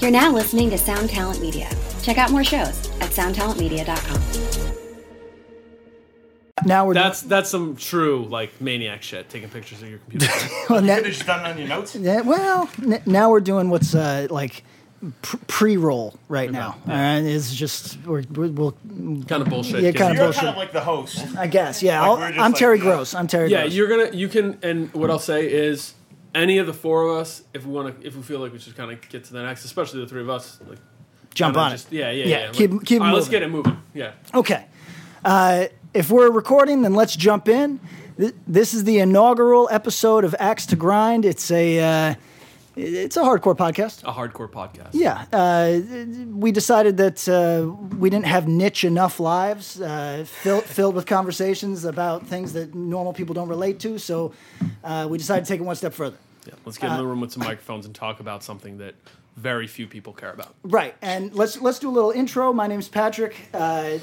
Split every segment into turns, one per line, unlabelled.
You're now listening to Sound Talent Media. Check out more shows at soundtalentmedia.com.
Now we're
That's that's some true like maniac shit. Taking pictures of your computer.
doing
Could
that-
have just done it on your notes.
Yeah, well, n- now we're doing what's uh, like pr- pre-roll right now, and it's just we're, we're, we'll,
kind of bullshit.
Yeah,
kid.
kind
You're
bullshit.
kind of like the host.
I guess, yeah.
Like,
I'll,
we're just
I'm
like,
Terry
yeah.
Gross. I'm Terry
Yeah,
Gross.
you're gonna you can and what I'll say is any of the four of us, if we want to, if we feel like we should kind of get to the next, especially the three of us, like
jump
kinda
on
just-
it.
Yeah, yeah,
yeah.
yeah.
Keep
like,
keep
all right,
moving.
Let's get it moving. Yeah.
Okay. Uh, if we're recording, then let's jump in. Th- This is the inaugural episode of Axe to Grind. It's a uh, it's a hardcore podcast.
A hardcore podcast.
Yeah, uh, we decided that uh, we didn't have niche enough lives uh, filled, filled with conversations about things that normal people don't relate to. So uh, we decided to take it one step further.
Yeah, Let's get in the room with some microphones and talk about something that very few people care about.
Right, and let's let's do a little intro. My name's Patrick. Uh,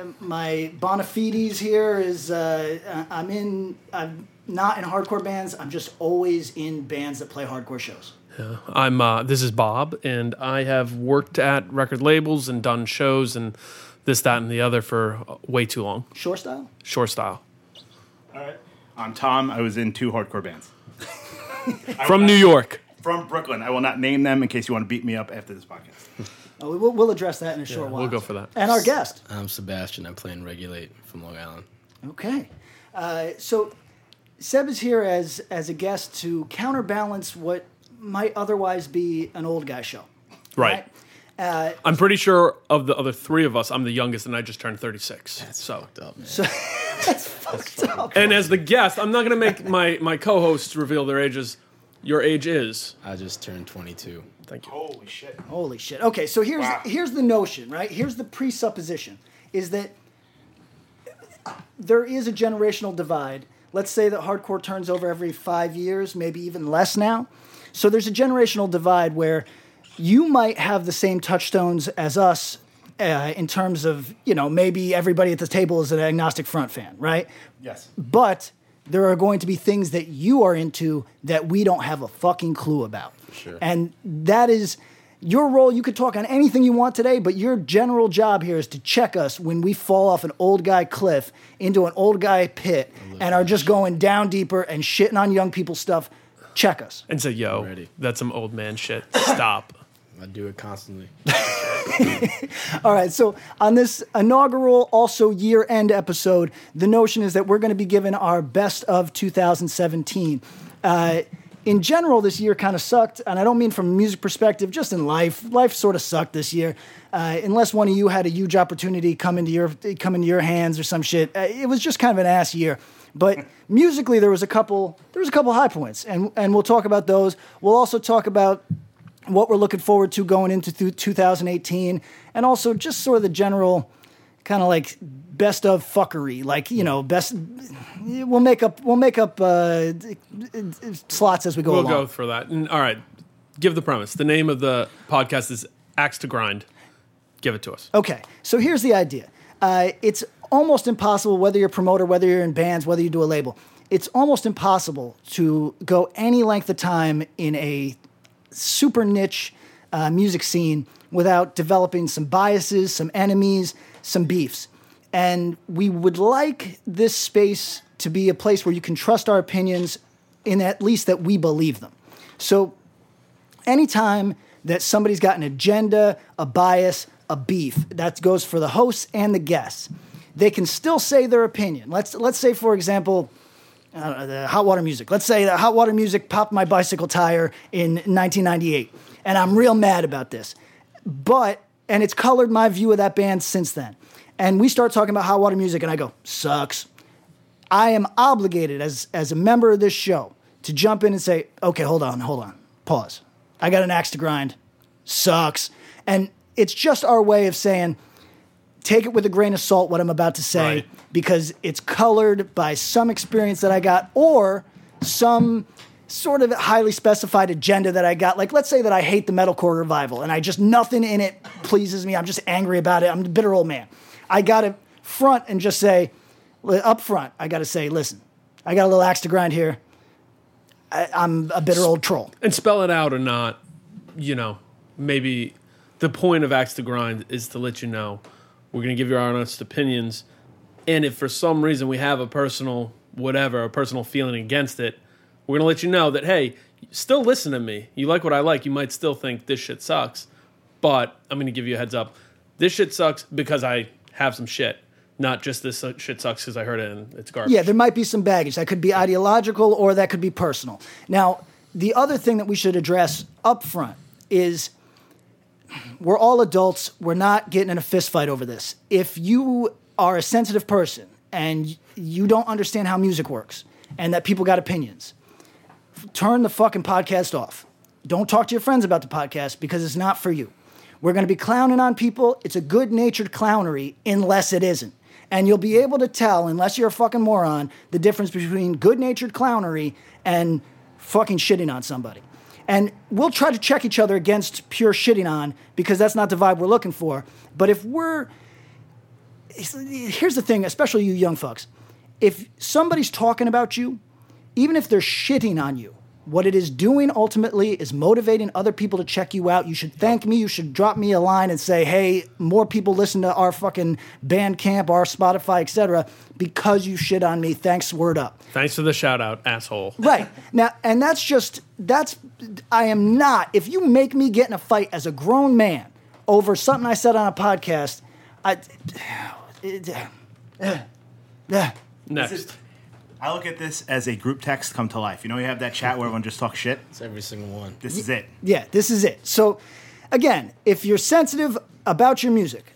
um, my bonafides here is uh, I- I'm in. I'm not in hardcore bands. I'm just always in bands that play hardcore shows.
I'm uh, this is Bob, and I have worked at record labels and done shows and this, that, and the other for uh, way too long.
Shore style.
Short style
All right. I'm Tom. I was in two hardcore bands
from New York.
from Brooklyn. I will not name them in case you want to beat me up after this podcast.
Uh, we- we'll, we'll address that in a short while.
We'll go for that.
And our guest.
I'm Sebastian. I'm playing Regulate from Long Island.
Okay. Uh, so Seb is here as as a guest to counterbalance what might otherwise be an old guy show.
Right. I'm pretty sure of the other three of us, I'm the youngest, and I just turned 36. so,
Up, man.
That's fucked up.
and as the guest, I'm not going to make my my co-hosts reveal their ages. Your age is
I just turned 22.
thank you.
Holy shit.
Holy shit. Okay, so here's
Wow.
here's the notion, right? Here's the presupposition is that there is a generational divide. Let's say that hardcore turns over every 5 years, maybe even less now. So there's a generational divide where you might have the same touchstones as us uh, in terms of, you know, maybe everybody at the table is an agnostic front fan, right?
Yes.
But there are going to be things that you are into that we don't have a fucking clue about.
Sure.
And that is your role. You could talk on anything you want today, but your general job here is to check us when we fall off an old guy cliff into an old guy pit and are just going down deeper and shitting on young people stuff. Check us.
And say, yo,
Ready.
that's some old man shit. Stop.
I do it constantly.
All right. So on this inaugural, also year end episode, the notion is that we're going to be given our best of 2017. Uh, in general, this year kind of sucked, and I don't mean from a music perspective, just in life. Life sort of sucked this year, uh, unless one of you had a huge opportunity come into your come into your hands or some shit. Uh, it was just kind of an ass year. But musically, there was a couple there was a couple high points, and and we'll talk about those. We'll also talk about what we're looking forward to going into th- 2018 and also just sort of the general kind of like best of fuckery like you know best we'll make up we'll make up uh, d- d- d- slots as we go
We'll
along
go for that. And, all right, give the premise. The name of the podcast is Axe to Grind. Give it to us.
okay so here's the idea uh, it's almost impossible whether you're a promoter whether you're in bands whether you do a label it's almost impossible to go any length of time in a super niche uh, music scene without developing some biases, some enemies, some beefs. And we would like this space to be a place where you can trust our opinions in at least that we believe them. So, anytime that somebody's got an agenda, a bias, a beef, that goes for the hosts and the guests. They can still say their opinion. Let's let's say, for example, I don't know, the hot water music. Let's say the hot water music popped my bicycle tire in 1998, and I'm real mad about this. But and it's colored my view of that band since then. And we start talking about hot water music, and I go sucks. I am obligated as as a member of this show to jump in and say, okay, hold on, hold on, pause. I got an axe to grind. Sucks. And it's just our way of saying, take it with a grain of salt what I'm about to say
Right.
because it's colored by some experience that I got or some sort of highly specified agenda that I got. Like, let's say that I hate the metalcore revival and I just, nothing in it pleases me. I'm just angry about it. I'm a bitter old man. I got to front and just say, li- up front, I got to say, listen, I got a little axe to grind here. I, I'm a bitter old troll.
And spell it out or not, you know, maybe the point of Axe to Grind is to let you know we're going to give you our honest opinions. And if for some reason we have a personal whatever, a personal feeling against it, we're going to let you know that, hey, still listen to me. You like what I like. You might still think this shit sucks, but I'm going to give you a heads up. This shit sucks because I have some shit, not just this uh, shit sucks because I heard it and it's garbage.
Yeah, there might be some baggage. That could be ideological or that could be personal. Now, the other thing that we should address up front is we're all adults. We're not getting in a fist fight over this. If you are a sensitive person and you don't understand how music works and that people got opinions, turn the fucking podcast off. Don't talk to your friends about the podcast because it's not for you. We're going to be clowning on people. It's a good natured clownery unless it isn't. And you'll be able to tell, unless you're a fucking moron, the difference between good natured clownery and fucking shitting on somebody. And we'll try to check each other against pure shitting on because that's not the vibe we're looking for. But if we're here's the thing, especially you young fucks. If somebody's talking about you, even if they're shitting on you, what it is doing ultimately is motivating other people to check you out. You should thank me. You should drop me a line and say, "Hey, more people listen to our fucking Bandcamp, our Spotify, etc., because you shit on me. Thanks, word up."
Thanks for the shout out, asshole.
Right. Now, and that's just, that's, I am not, if you make me get in a fight as a grown man over something I said on a podcast, I, it, uh,
Next.
I look at this as a group text come to life. You know, you have that chat where everyone just talks shit.
It's every single one.
This is it.
yeah, this is it. So, again, if you're sensitive about your music,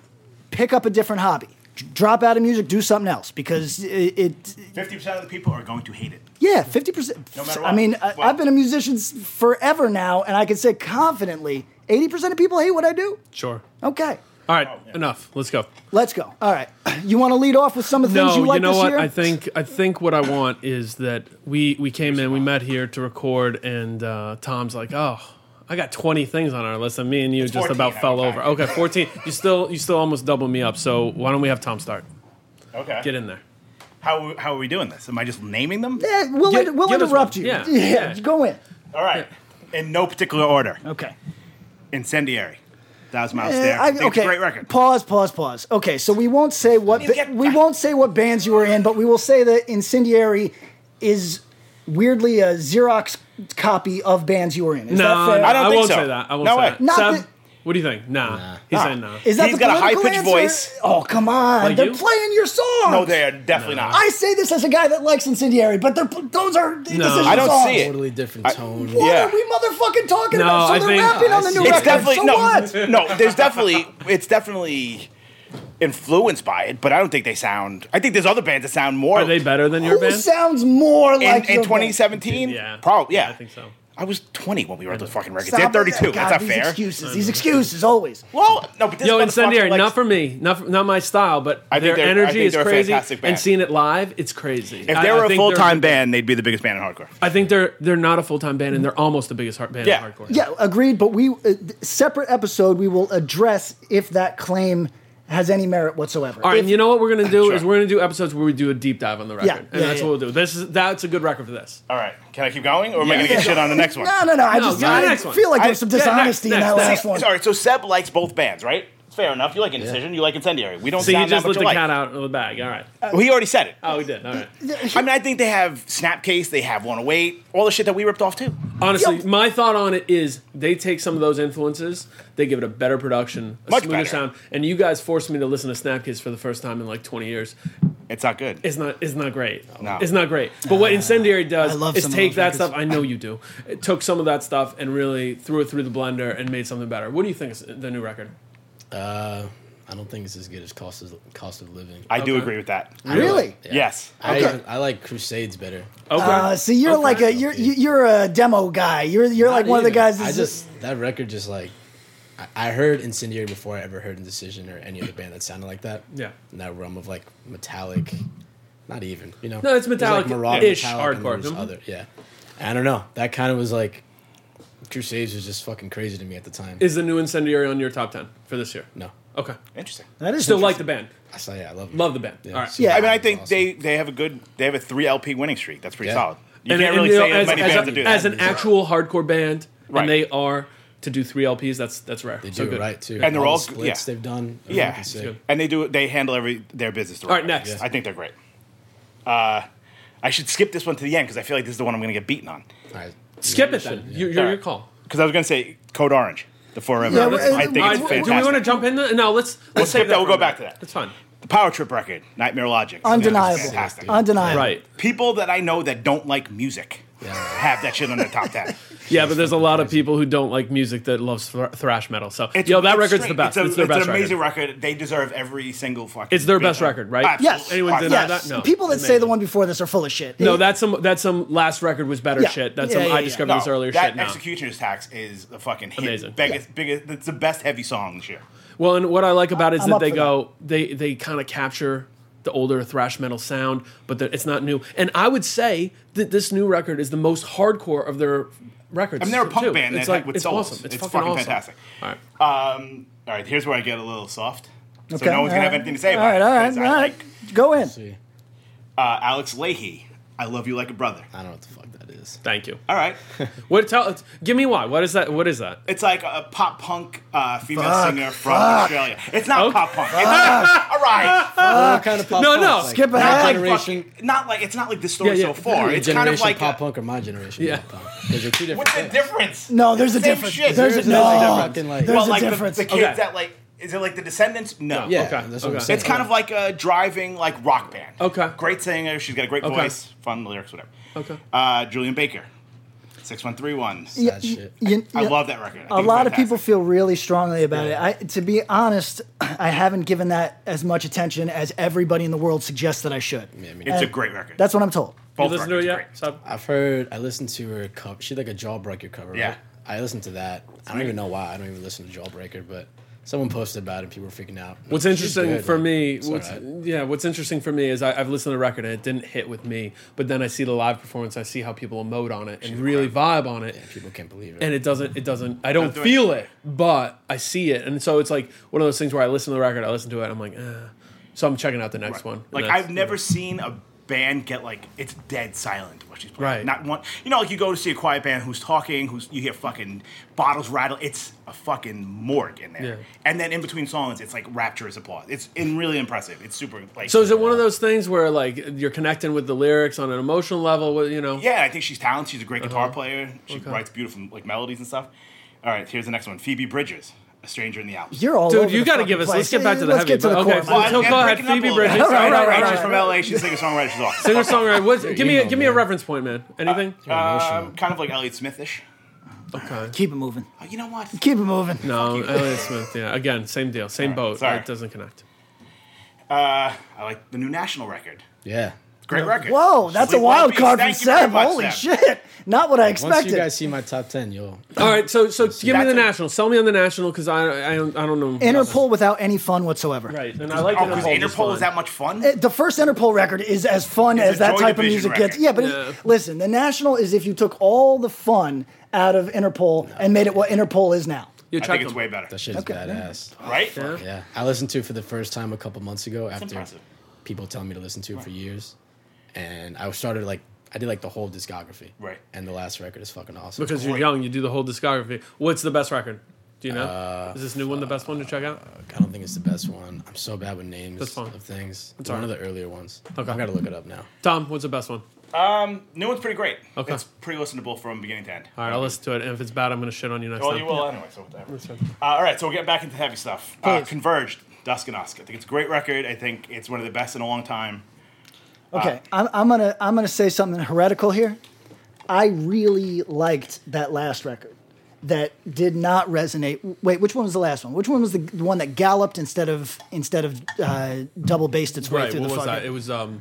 pick up a different hobby. D- Drop out of music, do something else because it, it
Fifty percent of the people are going to hate it.
yeah, 50%.
No matter
I
what.
mean, I,
Well-
I've been a musician s- forever now, and I can say confidently 80% of people hate what I do.
Sure.
Okay.
All right, enough. Let's go.
Let's go. All right. You want to lead off with some of the things
No,
you
you,
like
know
this
what?
year?
I think I think what I want is that we we came in, we met here to record, and uh, Tom's like, oh. I got 20 things on our list, and me and you just
14,
about
I
fell
went
over.
back.
Okay, 14. You still, you still almost double me up. So why don't we have Tom start?
Okay.
Get in there.
How how are we doing this? Am I just naming them?
Eh, we'll
Give-
we'll
give us
interrupt
one.
you.
Yeah. Yeah.
Go in.
All right. In no particular order.
Okay.
Incendiary. That was my
Eh,
there.
I-
I, think it's a great record.
Pause. Pause. Pause. Okay. So we won't say what
mean,
ba-
get-
we won't say what bands you were in, but we will say that Incendiary is weirdly a Xerox copy of bands you were in. Is
No,
that fair?
no, I,
I don't think
won't
so.
say that. I won't
No
say
way.
that.
Not
Seb,
that-
what do you think? Nah. He's saying nah.
Is that
He's
the
got a
political
high-pitched
answer?
voice.
Oh come on!
Like
they're
you?
playing your song.
no, they are definitely not.
I say this as a guy that likes Incendiary, but they're, those are this is
No.
your
I
don't
song.
see it.
Totally different tone.
What
Yeah.
are we motherfucking talking
No,
about? So
I
they're
think-
rapping on the new
It's
record.
it's definitely
so
no,
what?
no. There's definitely it's definitely influenced by it, but I don't think they sound. I think there's other bands that sound more.
Are they better than your
Who
band?
sounds more
in,
like
in
your band?
2017?
Yeah.
probably. Yeah.
I think so.
I was 20 when we wrote those fucking records.
Stop
They're
with that.
32.
God,
That's not
these
fair.
Excuses, these excuses, always.
Well, no, but this
Yo,
motherfucker
incendiary,
likes-
not for me, not for, not my style, but
I
their
think they're- I
energy
think
is
they're a
crazy,
fantastic band.
and seeing it live, it's crazy.
If they were a full time band, they'd be the biggest band in hardcore.
I think they're they're not a full time band, and they're almost the biggest heart band
Yeah.
in hardcore.
Yeah, agreed. But we uh, th- separate episode. We will address if that claim has any merit whatsoever.
All right, and you know what we're gonna do is
Sure.
we're gonna do episodes where we do a deep dive on the record,
Yeah,
and
yeah,
that's
yeah.
what we'll do. This is that's a good record for this.
All right. Can I keep going, or am I going to get shit on the next one?
no, no, no. I
No,
just
go to the
I
next one.
feel like
I-
there's some
yeah,
next-
dishonesty
next,
in that last
next.
one.
All right. So Seb likes both bands, right? Fair enough. You like Incision. You like Incendiary. We don't
So you
sound that
just
much
let the
alike.
cat out of the bag. All right.
Well, he already said it.
Oh, we did. All right.
I mean, I think they have Snapcase. They have 108. All the shit that we ripped off too.
Honestly,
Yo.
my thought on it is they take some of those influences, they give it a better production, a
Much
smoother
better.
sound, and you guys forced me to listen to Snapkids for the first time in like 20 years.
It's not good.
It's not it's not great.
No.
It's not great. But what Incendiary
Ah, I
does
love
is
some of
take
those
that
records.
stuff, I know you do. It took some of that stuff and really threw it through the blender and made something better. What do you think is the new record?
Uh, I don't think it's as good as cost of, cost of living.
I do
Okay.
agree with that.
Really?
Yeah.
Yes.
I,
Okay.
I like Crusades better.
Okay.
Uh, so you're
Okay.
like a you're you- you're a demo guy. You're you're like
Not
one of the
even.
guys.
I
that's
just that record just like I, I heard Incendiary before I ever heard Indecision or any other band that sounded like that.
Yeah.
In that realm of like metallic, not even you know.
No, it's
There's, like,
metallic-
Maraud
ish
metallic and there
hardcore.
was
Mhm.
Other, yeah. I don't know. That kind of was like Crusades was just fucking crazy to me at the time.
Is the new Incendiary on your top 10 for this year?
no,
Okay.
Interesting.
that is
Still like
interesting.
the band.
I saw. Yeah, I love
Love the band. All right.
Yeah.
I mean, I think
Awesome.
they, they have a good they have a three LP winning streak. That's pretty
Yeah.
solid. You
And-
can't
and,
really
you know,
say as, many
as,
bands
a-
that do
as
that.
an actual hardcore band,
Right.
and they are to do three LPs. That's that's rare.
They
so
do it
good.
right too.
And they're
the
all-
splits
yeah.
they've done. I
Yeah.
think it's
It's
sick.
and they do they handle every their business. the
All right,
way.
next.
I think they're great. Uh, I should skip this one to the end because I feel like this is the one I'm going to get beaten on.
All right.
Skip
Yeah,
it then.
should, yeah.
You, your, your
Alright.
call.
Because I was going to say Code Orange, the Forever.
Yeah,
I
well,
think
uh,
it's
well,
do we want to
fantastic.
jump in? The, no, let's let's,
Let's
save
skip that.
for
We'll go
a minute.
back to that.
That's fine.
The Power Trip record, Nightmare Logic.
Undeniable.
Fantastic.
Undeniable.
Right.
People that I know that don't like music
Yeah.
have that shit on their top 10.
Yeah, but there's a lot of people who don't like music that loves thr- thrash metal. So
It's-
yo, that
it's
record's
straight-
the best.
It's, a,
It's, their
it's
best
an amazing
record.
record. They deserve every single fucking.
It's their best
beat.
record, right?
Absolutely.
Yes.
Anyone deny
Absolutely.
Yes.
that? No.
People that say
Amazing.
the one before this are full of shit.
No,
They-
that's some that's some last record was better
Yeah.
shit. That's
Yeah,
some
yeah,
I
yeah.
discovered
No,
this earlier
that
shit. now.
Executioner's Tax is a fucking hit.
Amazing.
Biggest, biggest. It's the best heavy song this year.
Well, and what I like about it is
I'm
that
up
they
for
go, they they kind of capture the older thrash metal sound, but that it's not new. And I would say that this new record is the most hardcore of their records.
I mean, they're a punk
too.
band
It's
that-
like
with
it's
solos.
awesome. It's,
It's
fucking,
fucking
awesome.
fantastic.
All right.
Um, all right, here's where I get a little soft. So
Okay,
no one's
all
gonna have
right.
anything to say about
All right,
it.
all
because
right, all right.
I like,
Go in.
See,
uh, Alex Leahy, I love you like a brother.
I don't know what the fuck that is.
Thank you.
All right,
What tell? Give me why. What is that? What is that?
it's like a pop punk uh, female
Fuck,
singer from Australia. It's not
Okay.
pop punk. It's not, all right,
What kind of pop
No,
punk?
no.
Like,
Skip
my
ahead.
generation.
Fuck, not like it's not like the story
Yeah, yeah.
so far.
your
It's kind of
generation
like
pop
a,
punk or my generation
Yeah.
pop punk. Those are two different
what's the
things.
difference?
No, there's a
Same
difference.
shit.
There's
There's
a
a
no.
fucking, like-
There's
well,
a
like
difference.
The, the kids
Okay.
that like is it like the Descendants? No.
Yeah,
Okay,
that's what I'm
okay.
saying.
It's kind of like a driving like rock band.
Okay.
Great singer. She's got a great voice. Fun lyrics, whatever.
Okay.
Uh, Julian Baker, six one three one.
Y-
Yeah. that shit.
y-
I
y-
love that record. I
A
think it's
lot of people
fantastic.
feel really strongly about it. I, to be honest, I haven't given that as much attention as everybody in the world suggests that I should.
it's a great record.
That's what I'm told.
You
Both
listen to it
records are
yet?
great.
Sab?
I've heard. I listened to her. Cover, she did like a Jawbreaker cover. Right?
Yeah.
I listened to that. I don't even know why. I don't even listen to Jawbreaker, but someone posted about it. and People were freaking out.
What's
She's
interesting
good,
for
like,
me,
it's
what's,
alright.
yeah, what's interesting for me is I, I've listened to the record and it didn't hit with me, but then I see the live performance, I see how people emote on it and really vibe on it,
people can't believe it.
and it doesn't, it doesn't, I don't
Don't do
feel it, but I see it, and so it's like one of those things where I listen to the record, I listen to it, and I'm like, eh. so I'm checking out the next one. and
Like
that's-
I've never seen a band get like it's dead silent while she's playing.
Right.
Not one. You know, like you go to see a quiet band who's talking, who's you hear fucking bottles rattle. It's a fucking morgue in there.
Yeah.
And then in between songs, it's like rapturous applause. It's in really impressive. It's super like.
So is it one of those things where like you're connecting with the lyrics on an emotional level, what- you know?
Yeah, I think she's talented. She's a great
Uh-huh.
guitar player. She writes beautiful like melodies and stuff. All right, here's the next one: Phoebe Bridges, "A Stranger in the Alps."
You're all
Dude,
over
you
the
got to
fucking
give us.
place.
Let's get back to the
Let's
heavy.
get to the
but-
core.
okay,
Well,
I'm
so go ahead,
breaking up a
Phoebe
little bit.
Bridges.
All right, all
right,
She's
all
from LA. She's a singer-songwriter. She's awesome.
Singer songwriter. What? Give me a,
emo,
give me a
man.
reference point, man. Anything?
Um, kind of like Elliot Smithish.
okay.
Keep it moving.
Oh, you know what?
Keep it moving.
No, Elliot Smith. Yeah, again, same deal, same boat.
sorry.
It doesn't connect.
I like the new national record.
yeah.
It's a great record.
Whoa, that's a
Sleep
wild
Well
card
Beats.
from
Thank you very
Seb.
much,
Holy
Seb.
shit. Not what I
Once you
expected.
guys see my top ten, you'll
All right, so so give me
That's
the
a-
national. Sell me on the national because I I don't, I don't know.
Interpol without any fun whatsoever.
Right, and I like
Oh,
Interpol.
because
just
Interpol
fine.
is that much fun?
It- The first Interpol record is as fun
It's
as
a
that
Joy
type of
Division
music
record.
gets. Yeah, but it-
Yeah.
listen, the National is if you took all the fun out of Interpol and made it what Interpol is now.
You
I
check
think it's
them.
way better.
that shit's
Okay.
badass.
Right?
Yeah, I listened to it for the first time a couple months ago after
impressive.
people telling me to listen to it for years, and I started like I did like the whole discography.
Right.
And the last record is fucking awesome.
because you're
Great.
young. You do the whole discography. What's the best record? Do you know?
Uh,
is this new one the best one to check out?
I don't think it's the best one. I'm so bad with names
That's fine.
of things. It's
all
one
right.
of the earlier ones.
Okay.
I gotta look it up now.
Tom, what's the best one?
New one's pretty great.
Okay.
It's pretty listenable from beginning to end.
All right, I'll listen to it, and if it's bad, I'm going to shit on you next
Well,
time.
you will anyway, so whatever. Uh, all right, so we're getting back into heavy stuff. Uh,
Please.
Converged, Dusk and Usk. I think it's a great record. I think it's one of the best in a long time.
Uh,
Okay, I'm, I'm gonna I'm gonna say something heretical here. I really liked that last record that did not resonate. Wait, which one was the last one? Which one was the, the one that galloped instead of instead of uh, double bassed its way
Right,
through
what
the
was
fucking?
that? It was um.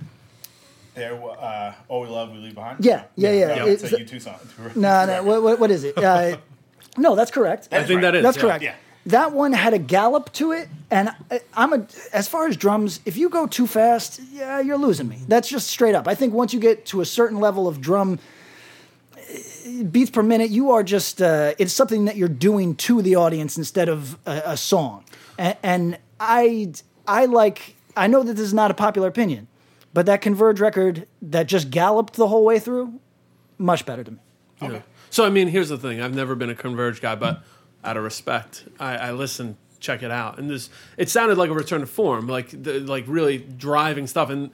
There, uh, All We Love, We Leave Behind?
Yeah, yeah, yeah. Yeah.
It's, a
It's-
U2 song.
no, no. What, what, what is it? Uh, no, that's correct.
That
I think
right.
that is.
That's
yeah.
correct.
Yeah.
That one had a gallop to it, and I, I'm a. As far as drums, if you go too fast, yeah, you're losing me. That's just straight up. I think once you get to a certain level of drum eh, beats per minute, you are just. Uh, it's something that you're doing to the audience instead of a, a song, and, and I I like. I know that this is not a popular opinion, but that Converge record that just galloped the whole way through, much better to me.
So I mean, here's the thing: I've never been a Converge guy, but out of respect. I, I listened, check it out, and this it sounded like a return to form, like the, like really driving stuff. And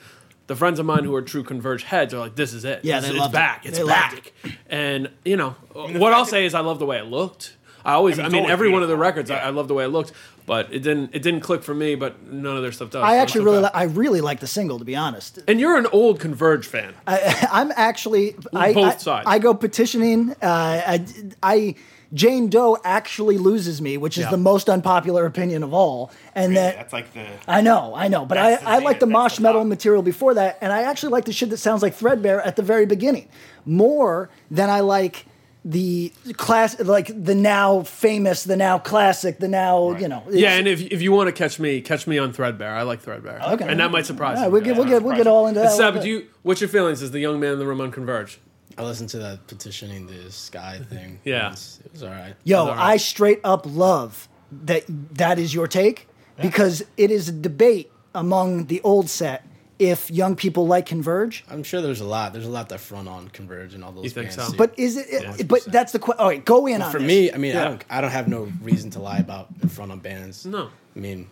the friends of mine who are true Converge heads are like, "This is it.
Yeah,
it's,
they
it's
loved it.
back. It's
They loved
back." And you know what I'll say is, I love the way it looked. I always, I
it's
mean,
always
every one of the
beautiful.
records, I, I love the way it looked, but it didn't, it didn't click for me. But none of their stuff does.
I
so I'm
actually
so
really,
bad.
li- I really like the single, to be honest.
and you're an old Converge fan.
I'm actually I,
both
I,
sides.
I go petitioning. Uh, I, I- Jane Doe actually loses me, which is
Yeah.
the most unpopular opinion of all, and that.
That's like the.
I know, I know, but I,
That's the
I like the
zenith, that's
mosh
the
metal
top.
material before that, and I actually like the shit that sounds like Threadbare at the very beginning more than I like the class, like the now famous, the now classic, the now you know.
Yeah,
it's-
and if, if you want to catch me, catch me on Threadbare. I like Threadbare.
Okay.
And that might surprise
Yeah,
you.
we'll get we'll
yeah.
get we'll get all into that. a little
Sab,
bit.
do you, what's your feelings as the young man and the Ramon converge?
I listened to that petitioning the sky thing.
Yeah.
once. it was all right.
Yo,
Alright.
I straight up love that that is your take because it is a debate among the old set if young people like Converge.
I'm sure there's a lot. There's a lot that front on Converge and all those.
You think
bands
so?
too.
But is it? But that's the question. All right, go in on
for
this.
me, I mean,
Yeah.
I don't, I don't have no reason to lie about in front on bands.
No.
I mean,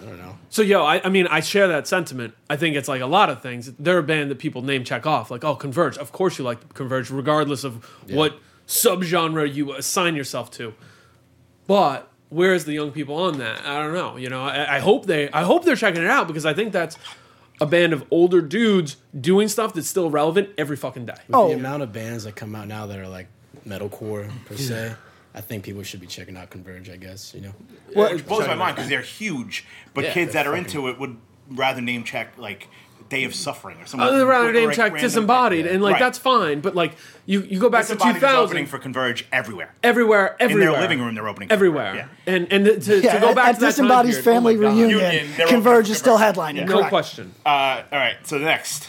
I don't know.
So, yo, I, I mean, I share that sentiment. I think it's like a lot of things. They're a band that people name check off, like, oh, Converge. Of course you like Converge, regardless of what subgenre you assign yourself to. But where is the young people on that? I don't know. You know, I, I hope they, I hope they're checking it out because I think that's a band of older dudes doing stuff that's still relevant every fucking day.
Oh.
the amount of bands that come out now that are like metalcore per se. I think people should be checking out Converge. I guess you know.
which blows my mind because they're huge, but
Yeah,
kids
they're
that are
fucking-
into it would rather name check like Day of Suffering or something.
Uh, the round name
like
check
random-
disembodied, and like
Right.
that's fine. But like you, you go back to two
Disembodied is opening
thousand
for Converge everywhere.
everywhere,
their
everywhere
living room, they're opening for
everywhere.
Converge,
And and to, to
yeah,
go
at-
back
at
to that time
Disembodied
period,
Family
oh my God.
Reunion,
Union, they're all
Converge is still
Converge.
headlining.
Yeah.
No
correct.
question.
Uh, all right, so the next,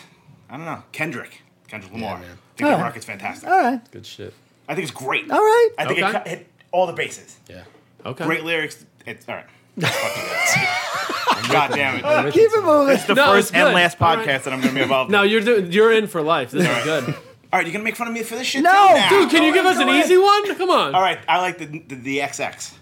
I don't know, Kendrick, Kendrick Lamar.
man.
I think
All
the
Oh.
right.
record's fantastic.
All right.
Good shit.
I think it's great.
All right.
I think
Okay.
it cut, hit all the bases.
Yeah.
Okay.
Great lyrics. It's all right. Fuck you guys. God damn it.
Keep it moving.
The
Uh, No, it's
first and
good.
last
All
podcast
right.
that I'm going to be involved
No,
in.
you're do, you're in for life. This is good.
All right, you're going to make fun of me for this shit?
No,
too now?
Dude, can you
Go
give
ahead,
us an
go ahead.
easy one? Come on.
All right, I like the, the, the XX.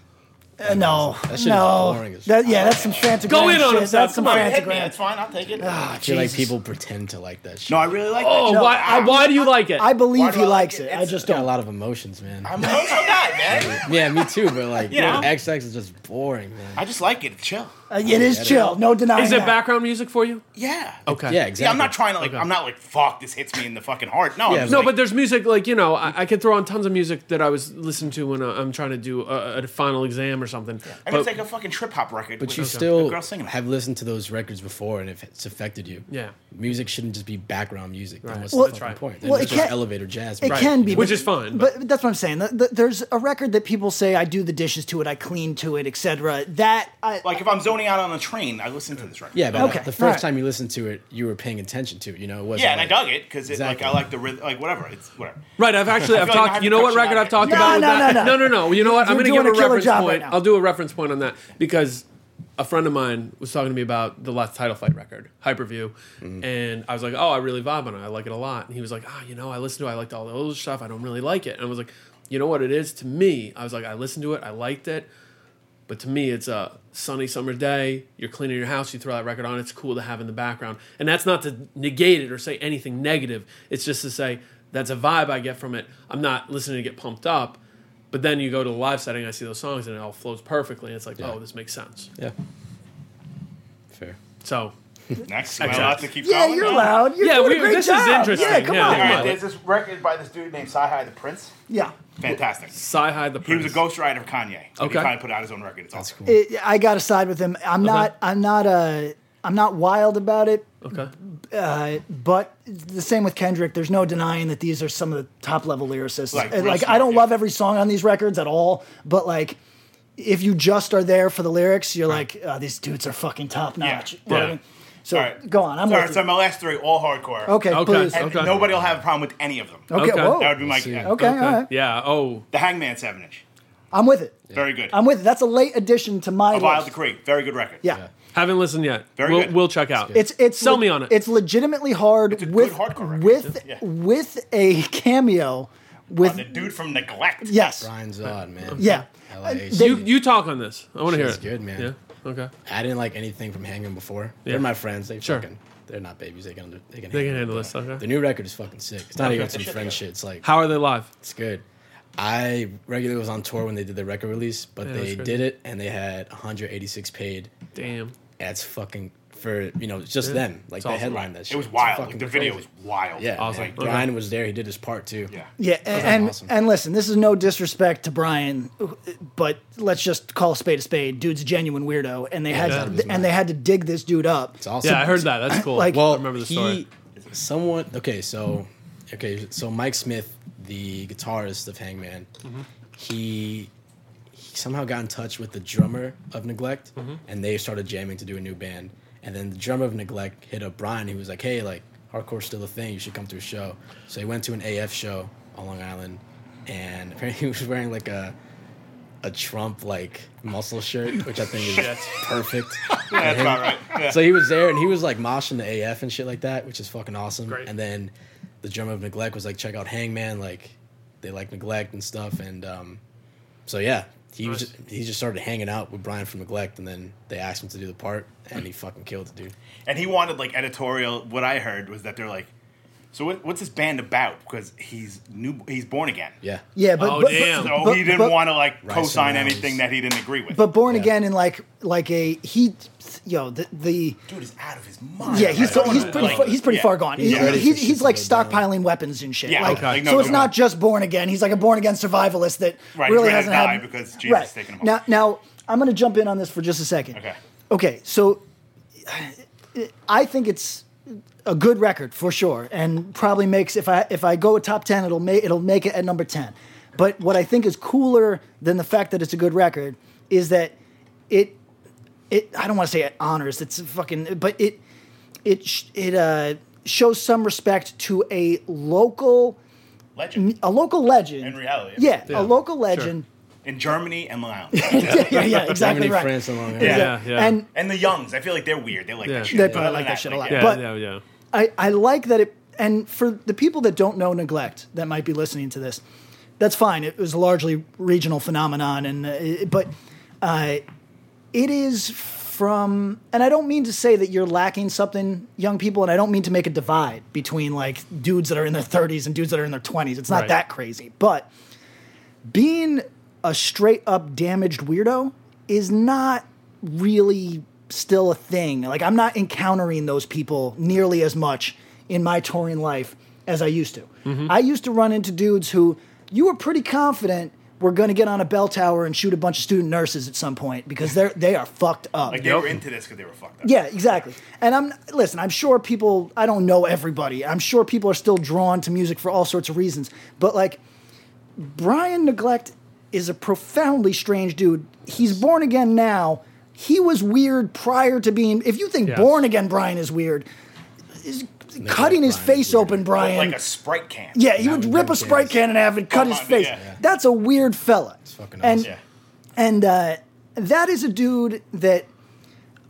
Uh, no,
That shit is
no.
boring as
That- yeah, that's some fancy.
Go in on him,
shit.
Seth.
That's some
Come on,
fancy.
Hit me, it's fine, I'll take it.
I feel like people pretend to like that shit.
no, I really like
Oh,
that.
why I, why do you like it?
I believe
Why do
he
I like
likes it.
it?
I
It's-
just
I got a
don't.
lot of emotions, man.
I'm an emotional guy, man.
yeah, me too. But like,
You know?
XX is just boring, man.
I just like it. It's chill.
Uh, it is chill. No denying.
is it
that.
background music for you?
Yeah.
Okay.
Yeah, exactly.
Yeah, I'm not trying to like.
Okay.
I'm not like. Fuck, this hits me in the fucking heart. No,
Yeah,
I'm just
No,
like,
but there's music like you know I, I could throw on tons of music that I was listening to when I, I'm trying to do a, a final exam or something.
I mean,
But-
it's like a fucking trip hop record.
But
with
you
the- the
still
girl singing.
have listened to those records before, and if it's affected you,
Yeah.
music shouldn't just be background music. Then
Right.
what's
Well,
the
that's
fucking
right.
point? Then
Well,
it's
it
just
can't-
elevator jazz.
It
music.
can be,
Which
but-
is fine,
But, that's what I'm saying. The, the, there's a record that people say I do the dishes to it, I clean to it, etc. That I,
Like if I'm zoning out on a train, I listen to this record.
Yeah, but uh,
Okay,
the first
alright.
time you listened to it, you were paying attention to it. You know, it wasn't
Yeah, and I
like-
dug it because it, like
Exactly.
I like the rhythm, like whatever. It's whatever.
Right, I've actually I've
feel like I
talked.
have
You
to
know what
touch
record
on
I've
it.
talked
No,
about? with
no,
that?
no, no.
no, no. You know what?
You're
I'm going to give
doing
a
a killer
reference
job
point.
right now.
I'll do a reference point on that because a friend of mine was talking to me about the last title fight record, Hyperview,
Mm-hmm.
and I was like, "Oh, I really vibe on it. I like it a lot." And he was like, "Ah, you know, I listen to. it. I liked all the old stuff. I don't really like it." And I was like, "You know what it is to me?" I was like, "I listened to it. I liked it." But to me, it's a sunny summer day. You're cleaning your house. You throw that record on. It's cool to have in the background. And that's not to negate it or say anything negative. It's just to say that's a vibe I get from it. I'm not listening to get pumped up. But then you go to the live setting. I see those songs, and it all flows perfectly. And it's like, oh, this makes sense.
Yeah. Fair.
So
Next, am I
Exactly.
allowed to keep
yeah,
going?
you're
No.
loud. You're
Yeah,
doing a
we-
great
this is
job.
interesting.
Yeah, come
Yeah.
All
on.
right, there's this record by this dude named Sci-Hi the Prince.
Yeah,
Fantastic.
Sci High the
He
Prince.
was a ghostwriter of Kanye. Okay. He
Okay.
kind of put out his own record. It's
That's
awesome.
cool.
It- I gotta side with him. I'm not. I'm not a. I'm not wild about it.
Okay.
Uh, but the same with Kendrick. There's no denying that these are some of the top level lyricists.
Like,
And,
real
like
smart,
I don't
yeah.
love every song on these records at all, but like if you just are there for the lyrics, you're like uh, these dudes are fucking top notch. You know what I
Yeah.
mean? So
All right.
go on. I'm
All
with
right,
you.
so my last three, all hardcore.
okay.
Okay.
Please.
And
Okay.
nobody will have a problem with any of them.
Okay,
Okay.
Whoa.
That would be my.
We'll see.
okay. All right.
Yeah. Oh.
The Hangman 7 inch.
I'm with it.
Very good.
I'm with it. That's a late addition to my
A Wild
list.
Decree. Very good record.
Yeah.
Haven't listened yet.
Very
we'll,
good.
we'll check out.
It's it's
sell
le-
me on it.
It's legitimately hard
a good
with
hardcore record,
with
yeah.
with a cameo with
the dude from Neglect.
yes,
Brian Zod, man.
yeah.
LA.
they-
They,
You you talk on this. I want to hear
She's
it.
good, man.
Yeah. Okay.
I didn't like anything from Hanging before.
Yeah.
They're my friends. They
Sure.
fucking. They're not babies. They can. Under, they can.
They can
it,
handle
but
this, okay.
The new record is fucking sick. It's not even some friend shit. It's like
How are they live?
It's good. I regularly was on tour when they did the record release, but
Yeah,
they
that's
did it and they had 186 paid.
Damn.
That's fucking for you know it's just them. Like
It's
they
awesome.
headlined that shit.
It was
It's
wild.
fucking
Like, the video
crazy.
was wild.
yeah.
Awesome.
Like,
Okay.
Brian was there. He did his part too.
Yeah.
Yeah, and
awesome.
and listen, this is no disrespect to Brian, but let's just call a spade a spade. Dude's a genuine weirdo, and they
he's
had
out of
to,
his
and
mind.
they had to dig this dude up.
It's awesome.
Yeah, I heard that. That's cool.
Like-
I
Well,
remember the
he,
story.
Someone okay, so okay, so Mike Smith, the guitarist of Hangman,
Mm-hmm.
he, he somehow got in touch with the drummer of Neglect,
Mm-hmm.
and they started jamming to do a new band. And then the drummer of Neglect hit up Brian. He was like, "Hey, like hardcore's still a thing. You should come to a show." So he went to an AF show on Long Island, and apparently he was wearing like a a Trump like muscle shirt, which I think is perfect.
That's about right. Yeah.
So he was there and he was like moshing the AF and shit like that, which is fucking awesome.
Great.
And then the drummer of Neglect was like, check out Hangman, like they like Neglect and stuff. And um, so yeah, he was
Nice.
just, he just started hanging out with Brian from Neglect, and then they asked him to do the part, and he fucking killed it, dude.
And he wanted like editorial. What I heard was that they're like, so what, what's this band about? Because he's new. He's born again.
Yeah,
Yeah, but
Oh,
but,
damn.
but-
So
but-
he didn't
but-
want to like
Rice
co-sign
and
anything
Rose.
that he didn't agree with.
But born
Yeah.
again in like like a he, yo the the.
dude is out of his mind.
Yeah, he's,
Like,
he's
like,
pretty far, he's pretty
yeah.
far gone. He's,
He's ready
for
he's,
shit
he's
to
like
go down.
stockpiling weapons and shit.
Yeah,
like,
okay. Like, no,
so
no,
it's
no.
not just born again. He's like a born again survivalist that
Right, he's
really
ready to
hasn't
die
had
because Jesus is taking him
now.
off.
Now I'm going to jump in on this for just a second.
Okay.
Okay, so I think it's a good record for sure, and probably makes if I if I go a top ten, it'll make it'll make it at number ten. But what I think is cooler than the fact that it's a good record is that it it I don't want to say it honors it's fucking but it it sh- it uh, shows some respect to a local
legend
a local legend
In reality,
yeah,
Yeah,
a local
sure.
legend
in Germany and Laos
yeah yeah, yeah, exactly
Germany,
right
France, and Long Island.
Yeah.
Yeah, yeah.
and
and the Youngs. I feel like they're weird. They like
Yeah.
that shit.
They probably
Other
like
than
that shit a lot.
yeah,
but-
yeah, yeah.
I, I like that it, and for the people that don't know neglect that might be listening to this, that's fine. It was a largely regional phenomenon, and uh, it, but uh, it is from, and I don't mean to say that you're lacking something, young people, and I don't mean to make a divide between like dudes that are in their 30s and dudes that are in their 20s. It's not
Right.
that crazy, but being a straight up damaged weirdo is not really still a thing. Like I'm not encountering those people nearly as much in my touring life as I used to. I used to run into dudes who you were pretty confident were going to get on a bell tower and shoot a bunch of student nurses at some point because they're they are fucked up.
Like they
Yep.
were into this because they were fucked up.
Yeah, exactly. And I'm listen. I'm sure people. I don't know everybody. I'm sure people are still drawn to music for all sorts of reasons. But like, Brian Neglect is a profoundly strange dude. He's born again now. He was weird prior to being. If you think
Yes.
born again Brian is weird, is cutting his
Brian
face
is weird.
open, Brian.
like a Sprite can.
yeah, he
Now
would
he
rip a
drinks
sprite
cans.
can in half and cut
Come
his
on,
face.
yeah. Yeah.
That's a weird fella. It's
fucking
and,
awesome.
Yeah.
and uh, that is a dude that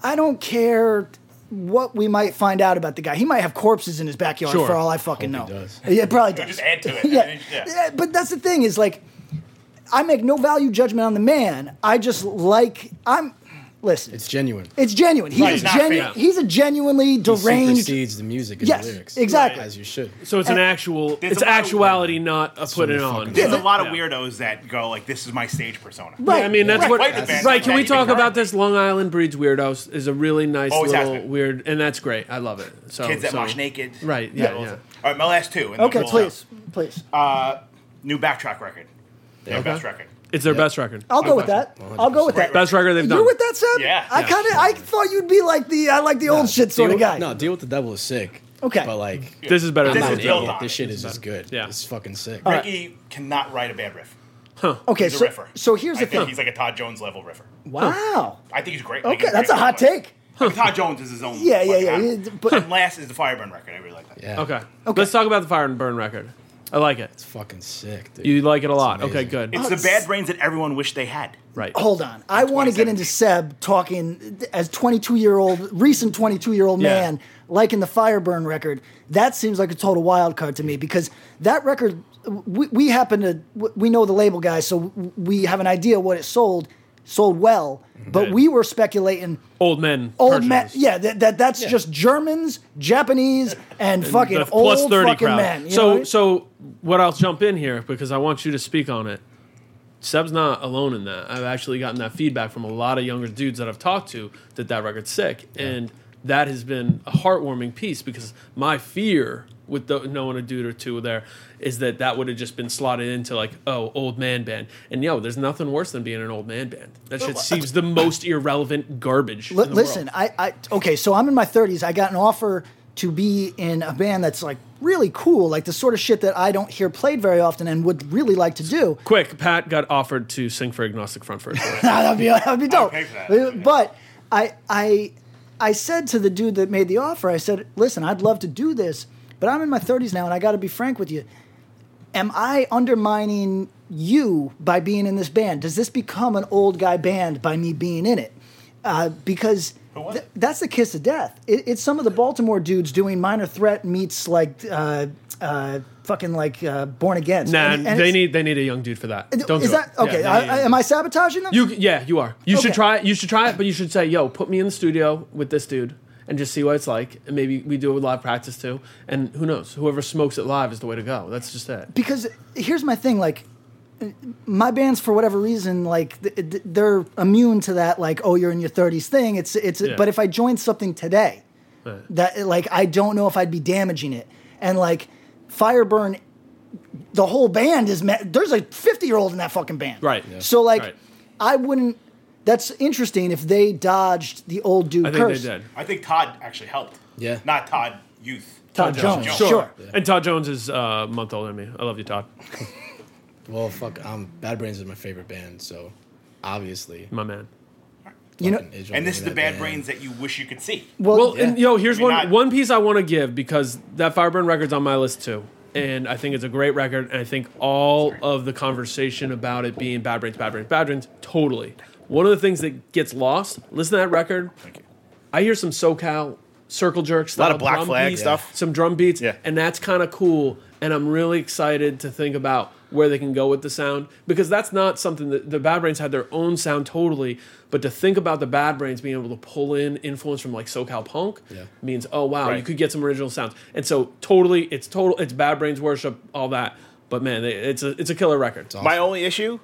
I don't care what we might find out about the guy. He might have corpses in his backyard
Sure.
for all I fucking
Hope he
know.
does.
Yeah, it probably does.
Just add to it.
yeah.
And then- yeah.
yeah, but that's the thing is like, I make no value judgment on the man. I just like I'm. Listen,
It's
it's,
genuine.
genuine. He's
Right, it's
a
not
genuine.
fake.
He's a genuinely
He
deranged.
supersedes the music and
Yes,
the lyrics.
exactly.
As you should.
So it's an actual.
There's
It's
a lot of-
actuality, not a putting
the
on.
fucking-
There's a lot of
Yeah.
weirdos that go like, "This is my stage persona."
Right.
Yeah, I mean, that's
right.
what.
Wait a minute.
right? Can we
That's not
talk
even
about
current.
this? Long Island breeds weirdos is a really nice
Always has
little
been.
weird, and that's great. I love it. So
Kids that
so-
mosh naked.
Right, yeah,
those-
yeah.
All right, my last two. And then
Okay,
we'll-
please, please.
Uh, New backtrack record. Their
Okay.
best record.
It's their best record.
I'll go with that. I'll go with that.
Best record they've done.
You're with that, Seb?
Yeah.
I kind of. I thought you'd be like the. I like the old shit sort of
Deal-
guy.
No, deal with the devil is sick.
Okay.
But like,
This is better
I'm
than
not
This
an
is
that.
built
idiot.
on.
This shit is as good.
Yeah.
It's fucking sick.
Ricky cannot write a bad riff.
Okay.
He's
So,
a riffer.
so here's
I
the
think
thing.
He's like a Todd Jones level riffer.
Wow.
I think he's great. Like,
Okay,
he's
that's a
great
hot
level.
take.
Like, Todd Jones is his own.
Yeah, yeah,
fucking
yeah,
animal.
yeah, but-
And last is the Fireburn record. I really like that.
Yeah.
Okay.
Okay.
Let's talk about the Fire and Burn record. I like it.
Fucking sick, dude.
You like it a lot.
amazing.
Okay, good.
Uh,
It's the bad brains that everyone wished they had.
Right.
Hold on. I want to get into Seb talking as 22 year old, recent 22 year old
Yeah.
man, liking the Fireburn record. That seems like a total wild card to me because that record we, we happen to w- we know the label guys, so w- we have an idea what it sold. Sold well, but
Right.
we were speculating
Old men.
old men.
purchasers.
Yeah, that, that that's
Yeah.
just Germans, Japanese, and, fucking
the
old
plus 30
fucking
crowd.
men. you
so
know?
so what I'll jump in here because I want you to speak on it. Seb's not alone in that. I've actually gotten that feedback from a lot of younger dudes that I've talked to that that record's sick, and that has been a heartwarming piece because my fear with the, knowing a dude or two there is that that would have just been slotted into like oh old man band and yo there's nothing worse than being an old man band that shit seems the most irrelevant garbage
Li-
in the world.
listen, I, I okay, so I'm in my 30s. I got an offer to be in a band that's like really cool, like the sort of shit that I don't hear played very often and would really like to do.
quick Pat got offered to sing for Agnostic Front for a tour.
that'd be that'd be dope.
pay for that.
But I I I said to the dude that made the offer, I said, "Listen, I'd love to do this, but I'm in my 30s now, and I got to be frank with you. Am I undermining you by being in this band? Does this become an old guy band by me being in it? Uh, because."
was
th-
it?
that's the kiss of death. It, it's some of the Baltimore dudes doing Minor Threat meets like uh, uh, fucking like uh, Born Again.
Nah,
And- and
they
it's-
need they need a young dude for that. Don't
is
do
that
it.
okay?
Yeah,
I,
yeah,
I,
yeah.
am I sabotaging them?
you yeah, you are. You
Okay.
should try it. You should try it, but you should say, "Yo, put me in the studio with this dude and just see what it's like, and maybe we do a live practice too." And who knows? Whoever smokes it live is the way to go. That's just it.
because here's my thing like my bands for whatever reason like th- th- they're immune to that like oh you're in your 30s thing it's it's
Yeah.
but if i joined something today
Right.
that like i don't know if i'd be damaging it and like fireburn the whole band is met there's a 50 year old in that fucking band
Right. Yeah.
so like
Right.
i wouldn't that's interesting if they dodged the old dude
I think
curse
they did.
I think Todd actually helped.
Yeah.
Not Todd Youth.
Todd Jones.
Jones.
Sure.
And Todd Jones is uh, a month older than me. I love you, Todd,
Well, fuck, um, Bad Brains is my favorite band, so obviously.
my man.
you know
fucking Israel
And this is
made
the
that
bad
band.
brains that you wish you could see.
Well, and yo, here's
I mean,
one
I-
one piece I want to give because that Fireburn record's on my list too, and I think it's a great record. And I think all of the conversation about it being Bad Brains, Bad Brains, Bad Brains, totally. One of the things that gets lost. Listen to that record. I hear some SoCal circle jerks, a
lot of Black Flag stuff.
some drum beats,
Yeah.
and that's kind of cool. And I'm really excited to think about where they can go with the sound because that's not something that the Bad Brains had their own sound totally. But to think about the Bad Brains being able to pull in influence from like SoCal punk
Yeah.
means oh wow, you
Right.
could get some original sounds. And so totally, it's total, it's Bad Brains worship, all that. But man, they, it's a it's a killer record.
My only issue,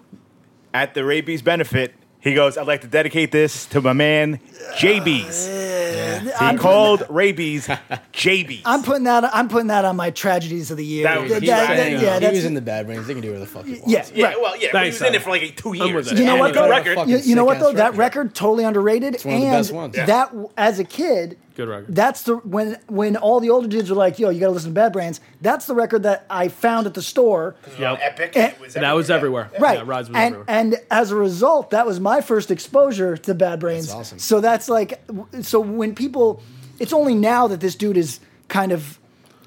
at the Rabies benefit, he goes, I'd like to dedicate this to my man, JB's. He called Rabies JB's.
I'm putting that. I'm putting that on my tragedies of the year.
That was-
Th-
he
that-
was
that-
saying,
yeah,
uh,
yeah,
he was
that's,
in the Bad Brains. They can do whatever the fuck he wants.
yeah,
yeah,
right.
well, yeah, but he
Thanks,
was in
son.
it for like eight, two
I'm
years.
with it. You
know
And
what,
Good
though?
record.
Fuck.
You, you know what
Sick-ass
though? That
record.
record totally underrated.
one of the
and
best ones. Yeah.
That as a kid,
Good record.
That's the when when all the older dudes were like, "Yo, you gotta listen to Bad Brains." That's the record that I found at the store.
Yep.
Epic.
Eh,
It was
That was everywhere.
Right,
Yeah, Rods was
and
everywhere.
and as a result, that was my first exposure to Bad Brains.
That's awesome.
So that's like, w- so when people, it's only now that this dude is kind of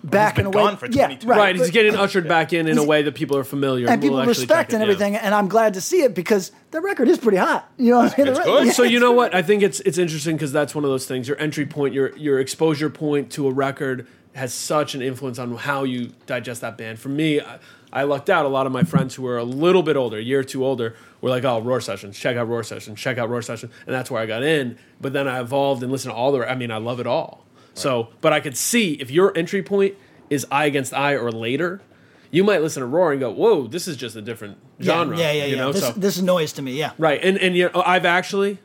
back
been
and away.
gone for
yeah,
22
right.
Right, he's
but-
getting ushered back in in a way that people are familiar
and people
will actually check
respect
it,
and
yeah.
everything. And I'm glad to see it because the record is pretty hot. You know, what I mean? The re-
good.
yeah,
So you
it's-
know what? I think it's it's interesting because that's one of those things. Your entry point, your your exposure point to a record has such an influence on how you digest that band. For me, I, I lucked out. A lot of my friends who were a little bit older, a year or two older, were like, "Oh, Roar Sessions, check out Roar Sessions, check out Roar Sessions," and that's where I got in. But then I evolved and listened to all the. I mean, I love it all. So, but I could see if your entry point is eye against eye or later. You might listen to Roar and go, "Whoa, this is just a different genre."
Yeah, yeah, yeah.
You know?
this,
so,
this is noise to me. Yeah.
Right, and and you know, I've actually,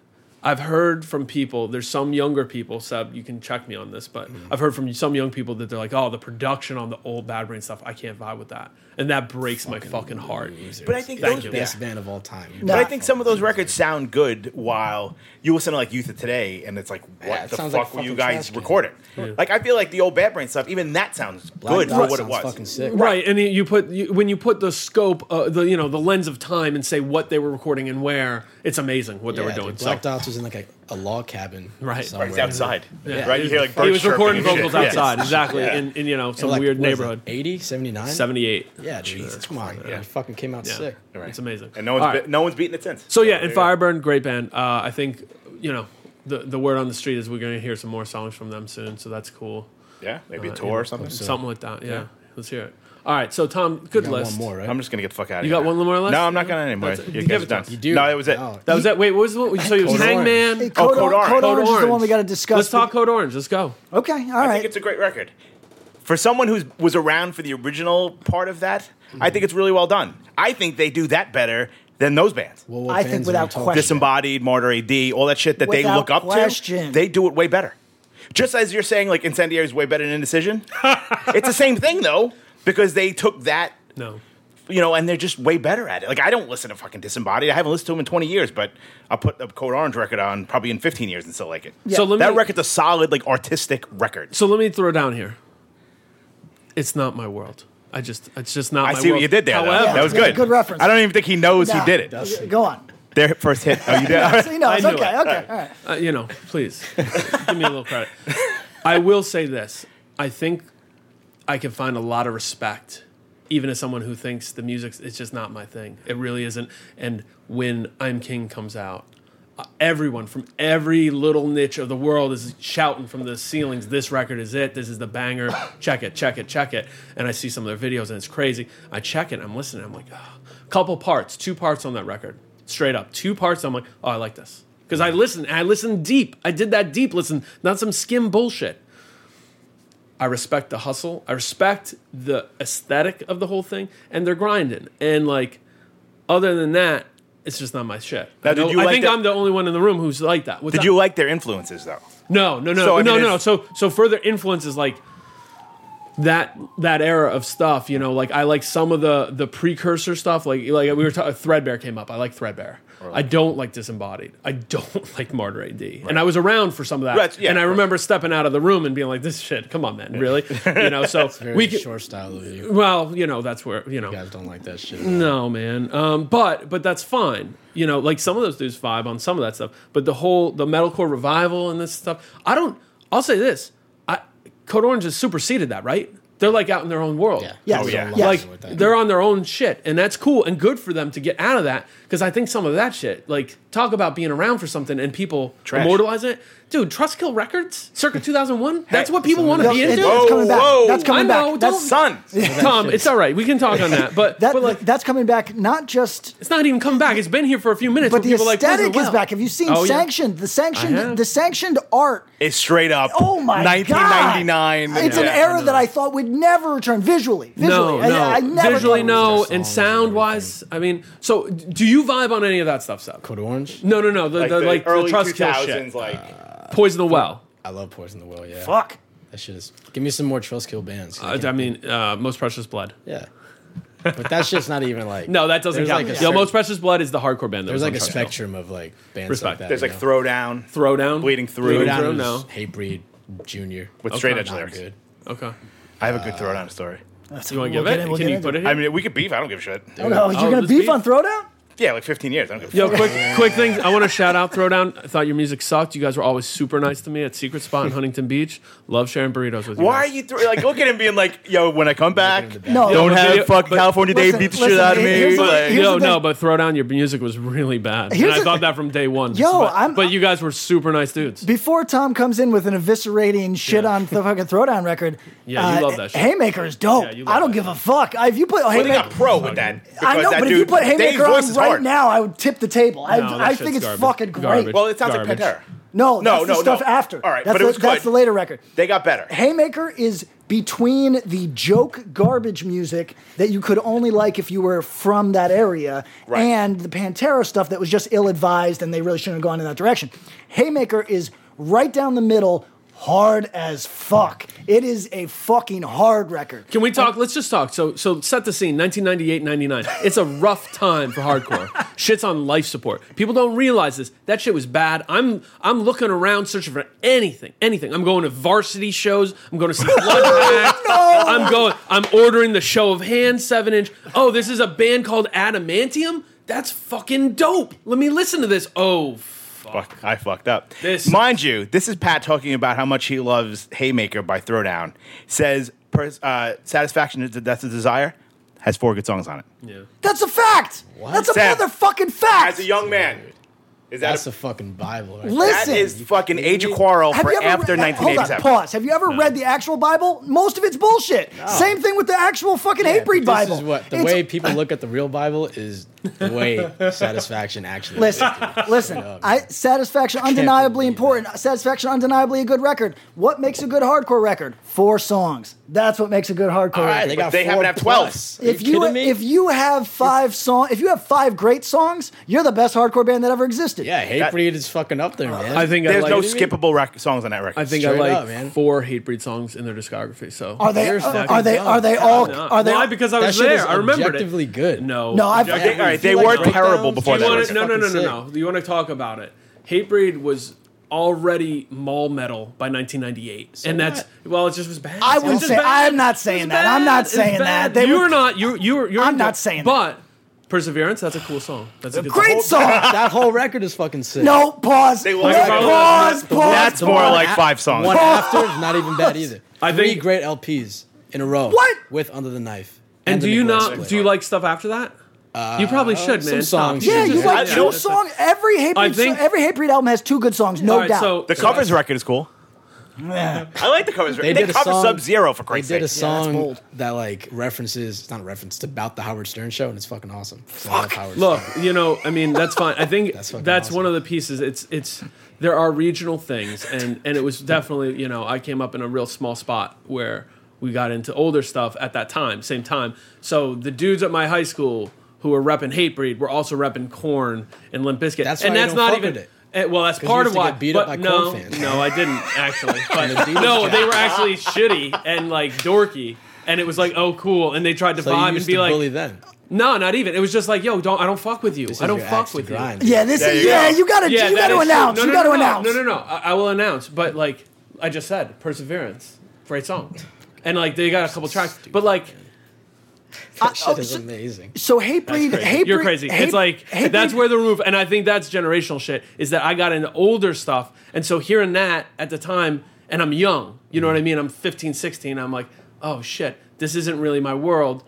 I've heard from people. There's some younger people. Seb, you can check me on this, but
Mm-hmm.
I've heard from some young people that they're like, "Oh, the production on the old Bad Brain stuff, I can't vibe with that," and that breaks my fucking heart.
But I think
Thank
those,
you.
Best
yeah.
band of all time.
No.
But I think some of those records sound good while you listen to like Youth of Today, and it's like, what
Yeah, it
the fuck
sounds like
were you
fucking
guys
trash can.
recording? Like, I feel like the old Bad Brain stuff, even that sounds
Black
good for
Dog
what it
sounds
was.
Fucking sick.
Right, and you put you, when you put the scope, uh, the you know the lens of time, and say what they were recording and where. It's amazing what they
Yeah,
were doing.
dude, Black
so,
Dots was in like a, a log cabin.
Right.
somewhere.
It's outside,
yeah.
right? You hear like
he
birds
was recording
chirping and
vocals
shit. Yeah.
outside, exactly,
Yeah.
in, in you know some
Like,
weird
what is
neighborhood.
That, 80, 79?
Seventy-eight.
Yeah, Jesus, come on.
yeah.
It fucking came out
Yeah.
sick.
Right.
It's amazing.
And no one's
All right.
be- no one's beaten it since.
So yeah, and
there you go.
Fireburn, great band. Uh, I think you know the the word on the street is we're going to hear some more songs from them soon, so that's cool.
Yeah, maybe a
Uh,
tour
yeah.
or something.
Something like that. Yeah. let's hear it. All right, so Tom, good
You got
list.
one more, right?
I'm just gonna get the fuck out of
You
here.
got one more list?
No, I'm not gonna anymore.
That's it.
You
You give
guys
it
are
to
done.
us.
You do.
No, that was it.
No.
That was that. Wait, what was the one? So you was
Code
Hangman.
Hey,
Oh,
Code,
Code
Or-
Orange.
Code
Code
Orange is the one we got to discuss.
Let's talk Code Orange. Let's go.
Okay, all
I
right.
think it's a great record. For someone who was around for the original part of that, I think it's really well done. I think they do that better than those bands.
Well, what
I think
fans are
without
we talking
question.
about?
Disembodied, Martyr AD, all that shit that they
Without
look up
question.
to, they do it way better. Just as you're saying, like, Incendiary is way better than Indecision. it's the same thing, though, because they took that,
No.
you know, and they're just way better at it. Like, I don't listen to fucking Disembodied. I haven't listened to them in 20 years, but I'll put a Code Orange record on probably in 15 years and still like it.
So let me-
that record's a solid, like, artistic record.
So let me throw down here. It's not my world. I just, it's just not.
I
my
see
world.
what you did there. though.
However,
that was
that's a
good.
good reference.
I don't even think he knows
No,
he did it.
Go on.
Their first hit. Oh, you did. All right.
See, no, it's
knew
okay.
it.
Okay, all right.
uh, you know, please give me a little credit. I will say this: I think I can find a lot of respect, even as someone who thinks the music's it's just not my thing. It really isn't. And when I'm King comes out, uh, everyone from every little niche of the world is shouting from the ceilings, "This record is it! This is the banger! Check it! Check it! Check it!" And I see some of their videos, and it's crazy. I check it. I'm listening. I'm like, oh. couple parts, two parts on that record, straight up, two parts. I'm like, oh, I like this because I listened. and I listened deep. I did that deep listen, not some skim bullshit. I respect the hustle. I respect the aesthetic of the whole thing, and they're grinding. And like, other than that, it's just not my shit.
Now,
I,
did
know-
you
I
like
think
that-
I'm the only one in the room who's like that. What's
Did
up?
you like their influences though?
No, no, no,
So, I mean,
no, no, no.
it's-
So, so further influence is like that that era of stuff. You know, like I like some of the the precursor stuff. Like like we were talking, Threadbare came up. I like Threadbare. I don't like Disembodied. I don't like Martyr AD. And I was around for some of that.
Right, yeah,
and I
right.
remember stepping out of the room and being like, "This shit, come on, man, really?" You know. So
Very
we could,
short style of you.
well, you know, that's where you know.
You guys don't like that shit.
No, man. Um, but but that's fine. You know, like some of those dudes vibe on some of that stuff. But the whole the metalcore revival and this stuff, I don't. I'll say this: I, Code Orange has superseded that, right? They're like out in their own world.
Yeah.
Yes.
Oh, yeah.
Yes.
Like,
Like
with that.
they're on their own shit, and that's cool and good for them to get out of that. Because I think some of that shit, like talk about being around for something and people
Trash.
immortalize it, dude. Trustkill Records, circa two thousand one. That's what people want to
No,
be
it's,
into. Oh,
it's coming back.
Whoa,
That's coming
I
back.
know,
that's,
don't-
Son,
Tom, it's all right. We can talk on that, but
that-
but like
that's coming back. Not just,
it's not even come back. It's been here for a few minutes.
but the
people are like,
aesthetic
"Wasn't
is
well."
back. Have you seen
Oh, yeah.
sanctioned? The
I have.
sanctioned, the sanctioned art.
it's straight up.
Oh my
1999.
God. It's an
Yeah.
era that I thought would never return visually.
No,
Visually, I-
no.
I, never
Visually,
thought it would
no,
songs
and
and
sound wise, I mean. So, d- do you vibe on any of that stuff, Seth?
Code Orange.
No, no, no. The,
Like
the,
the
like the
early
trust kill
2000s,
shit,
like
poison the well.
I love Poison the Well. Yeah.
Fuck.
That shit is. Give me some more Trust Kill bands. 'cause I
I,
can't-
I mean, uh, most precious blood.
yeah. But that shit's not even like.
No, that doesn't
There's
count.
Like a
Yo,
certain-
most precious blood is the hardcore band. that
There's
was
like
on
a
Trust Kill.
spectrum of like bands
Respect.
like that.
There's
you
like
know?
throwdown,
Throwdown,
bleeding through.
Bleeding
Throwdown
Through
is Hatebreed Junior.
with straight edge
not
lyrics.
good.
Okay,
I have a good throwdown story.
you want to
We'll
give
get
it?
in- we'll
Can
get
you
into
put it? Here?
I mean, we could beef. I don't give a shit.
Oh, no, you're
Oh,
gonna
this
beef
beef?
on Throwdown?
Yeah, like 15 years. I don't give a
Yo,
shit.
quick, quick things. I want to shout out Throwdown. I thought your music sucked. You guys were always super nice to me at Secret Spot in Huntington Beach. Love sharing burritos with you.
Why are
guys.
you throw, like look at him being like, yo, when I come back,
No,
don't
but
have
video-
fucking
but-
California Day
listen,
beat the
listen,
shit out of
here's
me.
the-
Like,
here's
Yo,
the
no,
thing.
but throw down your music was really bad.
Here's
and I
the
thought
thing.
that from day one.
Yo,
but,
I'm-
but you guys were super nice dudes.
Before Tom comes in with an eviscerating shit
Yeah.
on the fucking Throwdown record,
Yeah, you
uh,
love that shit.
Haymaker is dope.
Yeah, you love
I don't
that.
give a fuck. I, if you put
Well, they got
Haymaker,
pro with that.
I
because
know,
that
but if
dude-
you put
Dave's
Haymaker
voice
on
is
right
hard.
now, I would tip the table. I,
No, that
I
shit's
think it's
garbage.
fucking great.
Garbage.
Well, it sounds
Garbage.
like Pantera.
No,
No,
that's the
no,
stuff
no.
after.
All right,
that's
but it
the,
was good.
That's the later record.
They got better.
Haymaker is between the joke garbage music that you could only like if you were from that area
Right.
and the Pantera stuff that was just ill advised and they really shouldn't have gone in that direction. Haymaker is right down the middle, hard as fuck. It is a fucking hard record.
Can we talk? Let's just talk. So, so set the scene 1998, 99. It's a rough time for hardcore. Shit's on life support. People don't realize this. That shit was bad. I'm I'm looking around searching for anything, anything. I'm going to varsity shows. I'm going to see Blood no! I'm going. I'm ordering the Show of Hands seven inch. Oh, this is a band called Adamantium. That's fucking dope. Let me listen to this. Oh,
Fuck, I fucked up.
This-
Mind you, this is Pat talking about how much he loves Haymaker by Throwdown. Says pers- uh, Satisfaction is the Death of Desire has four good songs on it.
yeah.
That's a fact. That's a
Seth,
motherfucking fact.
young man, Is that
That's
a-
a fucking bible. Right?
Listen.
that is fucking Age of Quarrel
Have
for
you ever
after
read, hold on,
1987.
pause. Have you ever read the actual Bible? Most of it's bullshit. Same thing with the actual fucking
Yeah,
hate breed
but this
Bible.
Is what the
It's-
way people look at the real Bible is the way satisfaction actually.
Listen,
is, dude.
listen.
Straight up.
I satisfaction undeniably
believe
important. Satisfaction undeniably a good record. What makes a good hardcore record? Four songs. That's what makes a good hardcore
all right,
record.
they got
they
four
haven't had
plus. Are
if
you,
you
kidding me?
if you have five song if you have five great songs, you're the best hardcore band that ever existed.
yeah, hate
That-
breed is fucking up there, man.
I think
There's
I like,
no skippable rec- songs on that record.
I think I
Straight
like
up, man.
four Hatebreed songs in their discography. So
Are they
You're
are,
fucking
they
dumb.
are they all
Nah.
are they
Why? Because I
That
was
shit is
there. I remembered
objectively
it.
good.
No.
No, I've-
objectively-
Okay, all right,
You
they
like
were
breakdowns?
terrible
Do
before
you
that.
wanna-
record.
no, no, no,
fucking
no, no. You want to talk about it? Hatebreed was already mall metal by 1998, and that's well, it just was bad.
I
It was
wouldn't
just
say-
bad.
I'm not
It
saying
was
that. I'm not
bad. It's
saying
bad.
that. They
you're
were-
not. You're. You're. you're
I'm not saying that.
But perseverance. That's a cool song. That's a good
great
Song.
song?
that whole record is fucking sick.
No, pause.
They
Wait,
lost
the-
pause, pause,
the-
That's
pause.
more
One
like
a-
five songs.
One after is not even bad either.
Oh. I
Three
think-
great LPs in a row.
What?
with Under the Knife?
And
the
do you
Neglect
not?
Split.
Do you like stuff after that? you probably should, man.
some
Stop.
songs.
Yeah,
Yeah,
you like
yeah,
two
that's
it.
songs. Every
I
hatebreed,
think-
so- every hatebreed album has two good songs, no
All right,
doubt.
so
The covers record is cool. I like the covers. They,
They
they
did a
cover
song-
Sub Zero for
They
Christ's
did a
sake.
song
bold.
that like references. It's not a reference. It's about the Howard Stern show, and it's fucking awesome. So I love Howard
Look,
Stern.
you know, I mean, that's fine. I think that's,
That's fucking
one
awesome.
of the pieces. It's it's there are regional things, and and it was definitely you know I came up in a real small spot where we got into older stuff at that time, same time. So the dudes at my high school who were repping Hatebreed were also repping Corn and Limp Bizkit,
That's
and
why you
that's
don't
not
fuck
even.
with it.
eh, well, that's
'Cause you
part of
used to
why.
get beat up
but
by
no,
Korn fans.
no, I didn't actually. But
the Divas
no,
Jack.
they were actually shitty and like dorky, and it was like, oh, cool, and they tried to
So
vibe
you used
and be
to
like,
bully then.
no, not even. It was just like, yo, don't I don't fuck with you.
This
I
is
don't
your axe
fuck
to
with you.
grind.
yeah, this
There
is
you
yeah.
go.
You gotta
Yeah,
you
that
gotta
is true.
announce.
No,
you
no,
gotta
no, no.
announce.
No, no, no. I, I will announce. But like I just said, perseverance, great song, and like they got a couple tracks. But like
I-
Shit
oh,
is
so-
amazing.
So hatebreed, hatebreed,
you're crazy. it's like that's where the roof. And I think that's generational shit. Is that I got into older stuff, and so hearing that at the time, and I'm young. You know what I mean? I'm 15, 16. I'm like, oh shit, this isn't really my world.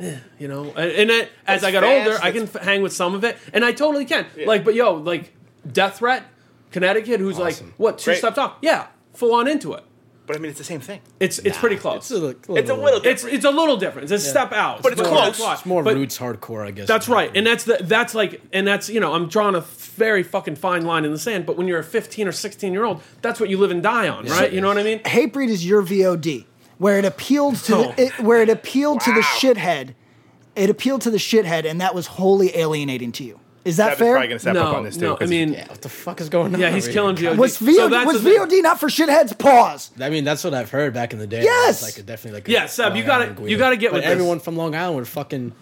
Eh, You know, and, and it, as
It's
I got
fast,
older, I can
it's-
f- hang with some of it, and I totally can. Like, but yo, like Death Threat, Connecticut, who's
Awesome.
like what two
Great.
steps off? Yeah, full on into it.
But I mean, it's the same thing.
It's it's pretty close.
It's a, little-
It's a little.
it's
different.
it's a little different. It's a step out,
But it's
that's
close.
why.
It's more
But-
roots hardcore, I guess.
that's right, and that's the, that's like, and that's you know, I'm drawing a very fucking fine line in the sand. But when you're a 15 or 16 year old, that's what you live and die on, right? You know what I mean?
hatebreed is your VOD, where it appealed to
No.
the, it, where it appealed to the
Wow.
shithead. It appealed to the shithead, and that was wholly alienating to you. Is that
Devin's
fair?
probably gonna step up
no,
on this too.
no, I
'cause-
mean,
yeah, what the fuck is going on?
yeah, he's
over
killing
here?
VOD.
Was
So
VOD
that's
was
the thing.
VOD not for shitheads? Pause.
I mean, that's what I've heard back in the day.
Yes!
It's like a, definitely like. A
Yeah, Seb,
Long
you gotta-
Island
you
Guido.
gotta get
but
with this.
everyone from Long Island were fucking.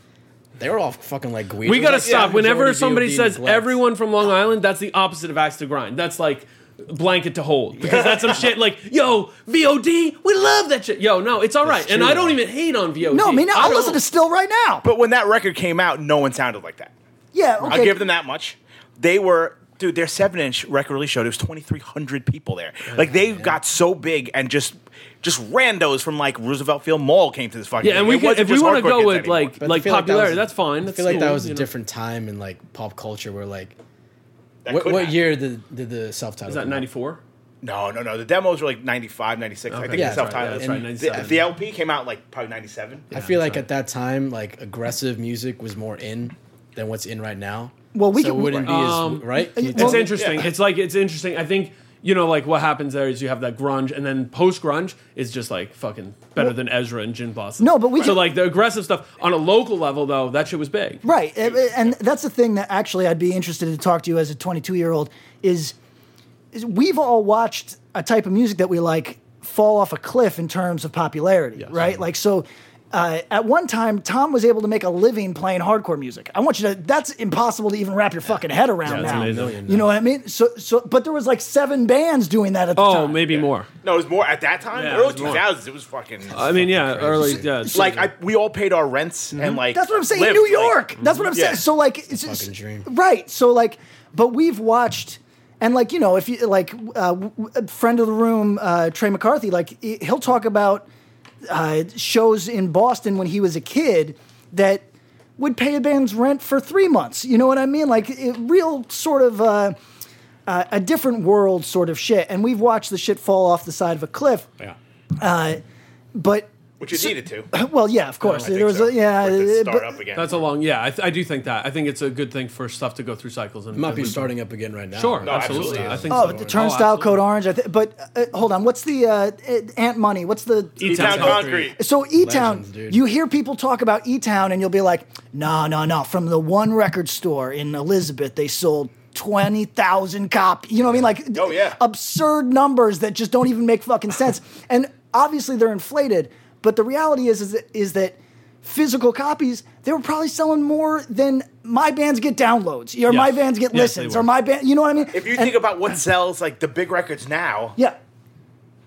They were all fucking like Guido.
We gotta
Like, yeah,
stop. Whenever
majority
somebody
VOD
says
neglect.
everyone from Long Island, that's the opposite of axe to grind. That's like blanket to hold because that's some shit like yo VOD. We love that shit. Yo, no, it's all right, and
true.
I don't even hate on VOD.
No, I mean, I'll
don't-
listen to still right now.
But when that record came out, no one sounded like that.
yeah, okay.
I'll give them that much. They were, dude, their seven inch record release show, there was 2,300 people there. like, they got so big and just just randos from like Roosevelt Field Mall came to this fucking
Yeah, and
thing.
we
It
can,
wasn't
if we
just
want to
hardcore kids
go with
anymore.
like
But I
like
feel that was-
popularity, that's fine. That's
I feel like that
cool,
was a
you know?
different time in like pop culture where like.
That
What,
could
what
happen.
year did, did the self title?
Is that ninety four?
No, no, no. The demos were like 95, 96. I think
Yeah,
the
that's
self
right,
titled.
that's right,
the,
97.
the LP came out like probably 97.
I feel like at that time, like aggressive music was more in than what's in right now.
Well, we
so
can-
it wouldn't be
Um,
as right. Can you
well-
tell
It's
me?
interesting.
Yeah.
It's like it's interesting. I think you know like what happens there is you have that grunge, and then post grunge is just like fucking better than Ezra and Gin Blossom.
No, but we
so
can-
like the aggressive stuff on a local level though that shit was big.
Right. And- And that's the thing that actually I'd be interested to talk to you as a 22 year old is, is we've all watched a type of music that we like fall off a cliff in terms of popularity, right? Like, so. Uh, at one time, Tom was able to make a living playing hardcore music. I want you to—that's impossible to even wrap your fucking head around
Yeah, it's
now.
amazing.
You know what I mean? So, so, but there was like seven bands doing that at the
Oh,
time.
maybe more.
No, it was more at that time,
Yeah, it
early
was more.
2000s. It was fucking.
I mean, yeah, early. Yeah, Mm-hmm.
like, I, we all paid our rents and like.
That's what I'm saying.
lived,
New
like- mm-hmm.
York. That's what I'm
Yeah.
saying. So like, it's,
fucking
it's-
dream.
right? So like, but we've watched. And like you know, if you like uh, w- w- a friend of the room, uh, Trey McCarthy, like he- he'll talk about uh, shows in Boston when he was a kid that would pay a band's rent for three months. You know what I mean? Like it, real sort of uh, uh, a different world sort of shit. And we've watched the shit fall off the side of a cliff.
Yeah.
Uh, but
Which you needed to.
well, yeah, of course.
I think
There was
so.
a, yeah,
With the
uh,
start
but-
up again.
That's a long. Yeah, I, th- I do think that. I think it's a good thing for stuff to go through cycles and
It might be
and-
starting up again right now.
Sure,
No,
absolutely.
absolutely.
I think.
Oh,
so.
but the turnstile
absolutely.
code orange. I th- but uh, uh, hold on, what's the uh, uh, Ant Money? What's the
It's
E Town
now
Concrete.
concrete.
So E Town,
Legends, dude.
you hear people talk about E Town, and you'll be like, no, no, no. From the one record store in Elizabeth, they sold twenty thousand cop. You know what I mean? Like,
Oh, yeah.
absurd numbers that just don't even make fucking sense. and obviously, they're inflated. But the reality is, is that, is that physical copies they were probably selling more than my bands get downloads, or my
Yes.
bands get
Yes, they
listens, or
were.
my band. You know what I mean?
If you
And-
think about what sells like the big records now,
yeah.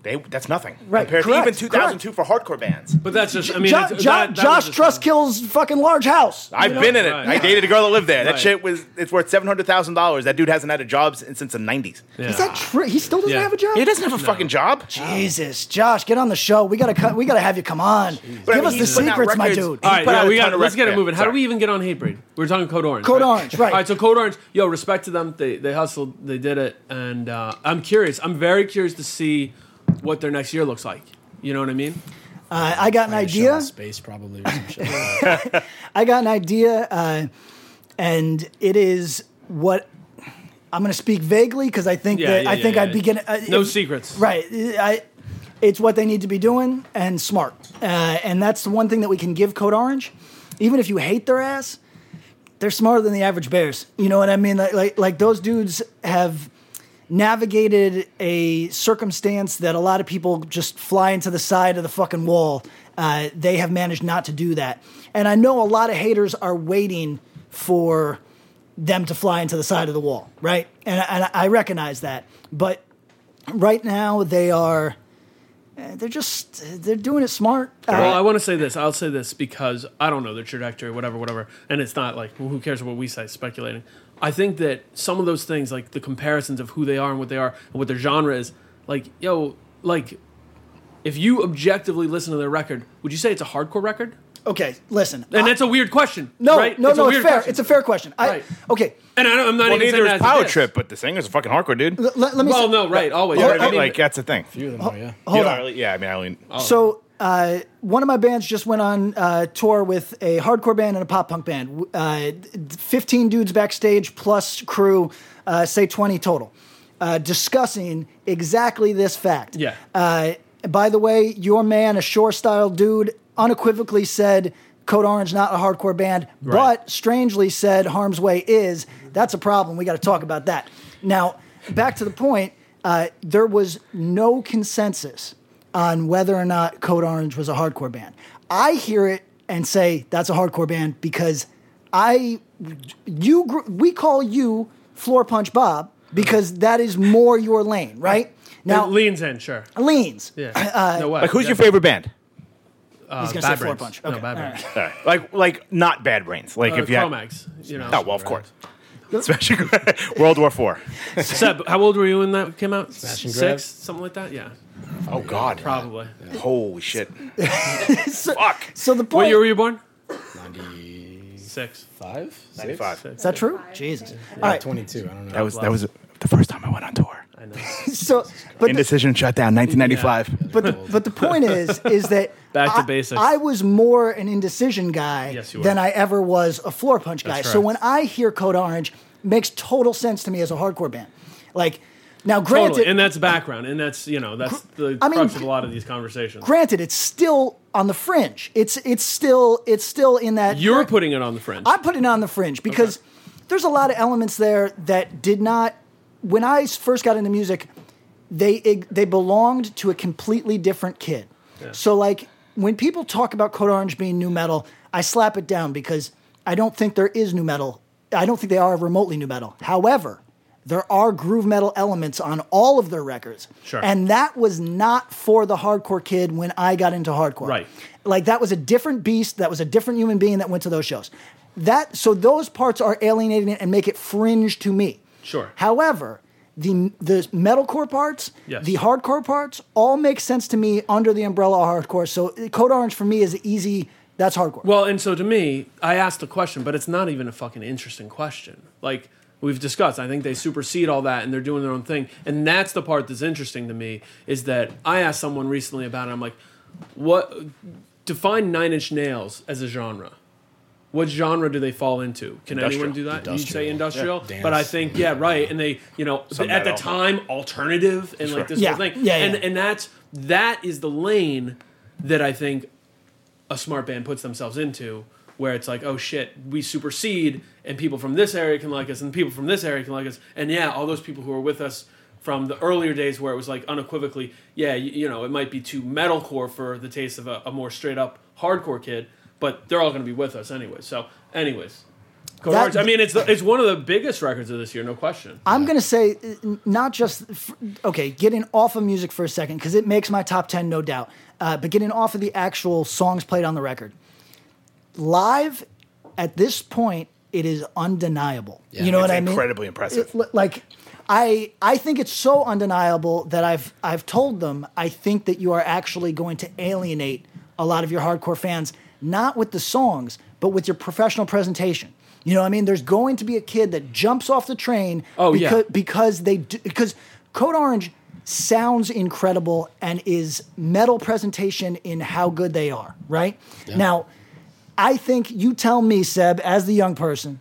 they that's nothing
Right,
compared
correct,
to even 2002 for hardcore bands.
But that's just. I mean,
Jo-
it's-
Jo-
that- that
Josh
was just-
Truskill's fucking large house.
I've
know?
been in it.
Right.
I dated a girl that lived there.
Right.
That shit was it's worth seven hundred thousand dollars. That dude hasn't had a job since, since the nineties.
Yeah.
Is that true? He still doesn't
Yeah.
have a job.
He doesn't have a fucking job.
Jesus, Josh, get on the show. We gotta cut. We gotta have you come on.
But I
Give
mean,
us the
he's putting out
secrets, my
records.
dude. Uh,
All
He
right,
put out
yeah,
a
we
ton
got.
of
Let's get it
records.
moving. How do
Sorry.
we even get on hate breed? We We're talking Code Orange.
Code Orange, right.
All right, so Code Orange. Yo, respect to them. They they hustled. They did it, and uh, I'm curious. I'm very curious to see what their next year looks like. You know what I mean?
Uh, I got an idea.
Space probably. Or some shit.
I got an idea, uh, and it is what I'm gonna speak vaguely because I think
Yeah,
that
yeah,
I
yeah,
think
yeah.
I'd be getting uh,
No
if-
secrets.
Right. I, it's what they need to be doing and smart, uh, and that's the one thing that we can give Code Orange, even if you hate their ass. they're smarter than the average bears. You know what I mean? Like, like, like those dudes have navigated a circumstance that a lot of people just fly into the side of the fucking wall. Uh, they have managed not to do that. And I know a lot of haters are waiting for them to fly into the side of the wall, right? And, and I recognize that. But right now, they are. eh, They're just they're doing it smart.
Well,
Uh,
I want to say this. I'll say this because I don't know their trajectory, whatever, whatever. And it's not like well, who cares what we say, speculating. I think that some of those things, like the comparisons of who they are and what they are and what their genre is, like yo, like if you objectively listen to their record, would you say it's a hardcore record?
okay, listen.
And
I-
that's a weird question.
no,
right?
no, no. It's
weird
fair.
question.
It's a fair question. I,
Right.
Okay,
And I don't, I'm not
Well,
even saying
neither is
that as a
Power
diss.
Trip, but the singer's a fucking hardcore dude.
L- let, let me.
Well,
say-
no, right? Oh. Always.
You know
Hold-
what I mean?
hold-
like that's the thing.
Few of them are, yeah.
You
Hold
don't
on.
really- yeah, I mean, I only
So, uh, one of my bands just went on uh, tour with a hardcore band and a pop punk band. W- Uh, d- d- 15 dudes backstage plus crew, uh, say 20 total, uh, discussing exactly this fact.
Yeah.
Uh, by the way, your man, a shore style dude, unequivocally said Code Orange not a hardcore band,
Right.
but strangely said Harm's Way is. That's a problem. We got to talk about that. Now, back to the point. Uh, there was no consensus on whether or not Code Orange was a hardcore band. I hear it and say that's a hardcore band because I, you, gr- we call you Floor Punch Bob because that is more your lane, right?
Now
Now,
leans in, sure.
leans.
Yeah.
Uh,
no way.
like, who's your
Yeah.
favorite band?
Uh,
He's gonna
Bad
say Floor Punch.
Brains. No,
Okay,
Bad
all
Brains.
All right. Like, like not bad brains. Like,
Uh,
if you had,
Chromax, you know.
oh well, of course. Especially World War Four.
Seb, how old were you when that came out?
and grab.
Six, something like that. Yeah,
Oh God.
probably.
Holy shit. Fuck.
So the point.
What year were you born?
95?
Six.
Six?
Ninety-five.
is that true? Jesus. All
Yeah,
right.
22. I don't know.
That was that was the first time I went on tour.
I know.
So, but the,
Indecision shut down. 1995.
but the, but the point is is that
Back to
I,
basics.
I was more an indecision guy
Yes, you were.
than I ever was a floor punch guy.
That's
So
correct.
when I hear Code Orange, makes total sense to me as a hardcore band. Like now, granted,
Totally. And that's background, and that's you know that's the
I mean,
crux of a lot of these conversations.
granted, it's still on the fringe. It's it's still it's still in that
You're putting it on the fringe.
I'm putting it on the fringe because there's a lot of elements there that did not. When I s- first got into music, they ig- they belonged to a completely different kid. So like when people talk about Code Orange being new metal, I slap it down because I don't think there is new metal. I don't think they are remotely new metal. However, there are groove metal elements on all of their records.
Sure.
And that was not for the hardcore kid when I got into hardcore.
Right.
Like that was a different beast. That was a different human being that went to those shows. That so those parts are alienating it and make it fringe to me.
Sure.
However, the the metalcore parts,
Yes.
the hardcore parts, all make sense to me under the umbrella of hardcore. So Code Orange for me is easy That's hardcore.
Well, and so to me, I asked the question, but it's not even a fucking interesting question. Like we've discussed, I think they supersede all that and they're doing their own thing. And that's the part that's interesting to me is that I asked someone recently about it. I'm like, what define Nine Inch Nails as a genre? What genre do they fall into? Can anyone
Industrial.
do that? You'd
Industrial.
say industrial,
Yeah.
but I
Dance.
think yeah, right. And they, you know,
Some
at the
metal.
time, alternative and like this
Yeah.
whole thing.
Yeah, yeah.
and and that's that is the lane that I think a smart band puts themselves into where it's like oh shit we supersede and people from this area can like us and people from this area can like us and yeah all those people who are with us from the earlier days where it was like unequivocally yeah you, you know it might be too metalcore for the taste of a, a more straight up hardcore kid but they're all going to be with us anyway so anyways Code
That-
Orange, I mean it's the, it's one of the biggest records of this year no question
I'm going to say uh, n- not just f- okay, getting off of music for a second because it makes my top 10 no doubt. Uh, but getting off of the actual songs played on the record. Live at this point it is undeniable. you know
It's
what I mean?
incredibly impressive.
It- li- like I I think it's so undeniable that I've I've told them I think that you are actually going to alienate a lot of your hardcore fans not with the songs but with your professional presentation. You know what I mean? There's going to be a kid that jumps off the train
Oh, yeah.
because, because they do, because Code Orange sounds incredible and is metal presentation in how good they are, right? Now, I think you tell me, Seb, as the young person,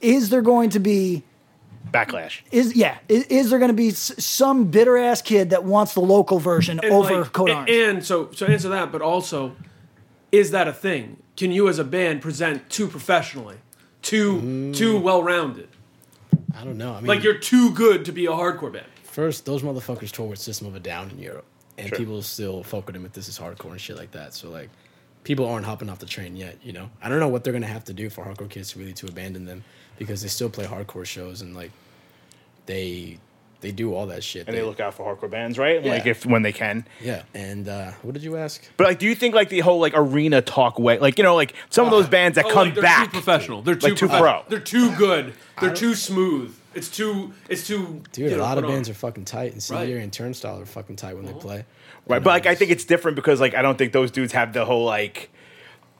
is there going to be
Backlash.
is yeah is, is there going to be s- some bitter ass kid that wants the local version
And,
over
like,
Code
a-
Orange?
And so, so answer that, but also, is that a thing? Can you, as a band, present too professionally, too
Mm.
too well rounded?
I don't know. I mean,
Like you're too good to be a hardcore band.
first, those motherfuckers toured with System of a Down in Europe, and people still fuck with them if this is hardcore and shit like that. So like, people aren't hopping off the train yet. You know, I don't know what they're gonna have to do for hardcore kids really to abandon them because they still play hardcore shows and like, they they do all that shit.
And they look out for hardcore bands, right?
Yeah.
Like if when they can.
yeah. And uh, what did you ask?
But like, do you think like the whole like arena talk way, like you know, like some of those bands that
Oh,
come
like, they're
back,
too professional. They're too,
Like, too
professional.
pro.
They're too good. They're too smooth. It's too. It's too.
Dude,
you
a
know,
lot of
put on.
bands are fucking tight, and
Right. Uh-huh.
Senior and Turnstile are fucking tight when they play.
right? But like, I think it's different because like I don't think those dudes have the whole like.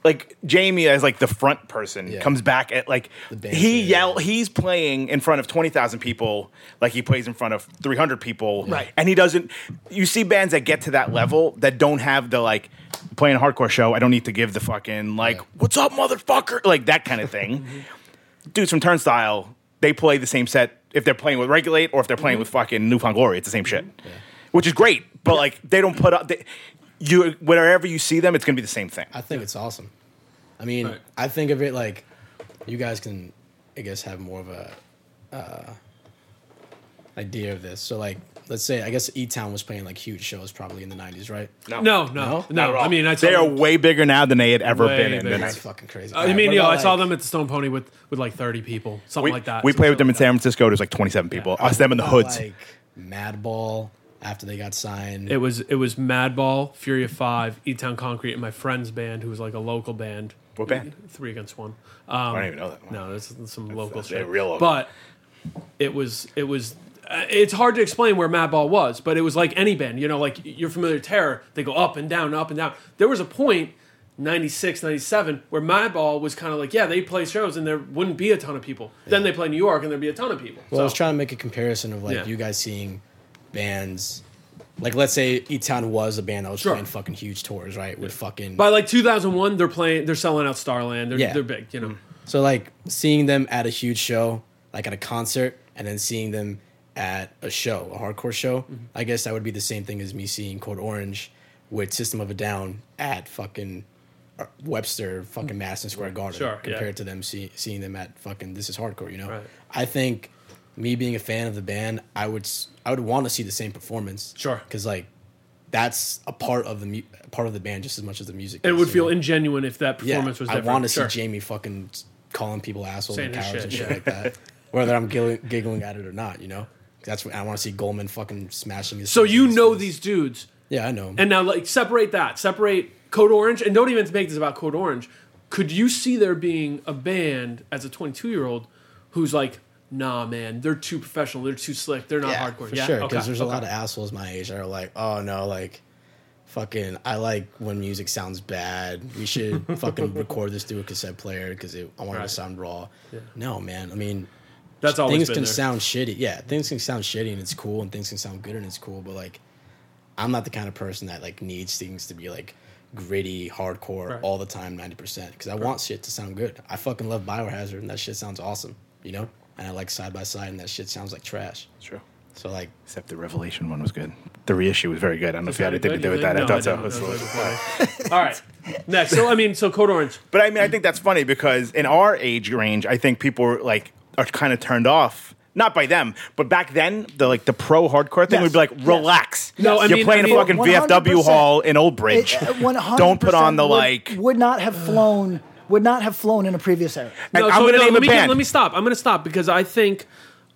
Like Jamie as like the front person
Yeah.
comes back at like
band,
he
yeah.
yell he's playing in front of twenty thousand people like he plays in front of three hundred people
Right.
and he doesn't you see bands that get to that level that don't have the like playing a hardcore show I don't need to give the fucking like
Yeah.
what's up motherfucker like that kind of thing dudes from Turnstile, they play the same set if they're playing with Regulate or if they're playing with fucking Newfound Glory. It's the same shit, which is great. But like, they don't put up. They, you wherever you see them, it's gonna be the same thing.
I think it's awesome. I mean,
Right.
I think of it like you guys can, I guess, have more of a uh, idea of this. So, like, let's say, I guess E Town was playing like huge shows probably in the 90s, right?
No,
No?
no, no.
Not
Not at all.
I mean, I saw
they are
them,
way bigger now than they had ever
Way
been. In the
bigger.
That's
night.
fucking crazy.
I Uh, mean,
Alright,
yeah,
what
I
about,
saw
like-
them at the Stone Pony with with like thirty people, something
We,
like that.
we
Something
played with them in
like
San
that.
Francisco. There's like 27 people. Us, them, and the
what
hoods.
Like Madball after they got signed.
It was it was Madball, Fury of Five, E Town Concrete, and my friend's band, who was like a local band.
What band?
Three Against One.
I don't even know that. One.
Um, No, this is some local
that's a
shit.
real local.
But it was it was uh, it's hard to explain where Madball was, but it was like any band, you know, like you're familiar with Terror, they go up and down, up and down. There was a point 96, 97 where Madball was kind of like, yeah, they play shows and there wouldn't be a ton of people. Then they play New York and there'd be a ton of people.
Well, I was
So-
trying to make a comparison of like
Yeah.
you guys seeing bands. Like, let's say E Town was a band that was
Sure.
playing fucking huge tours, right? With fucking.
by like 2001, they're playing, they're selling out Starland. They're,
Yeah.
they're big, you know.
Mm.
So like seeing them at a huge show, like at a concert, and then seeing them at a show, a hardcore show,
Mm-hmm.
I guess that would be the same thing as me seeing Code Orange with System of a Down at fucking uh, Webster, fucking Madison Square Garden,
Mm-hmm. Sure, yeah.
compared to them see, seeing them at fucking This Is Hardcore. You know,
Right.
I think me being a fan of the band, I would s- I would want to see the same performance.
Sure.
because like that's a part of the mu- part of the band just as much as the music.
It
is,
would
you
feel
know?
ingenuine if that performance was
I
different.
want to
Sure.
see Jamie fucking calling people assholes
Saying
and
his
cowards and
shit,
shit
yeah.
like that. Whether I'm giggling, giggling at it or not, you know. That's what I want to see Goldman fucking smashing his.
So
face
you
in his
know
face.
these dudes.
Yeah, I know.
And now, like, separate that. Separate Code Orange, and don't even make this about Code Orange. Could you see there being a band as a 22 year old who's like, nah, man, they're too professional, they're too slick, they're not hardcore.
for
yeah,
sure.
okay,
Because there's a
okay.
lot of assholes my age that are like, oh no, like, fucking I like when music sounds bad. We should fucking record this through a cassette player because I want it to
Right.
sound raw. No, man. I mean,
That's always
things
been
can
there.
sound shitty. Yeah, things can sound shitty and it's cool, and things can sound good and it's cool. But like, I'm not the kind of person that like needs things to be like gritty, hardcore
Right.
all the time, ninety percent. Because I want shit to sound good. I fucking love Biohazard, and that shit sounds awesome. You know, and I like Side by Side, and that shit sounds like trash.
True.
So like,
Except the Revelation one was good. The reissue was very good. I don't know if you had
that
anything to
good, you
do
think?
with that. I
No,
thought so.
didn't.
It was-
That was like- All right, next. So I mean, so Code Orange.
But I mean, I think that's funny because in our age range, I think people are, like are kind of turned off. Not by them, but back then, the like the pro hardcore thing
Yes.
would be like, relax.
No, I
you're
mean-
playing
I mean-
a fucking
100%.
VFW hall in Old Bridge.
It- uh, 100%
Don't put on the
would-
like.
Would not have flown. Would not have flown in a previous era.
and I'm gonna name
let
a
me,
band.
let me stop. I'm gonna stop because I think,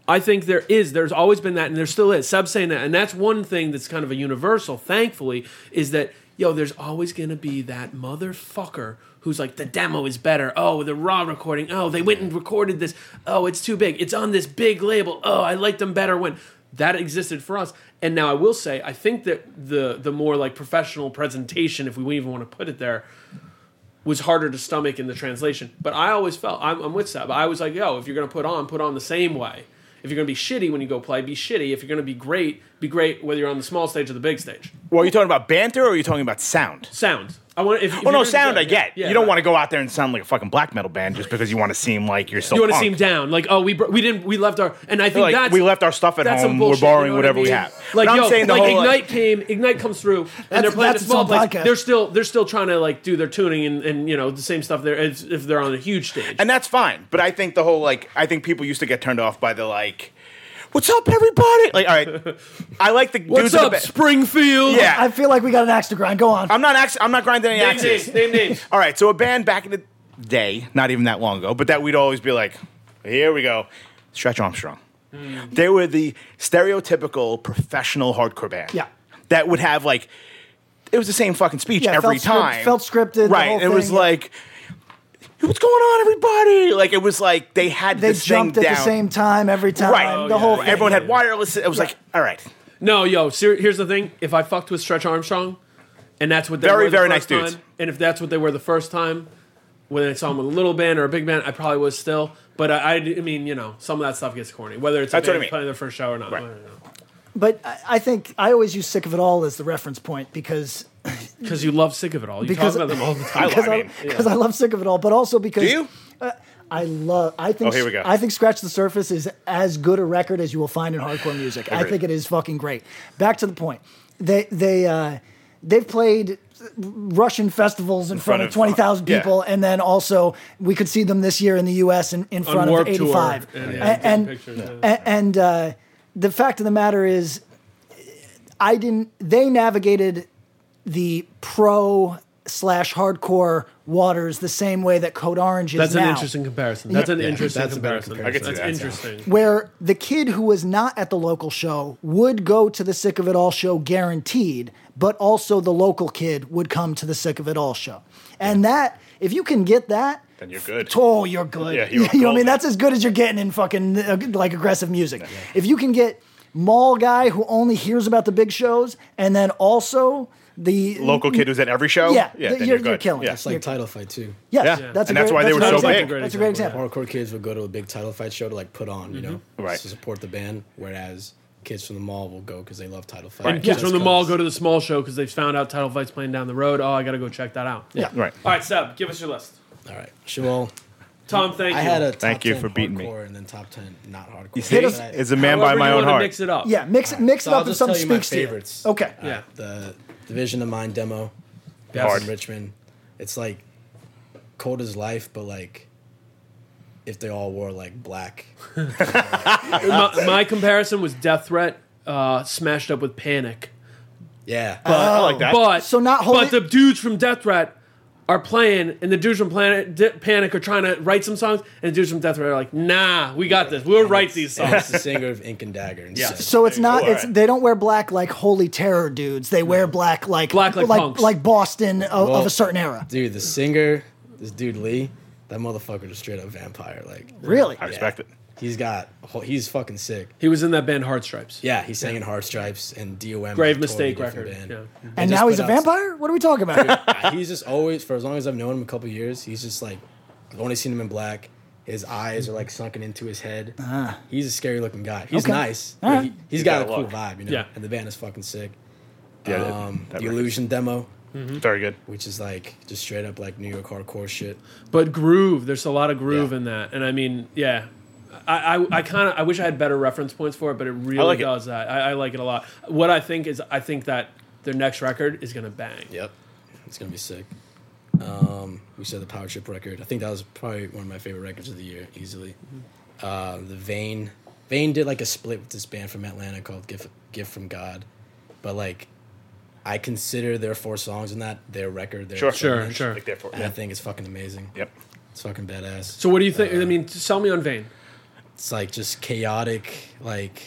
I think there is. There's always been that, and there still is. Sub saying that, and that's one thing that's kind of a universal. Thankfully, is that yo, there's always gonna be that motherfucker who's like the demo is better. Oh, the raw recording. Oh, they went and recorded this. Oh, it's too big. It's on this big label. Oh, I liked them better when that existed for us. And now I will say, I think that the the more like professional presentation, if we even want to put it there, was harder to stomach in the translation. But I always felt I'm, I'm with Seb. I was like, yo, if you're gonna put on, put on the same way. If you're gonna be shitty when you go play, be shitty. If you're gonna be great, be great whether you're on the small stage or the big stage.
well, are you talking about banter or are you talking about sound?
Sound. I want. If, if
Well,
you're
Oh, no,
gonna do
sound
that,
I get.
yeah,
you don't
right.
want to go out there and sound like a fucking black metal band just because you want to seem like you're so.
You want to
punk.
seem down, like oh we br- we didn't we left our and I think
Like,
that's
we left our stuff at
that's some
home, we're
bullshit,
borrowing
you know what
whatever
I
we
mean?
have.
Like
But I'm
yo,
saying the
like
whole, like-
ignite came, ignite comes through, and they're
That's-
playing a
that's its
small
own
place.
podcast.
They're still they're still trying to like do their tuning and, and you know the same stuff there as if they're on a huge stage.
and that's fine. But I think the whole like I think people used to get turned off by the like, what's up everybody? Like all right, I like the
What's
dudes in the
up,
ba-
Springfield?
Yeah.
I feel like we got an axe to grind. Go on.
I'm not ax- I'm not grinding any
Name
axes.
names. Name names.
All right, so a band back in the day, not even that long ago, but that we'd always be like, here we go, Stretch Armstrong.
Hmm.
They were the stereotypical professional hardcore band.
Yeah.
That would have like, it was the same fucking speech
Yeah,
every
felt script-
time.
felt scripted, the
Right.
whole
it was
thing, yeah.
like, what's going on, everybody? Like, it was like they had
they
this thing
jumped at
down.
the same time every time.
Right. Oh,
the whole
Oh, yeah.
thing.
Everyone had wireless. It was like, all right.
No, yo, ser- here's the thing. If I fucked with Stretch Armstrong, and that's what they
Very,
were the
very
first
nice
time,
dudes.
and if that's what they were the first time, whether I saw them with a little band or a big band, I probably was still. But I, I, I mean, you know, some of that stuff gets corny, whether it's a
That's what
band
I mean.
playing their first show or not.
Right.
I don't know.
But I, I think I always use "sick of it all" as the reference point because
Because you love sick of it all. You
Because-
talk about them all the time.
I
because
love
I,
it.
because I love "sick of it all," but also because uh,
Do you?
I love. I think.
Oh, here we go.
I think "Scratch the Surface" is as good a record as you will find in hardcore music. I
Agreed.
think it is fucking great. Back to the point. They they uh, they've played Russian festivals in, front,
front
of
of-
twenty thousand
yeah.
people, and then also we could see them this year in the U.S. in, in front of
Warped
eighty
Tour,
five.
and, yeah, taking
And
pictures,
and,
yeah.
and uh, the fact of the matter is, I didn't. They navigated the pro slash hardcore waters the same way that Code Orange is
That's an
now.
interesting comparison. That's an
Yeah,
interesting
that's a better
comparison.
comparison.
I
That's
could see that,
interesting.
where the kid who was not at the local show would go to the Sick of It All show guaranteed, but also the local kid would come to the Sick of It All show. And that, if you can get that,
Then you're good.
Oh, you're good.
Yeah,
you
you're
know what I mean?
golden.
That's as good as you're getting in fucking uh, like aggressive music. If you can get mall guy who only hears about the big shows and then also the
Local kid who's at every show?
Yeah,
Yeah.
th- you're-
then you're,
you're
good.
killing
Yeah.
us.
it's like
You're-
title fight too.
Yes,
Yeah.
that's
And
a
that's
great,
why they were
an
so
example.
big.
That's a great
Yeah.
example.
hardcore kids would go to a big title fight show to like put on, you know,
Mm-hmm.
Right.
to support the band. Whereas kids from the mall will go because they love title fight.
And kids from the mall go to the small show because they've found out Title Fight's playing down the road. Oh, I got to go check that out.
Yeah.
Right.
All right, Seb, give us your list.
All right, Shmuel.
Tom, thank
I
you.
had a top
Thank you
10
for beating me.
hardcore and then top ten not hardcore.
You see,
us-
But I-
it's a man by
However
my
you
own
wanna
heart.
Mix it up.
Yeah, mix it mix
So
it
I'll
up if
just tell
something
you my
speaks to you.
favorites.
Okay.
All right, the Division of Mind demo,
Yes.
in Richmond. It's like cold as life, but like if they all wore like black.
my, my comparison was Death Threat uh, smashed up with Panic,
Yeah,
I like that.
but
So not holy-
But the dudes from Death Threat are playing, and the dudes from Planet D- Panic are trying to write some songs, and the dudes from Death Threat are like, "Nah, we got this. We'll write these
and
songs."
it's the singer of Ink and Dagger. And
Yeah.
Sick.
So it's not. It's
Alright.
they don't wear black like Holy Terror dudes. They wear black like
Black like
like,
punks.
like Boston of, of
Well,
a certain era.
dude, the singer, this dude Lee, that motherfucker just straight up vampire. Like,
Really?
I respect it.
He's got. a whole- He's fucking sick.
He was in that band Hard Stripes.
Yeah, he sang in Hard Stripes and
Grave
DOM. a totally
Mistake
different
record.
band.
Yeah.
They
And
just
now he's a
put out-
vampire? What are we talking about?
he's just always for as long as I've known him a couple years, he's just like I've only seen him in black. His eyes are like sunken into his head. He's a scary looking guy. He's
Ah. Okay.
nice.
All right.
He, has got,
got
a
a
cool
look.
vibe, you know.
Yeah.
And the band is fucking sick.
Yeah, that-
Um,
that
the
record's
Illusion demo,
very good.
which is like just straight up like New York hardcore shit.
But groove, there's a lot of groove
Yeah.
in that, and I mean, yeah, I, I, I kind of, I wish I had better reference points for it, but it really
like it.
does that. I, I like it a lot. What I think is, I think that their next record is gonna bang.
Yep. It's gonna be sick. Um, we said the Power Trip record. I think that was probably one of my favorite records of the year, easily. Uh, the Vane, Vane did like a split with this band from Atlanta called "Gift Gift from God," but like, I consider their four songs in that their record. Their
Sure.
Sure,
songs,
sure.
Like therefore,
And I think it's fucking amazing.
Yep.
It's fucking badass.
So what do you think?
Uh,
I mean, sell me on Vane.
it's like just chaotic, like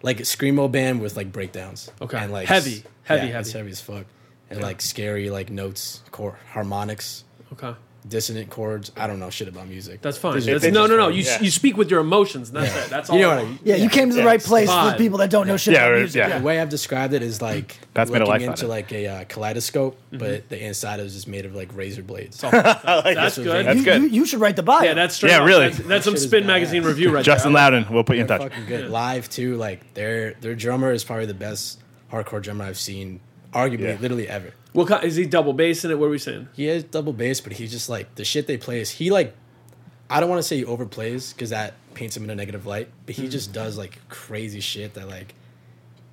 like a screamo band with like breakdowns.
Okay.
and like
Heavy,
s-
heavy,
yeah, it's
heavy.
heavy as fuck, and like scary like notes, chord harmonics,
Okay,
dissonant chords. I don't know shit about music.
that's fine.
they-
That's-
they
no,
just
no, no.
fine,
You,
yeah.
you speak with your emotions. And that's it. That's all.
you know what I mean.
yeah, you came to the right place
Vibe.
for people that don't know shit
Yeah,
about
right,
music.
yeah.
The way I've described it is like
That's made a life
looking
on
into
it.
like a uh, kaleidoscope,
Mm-hmm.
but the inside is just made of like razor blades.
That's good.
That's
you,
good.
You, you should write the bio.
yeah, that's straight
Yeah,
up.
really.
That's, that's some
shit is
Spin
badass.
magazine review right
Justin
there.
Loudon, we'll put you in touch.
fucking good. Live too, like their their drummer is probably the best hardcore drummer I've seen, arguably
Yeah.
literally ever.
What kind, is he double bass in it? What are we saying?
He has double bass, but he's just like the shit they play is he like I don't want to say he overplays because that paints him in a negative light, but
Hmm.
he just does like crazy shit that like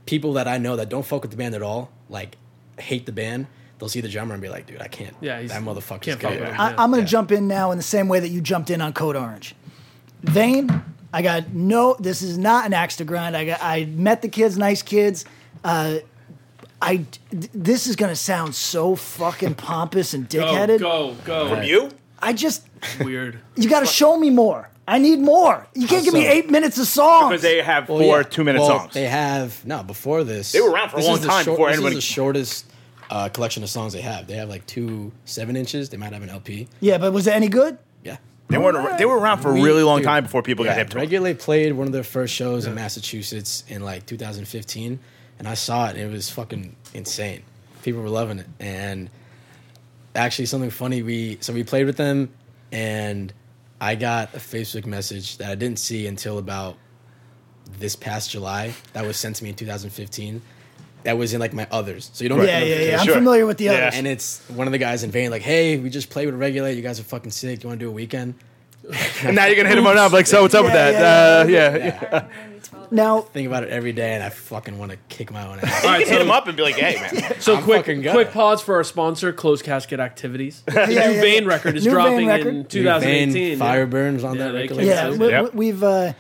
people that I know that don't fuck with the band at all like hate the band. They'll see the drummer and be like, "Dude, I can't.
Yeah, he's-
that motherfucker's
can't fuck
good."
with him.
I,
Yeah.
I'm going to
Yeah.
jump in now in the same way that you jumped in on Code Orange. Vane, I got no. This is not an axe to grind. I got. I met the kids, nice kids. Uh, I. th- This is going to sound so fucking pompous and
Go,
dickheaded.
Oh, go, go.
You?
I just.
Weird.
You got to show me more. I need more. You can't give me
Awesome.
eight minutes of songs.
Because they have
Well,
four
yeah.
two minute
Well,
songs.
They have no before this.
They were around for a
this
long
is the
time before
this
anybody-
is the shortest uh, collection of songs they have. They have like two seven inches. They might have an LP.
yeah, but was it any good?
Yeah.
They weren't. ar- They were around for a
We-
really long
dude,
time before people
yeah,
got hip to it.
Regulate played one of their first shows in Massachusetts in like 2015, and I saw it, and it was fucking insane. People were loving it, and actually something funny. We so we played with them, and I got a Facebook message that I didn't see until about this past July that was sent to me in 2015. That was in like my others, so you don't
Yeah,
get
yeah, yeah. I'm
Sure.
familiar with the
Yeah.
others.
and it's one of the guys in vain, like, hey, we just played with Regulate. You guys are fucking sick. You want to do a weekend?
And now you're gonna hit him on up like, so what's up with
Yeah,
that? Uh, yeah. yeah.
Now,
Think about it every day, and I fucking want to kick my own ass.
All right,
Hit
so
him up and be like, hey man.
So
I'm
quick,
fucking gonna.
quick pause for our sponsor, Closed Casket Activities. The new
yeah, yeah.
Vane record is
New Vane
dropping in
record.
2018. yeah.
Fireburns on
Yeah,
that
they
record.
came
yeah,
Yep.
we, have uh,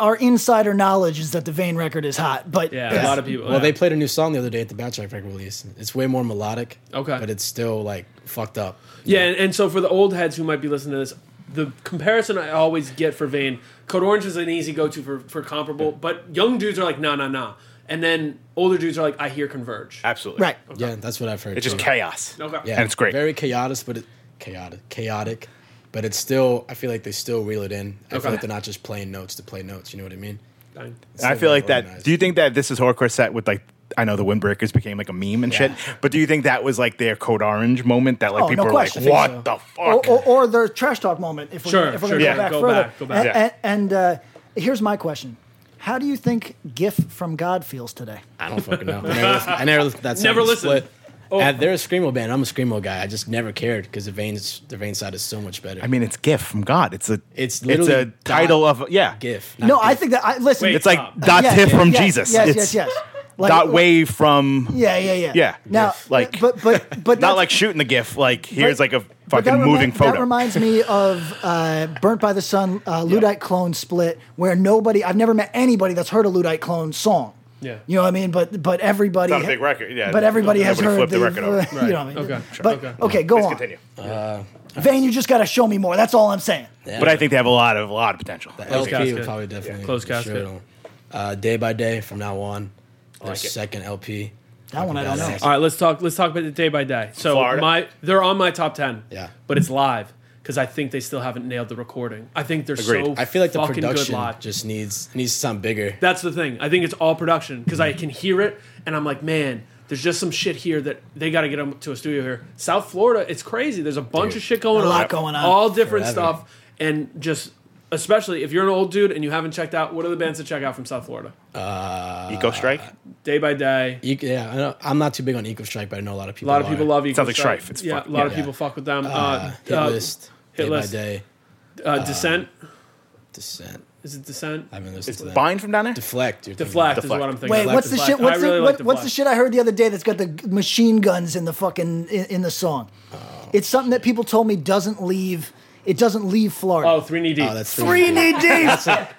our insider knowledge is that the Vane record is hot, but
Yeah, a lot of people.
Well,
yeah.
they played a new song the other day at the Backtrack record release. It's way more melodic.
Okay.
But it's still like fucked up.
Yeah, and, and so for the old heads who might be listening to this, the comparison I always get for Vane, Code Orange is an easy go to for, for comparable, but young dudes are like, nah, nah, nah. And then older dudes are like, I hear Converge.
Absolutely.
right.
Yeah, that's what I've heard.
It's just
too.
chaos.
Okay.
yeah,
and it's great.
Very chaotic, but it, chaotic, chaotic. But it's still. I feel like they still reel it in. I
Okay.
feel like they're not just playing notes to play notes. You know what I mean?
Fine.
It's
I
still
feel
very
like that.
organized.
Do you think that this is hardcore set with like? I know the Windbreakers became like a meme and shit, but do you think that was like their Code Orange moment that like
Oh,
people
no
were like,
question.
"What
I think Oh,
the
Or,
fuck?"
or, or their trash talk moment. If we're,
Sure,
if we're going
sure,
to
yeah.
go back
Go
further.
back, go back.
A- a- And, uh, here's my question: How do you think Gif from God feels today?
I don't fucking know. I never, listened- I never listened. That's
Never Oh. listened.
Split. And they're a screamo band. I'm a screamo guy. I just never cared because the veins, the vein side is so much better.
I mean, it's GIF from God. It's a
It's
it's
literally
a
dot
title of yeah.
GIF.
No, I think that I listen.
Wait, uh,
It's like
Stop.
dot
yes,
TIFF
yes,
from
yes,
Jesus.
Yes,
it's
yes, yes. Like-
dot wave from
Yeah, yeah, yeah.
Yeah.
Now,
Yes. Like-
but but but
not
that's-
like shooting the GIF. Like here's like a
but
fucking
that
moving
remi-
photo.
That reminds me of uh, Burnt by the Sun, uh, Ludite Clone split, where nobody, I've never met anybody that's heard a Ludite Clone song.
Yeah.
You know what I mean? But but everybody.
It's not a big record, yeah.
But everybody has
Nobody
heard
flipped the record over.
You know what I mean?
Okay, sure,
But,
okay.
okay. go
Please
on.
continue.
Vane, you just got to show me more. That's all I'm saying.
But I think they have a lot of a lot of potential.
LP
casket.
would probably definitely
Yeah. Closed
for sure
casket.
it'll- Uh, day by day from now on, their
like it.
second LP.
That one I don't know.
Badass.
All right, let's talk. Let's talk about the day by day. So
Florida.
my, they're on my top ten.
Yeah.
but it's live. because I think they still haven't nailed the recording. I think they're so
Agreed.
I feel like the
fucking good
production
lot.
just needs needs to sound bigger.
That's the thing. I think it's all production because I can hear it and I'm like, man, there's just some shit here that they got to get them to a studio here. South Florida, it's crazy. There's a bunch of shit going
a lot
on,
going on.
all different
Forever.
stuff, and just especially if you're an old dude and you haven't checked out, what are the bands to check out from South Florida?
Eco Strike.
Day by day,
E- yeah, I know, I'm not too big on Eco Strike, but I know a lot of
a
people.
lot of
are.
people love Equal
Sounds like
Strike.
Strife. It's
yeah,
fuck-
a lot of
yeah.
people fuck with
Ah,
them. Uh,
uh, Hit
uh,
List,
Hit
Day
List.
by Day,
uh, Descent
Descent.
is it Descent?
I haven't listened
Is
to that.
Bind from down there?
Deflect. You're thinking
Deflect,
of.
is what I'm thinking.
Wait,
of.
what's the
Deflect.
shit? What's
I really
the,
like
what, what's the
Deflect.
shit I heard the other day that's got the g- machine guns in the fucking in, in the song? it's something that people told me doesn't leave. It doesn't leave Florida.
Oh, Three Knee Deep.
Oh, that's
Three knee deep.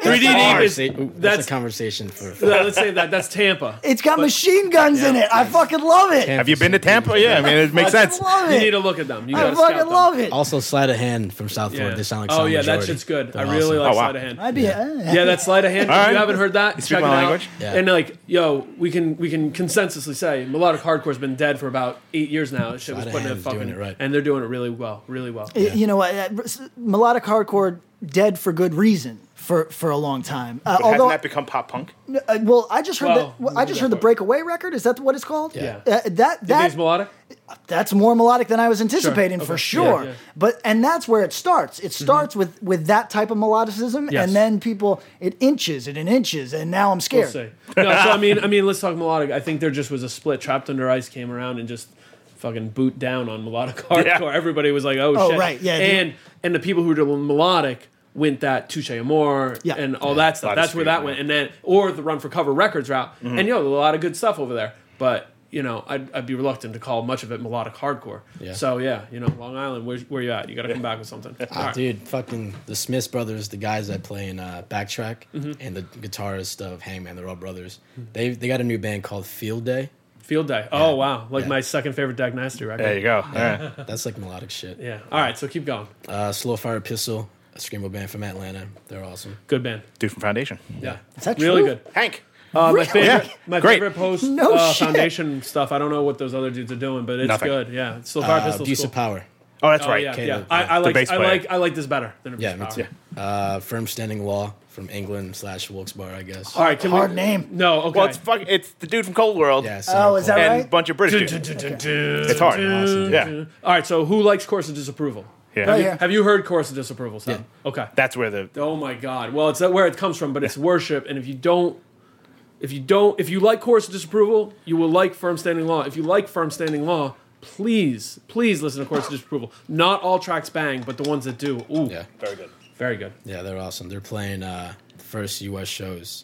Three
D Deep is- that's-
that's a conversation for.
Yeah, let's say that. That's Tampa.
It's got machine guns in it. I fucking love it.
Have you been to Tampa? Yeah, I mean, it makes sense.
I love
You need
it.
to look at them. You
I
gotta scout
fucking
them.
love it.
Also, sleight of hand from South Florida. They sound like
oh
Sound
yeah, that
Majority.
shit's good.
They're
I really
awesome.
like
Oh, wow.
sleight of hand.
I'd be. uh,
yeah, that sleight of hand.
All
if
right.
you haven't heard that,
You speak
check it
my
out.
language?
Yeah.
And like, yo, we can we can consensusly say melodic hardcore's been dead for about eight years now. This shit was
Sleight of
putting it
hand is doing
fucking
it right.
and they're doing it really well, really well.
It- You know, what, uh, melodic hardcore dead for good reason for for a long time. Uh,
But hasn't
although,
that become pop punk?
uh, well, I just heard
Well,
that. well, I just heard the
definitely.
breakaway record. Is that what it's called?
Yeah.
Uh, that
You think
that
it's melodic.
that's more melodic than I was anticipating
Okay.
for sure.
Yeah, yeah.
But and that's where it starts. It starts with with that type of melodicism,
Yes.
and then people it inches and it inches, and now I'm
We'll
scared.
see. No, so I mean, I mean, let's talk melodic. I think there just was a split. Trapped Under Ice came around and just fucking boot down on melodic hardcore. Everybody was like, "Oh,
Oh,
shit!"
right, yeah, they-
and and the people who did melodic went that Touche Amore
Yeah.
and all that stuff.
Lot of
That's where that
spirit,
went, and then or the Run for Cover Records route.
Mm-hmm.
And yo, a lot of good stuff over there, but. You know, I'd, I'd be reluctant to call much of it melodic hardcore.
Yeah.
So yeah, you know, Long Island, where, where you at? You got to come back with something. All
Ah,
right.
Dude, fucking the Smiths brothers, the guys that play in uh, Backtrack,
Mm-hmm.
and the guitarist of Hangman, they're all brothers. They they got a new band called Field Day.
Field Day. Oh wow, like
Yeah.
my second favorite Diagnostic record.
There you go. All right.
That's like melodic shit.
Uh-huh. Yeah. All right, so keep going.
Uh, Slow Fire Pistol, a screamo band from Atlanta. They're awesome.
Good band.
Dude from Foundation.
Yeah.
Is that
really
true?
good.
Hank.
Uh, my favorite,
Yeah.
my
Great.
favorite post
No
uh,
shit.
foundation stuff. I don't know what those other dudes are doing, but it's
Nothing.
good. Yeah, it's still fire
Uh,
pistols.
Abuse
cool.
of Power.
Oh, that's
Oh,
right.
Yeah, yeah.
Caleb,
I,
yeah.
I
The
like
bass
I
player.
like I like this better than abuse
Yeah,
of
me
power.
too. Uh, Firm Standing Law from England slash Wilkes Bar, I guess.
All right, can
Hard
we,
name.
No, okay.
Well, it's fuck, It's the dude from Cold World.
Yeah,
Oh, is that
And
right?
a bunch of British
Dun,
dudes.
dun, dun, dun, dun,
It's hard.
dun,
Awesome, dude.
Yeah.
dun. All right, so who likes Course of Disapproval?
Yeah.
Right
Yeah.
here.
Have you heard Course of Disapproval? Sam? Okay.
That's where the
Oh my God! Well, it's that where it comes from, but it's worship. And if you don't, if you don't, if you like chorus disapproval, you will like firm standing law. If you like firm standing law, please, please listen to chorus disapproval. Not all tracks bang, but the ones that do, ooh,
Yeah.
very good.
very good.
Yeah, they're awesome. They're playing uh, the first U.S. shows.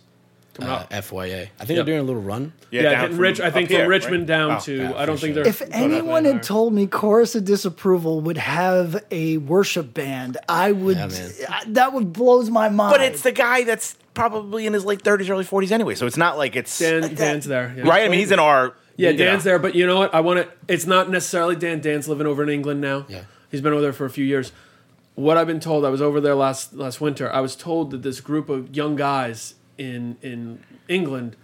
Coming
Uh,
up.
FYA. I think
Yep.
they're doing a little run.
Yeah,
down
getting
from
rich. I
up
think from
here, right?
Richmond down
Oh.
to.
Yeah,
I don't
for
think
sure.
they're.
If anyone had
told,
told me Chorus of Disapproval would have a worship band, I would.
Yeah, man.
I- that would blows my mind.
But it's the guy that's probably in his late 30s, early 40s anyway. So it's not like it's
Dan, Dan's there, yeah.
right. I mean, he's in our
Yeah,
you know.
Dan's there, but you know what? I want to. It's not necessarily Dan. Dan's living over in England now.
Yeah.
he's been over there for a few years. What I've been told, I was over there last last winter. I was told that this group of young guys in in England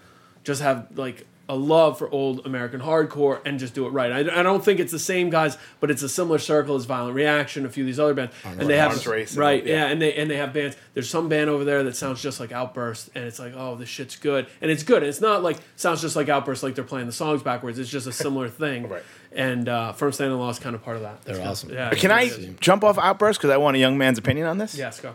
just have like a love for old American hardcore and just do it right. I, I don't think it's the same guys, but it's a similar circle as Violent Reaction, a few of these other bands, and they have
Arms Race and-
right,
yeah.
yeah, and they and they have bands. There's some band over there that sounds just like Outburst, and it's like, oh, this shit's good, and it's good. And it's not like sounds just like Outburst, like they're playing the songs backwards. It's just a similar thing.
Right.
And uh, Firm Standing Law is kind of part of that.
They're
It's kinda-
awesome.
Yeah.
But
Can I
it's- it's-
jump off Outburst because I want a young man's opinion on this?
Yes, go.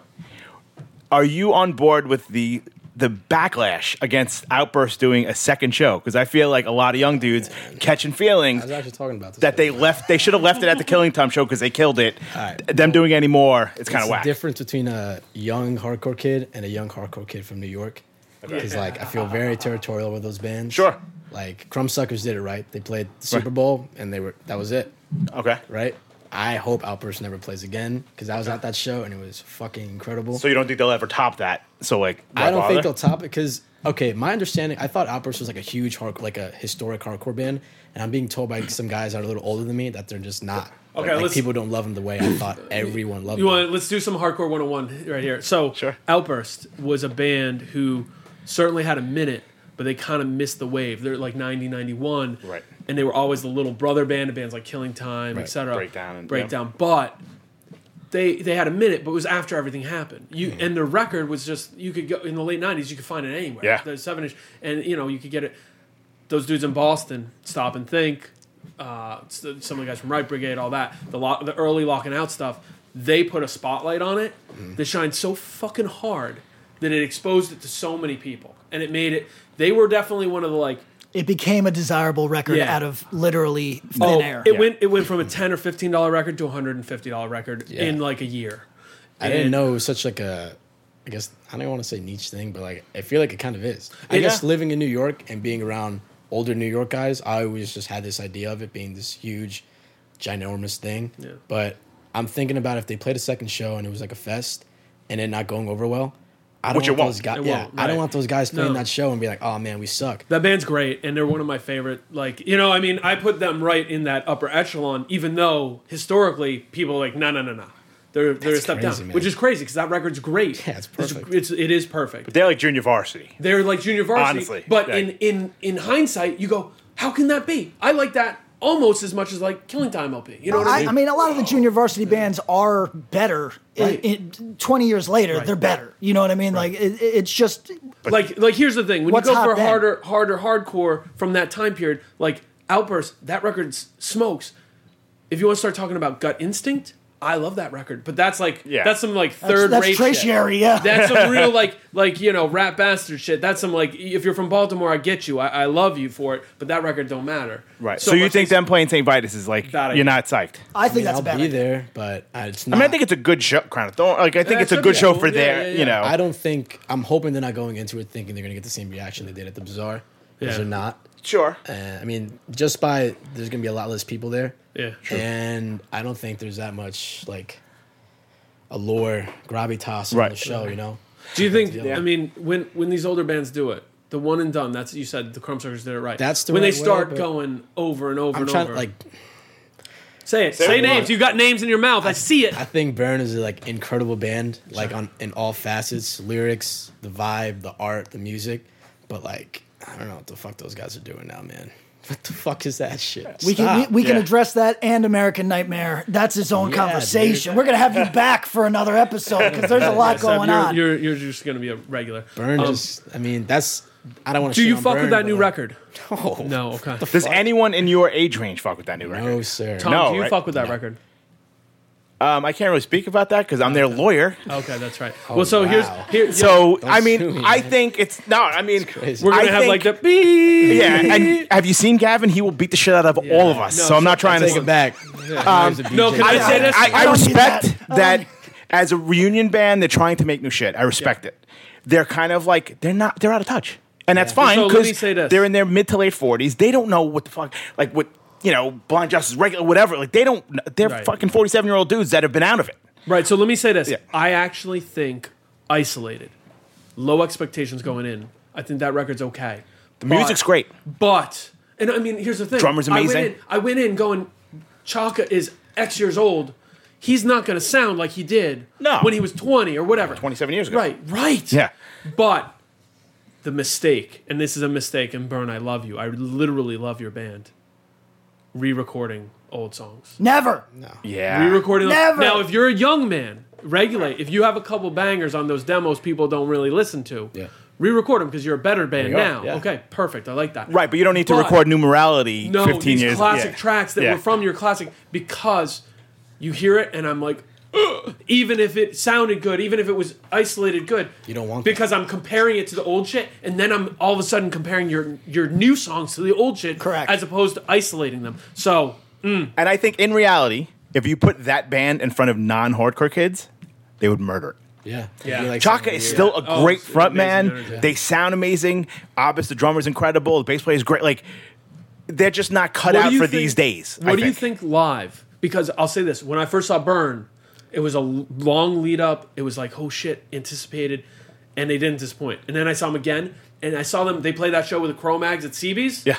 Are you on board with the the backlash against Outburst doing a second show? Because I feel like a lot of young dudes catching
I
feelings
was actually talking about this.
that they
It's
left. They should have left it at the Killing Time show because they killed it.
Alright.
Them doing any more, it's kind of
the
whack.
difference between a young hardcore kid and a young hardcore kid from New York. Because like I feel very territorial with those bands.
Sure.
Like Crumb Suckers did it right. They played the Super
Right.
Bowl and they were that was it.
Okay,
Right. I hope Outburst never plays again because I was at that show and it was fucking incredible.
so you don't think they'll ever top that? So like, why
I don't
bother?
think they'll top it because okay, my understanding. I thought Outburst was like a huge hard, like a historic hardcore band, and I'm being told by some guys that are a little older than me that they're just not.
Okay,
like,
let's-
people don't love them the way I thought everyone loved
You
them.
want? Let's do some hardcore 101 right here. So,
Sure.
Outburst was a band who certainly had a minute, but they kind of missed the wave. They're like 90, 91.
Right.
And they were always the little brother band of bands like Killing Time, etc.
Breakdown and-
Breakdown. But they they had a minute, but it was after everything happened. You and the record was just you could go in the late '90s. You could find it anywhere.
Yeah.
the seven inch, and you know you could get it. Those dudes in Boston, Stop and Think, uh, s- some of the guys from Right Brigade, all that. The lo- the early locking out stuff. They put a spotlight on it that shined so fucking hard that it exposed it to so many people, and it made it. They were definitely one of the like
It became a desirable record
Yeah.
out of literally thin
Oh,
air.
It went it went from a ten or fifteen dollar record to a hundred and fifty dollar record
Yeah.
in like a year.
I didn't
And-
know it was such like a, I guess I don't want to say niche thing, but like I feel like it kind of is. I
Yeah.
guess living in New York and being around older New York guys, I always just had this idea of it being this huge, ginormous thing.
Yeah.
But I'm thinking about if they played a second show and it was like a fest, and it not going over well. I don't
Which it
want those
won't.
guys.
It
Yeah,
won't,
I
right.
don't want those guys playing
No.
that show and be like, oh man, we suck.
That band's great, and they're one of my favorite. Like you know, I mean, I put them right in that upper echelon, even though historically people are like no, no, no, no. They're they're a
That's
step
crazy,
down,
man.
which is crazy because that record's great.
Yeah, it's perfect.
It's, it's it is perfect.
They're like junior varsity.
They're like junior varsity,
Honestly,
but
yeah.
in in in hindsight, you go, how can that be? I like that almost as much as like Killing Time LP. You know what
I,
I mean?
I mean, a lot of the junior varsity bands are better. i-
Right.
in- Twenty years later, they're better. You know what I mean? Like it, it's just
like like here's the thing when
What's
you go
hot
for
then?
harder harder hardcore from that time period like outburst that record s- smokes if you want to start talking about gut instinct i love that record but that's like
Yeah.
that's some like
that's,
third
that's
rate shit.
tertiary. Yeah,
that's some real like like you know rap bastard shit that's some like if you're from baltimore i get you i, I love you for it but that record don't matter
Right. So, you
much
think
is-
them playing St. Vitus is like
That I-
you're not psyched?
I think
I
that's
will
a bad.
be
idea.
there, but I- it's not.
I mean, I think it's a good show, kind of. Don't, like, I think
Yeah,
it's a
it
good
should
show
be.
for
Yeah,
their,
yeah, yeah.
you know.
I don't think I'm hoping they're not going into it thinking they're going to get the same reaction they did at the bazaar.
Yeah.
Because they're not.
sure.
Uh, I mean, just by there's going to be a lot less people there.
yeah
And I don't think there's that much like allure, gravitas on the
Right.
show. You know,
do you think i mean when when these older bands do it the one and done that's you said the crumb circus did it right
That's the
when
right
they
way,
start
but-
going over and over
I'm
and
trying
over
like
Say it. Say,
what you
names.
want.
You got names in your mouth. I, see it.
I think Burn is like incredible band, like on in all facets, lyrics, the vibe, the art, the music. But like, I don't know what the fuck those guys are doing now, man. What the fuck is that shit?
We can we,
Stop.
we can
Yeah.
address that and American Nightmare. That's its own
Yeah,
conversation.
dude.
We're gonna have you back for another episode because there's a lot
Seb,
going
you're,
on.
You're, you're just going to be a regular.
Burn
Um,
just, I mean, that's. I don't want to.
do you fuck with that new record?
No.
No. Okay.
Does anyone in your age range fuck with that new
oh, No,
record?
sir.
Tom,
No,
do you
right?
fuck with that record?
Um, I can't really speak about that because I'm their lawyer.
Okay, that's right. well, so
wow.
here's here.
Oh, So
Don't
I
sue
mean,
me,
I
man.
think it's no. I mean,
crazy.
we're gonna
I
have
think-
like the beep.
yeah. And have you seen Gavin? He will beat the shit out of all of us.
No,
so I'm not
sure.
trying
Take
to
it back.
Um, No, can I
I,
say this?
I, I
don't need
respect
that.
um,
that, as a reunion band, they're trying to make new shit. I respect it. They're kind of like they're not they're out of touch, and that's fine
So let me
because
say this.
they're in their mid to late forties. They don't know what the fuck like what you know blind justice regular whatever. Like they don't they're
Right.
fucking forty seven year old dudes that have been out of it.
Right. So let me say this.
Yeah.
I actually think isolated, low expectations going in. I think that record's okay. The
music's great.
But and I mean, here's the thing.
Drummer's
I
amazing.
went in, I went in going, Chaka is X years old. He's not going to sound like he did
No.
when he was 20 or whatever.
Twenty seven years ago,
Right. Right.
Yeah.
But the mistake, and this is a mistake, and Burn, I love you. I literally love your band. Re-recording old songs.
Never.
Yeah,
Re-recording.
Never.
Now, if you're a young man, regulate. If you have a couple bangers on those demos, people don't really listen to.
Yeah.
Re-record them because you're a better band
There you are,
now.
yeah.
Okay, perfect. I like that.
right. But you don't need to
But-
record new morality.
No,
15
these
years
classic
yeah.
tracks that
Yeah.
were from your classic because you hear it, and I'm like, "Ugh." even if it sounded good, even if it was isolated good,
You don't want that.
because I'm comparing it to the old shit, and then I'm all of a sudden comparing your your new songs to the old shit,
Correct.
as opposed to isolating them. So
And I think in reality, if you put that band in front of non hardcore kids, they would murder it.
Yeah.
Yeah.
You're like
Chaka
someone
is
weird.
still a
Oh,
great
it's
front
amazing
man.
energy.
They sound amazing. Abbas, the drummer, is incredible. The bass player is great. Like, they're just not cut
What do
out
you
for
think-
these days.
What
I
do you think live? Because I'll say this: when I first saw Burn, it was a l- long lead up. It was like, oh shit, anticipated, and they didn't disappoint. And then I saw them again, and I saw them. They played that show with the Chromags at CB's.
Yeah.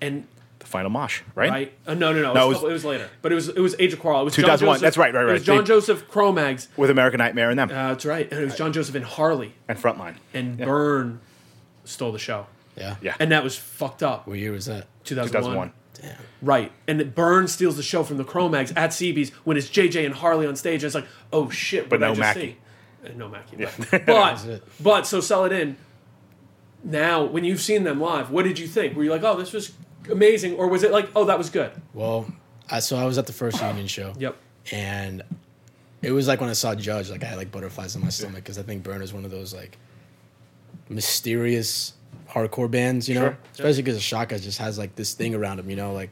and
The final mosh, right?
right, uh, no, no, no,
No,
it, was
it
a couple- it was, later, but it was it was Age of Quarrel. It was John
2001.
Joseph,
That's right, right,
It
right.
was John
They-
Joseph Chromags.
With American Nightmare and them
Uh, that's right, and it was John Joseph and Harley,
and Frontline.
and
Yeah.
Burn stole the show,
Yeah.
Yeah.
and that was fucked up.
What year was that?
Two thousand
2001.
one. Right. And that Burns steals the show from the Chromags at CB's when it's JJ and Harley on stage. And it's like, oh shit, what
But
did I
no
just
Mackey.
see? And no Mackey. But, but,
it.
but, so sell it in. Now, when you've seen them live, what did you think? Were you like, oh, this was amazing? Or was it like, oh, that was good?
Well, I, so I was at the first union show.
Yep.
And it was like when I saw Judge, like I had like butterflies in my stomach because I think Burn is one of those like mysterious hardcore bands, you know,
Sure.
especially because Shaka just has like this thing around him, you know, like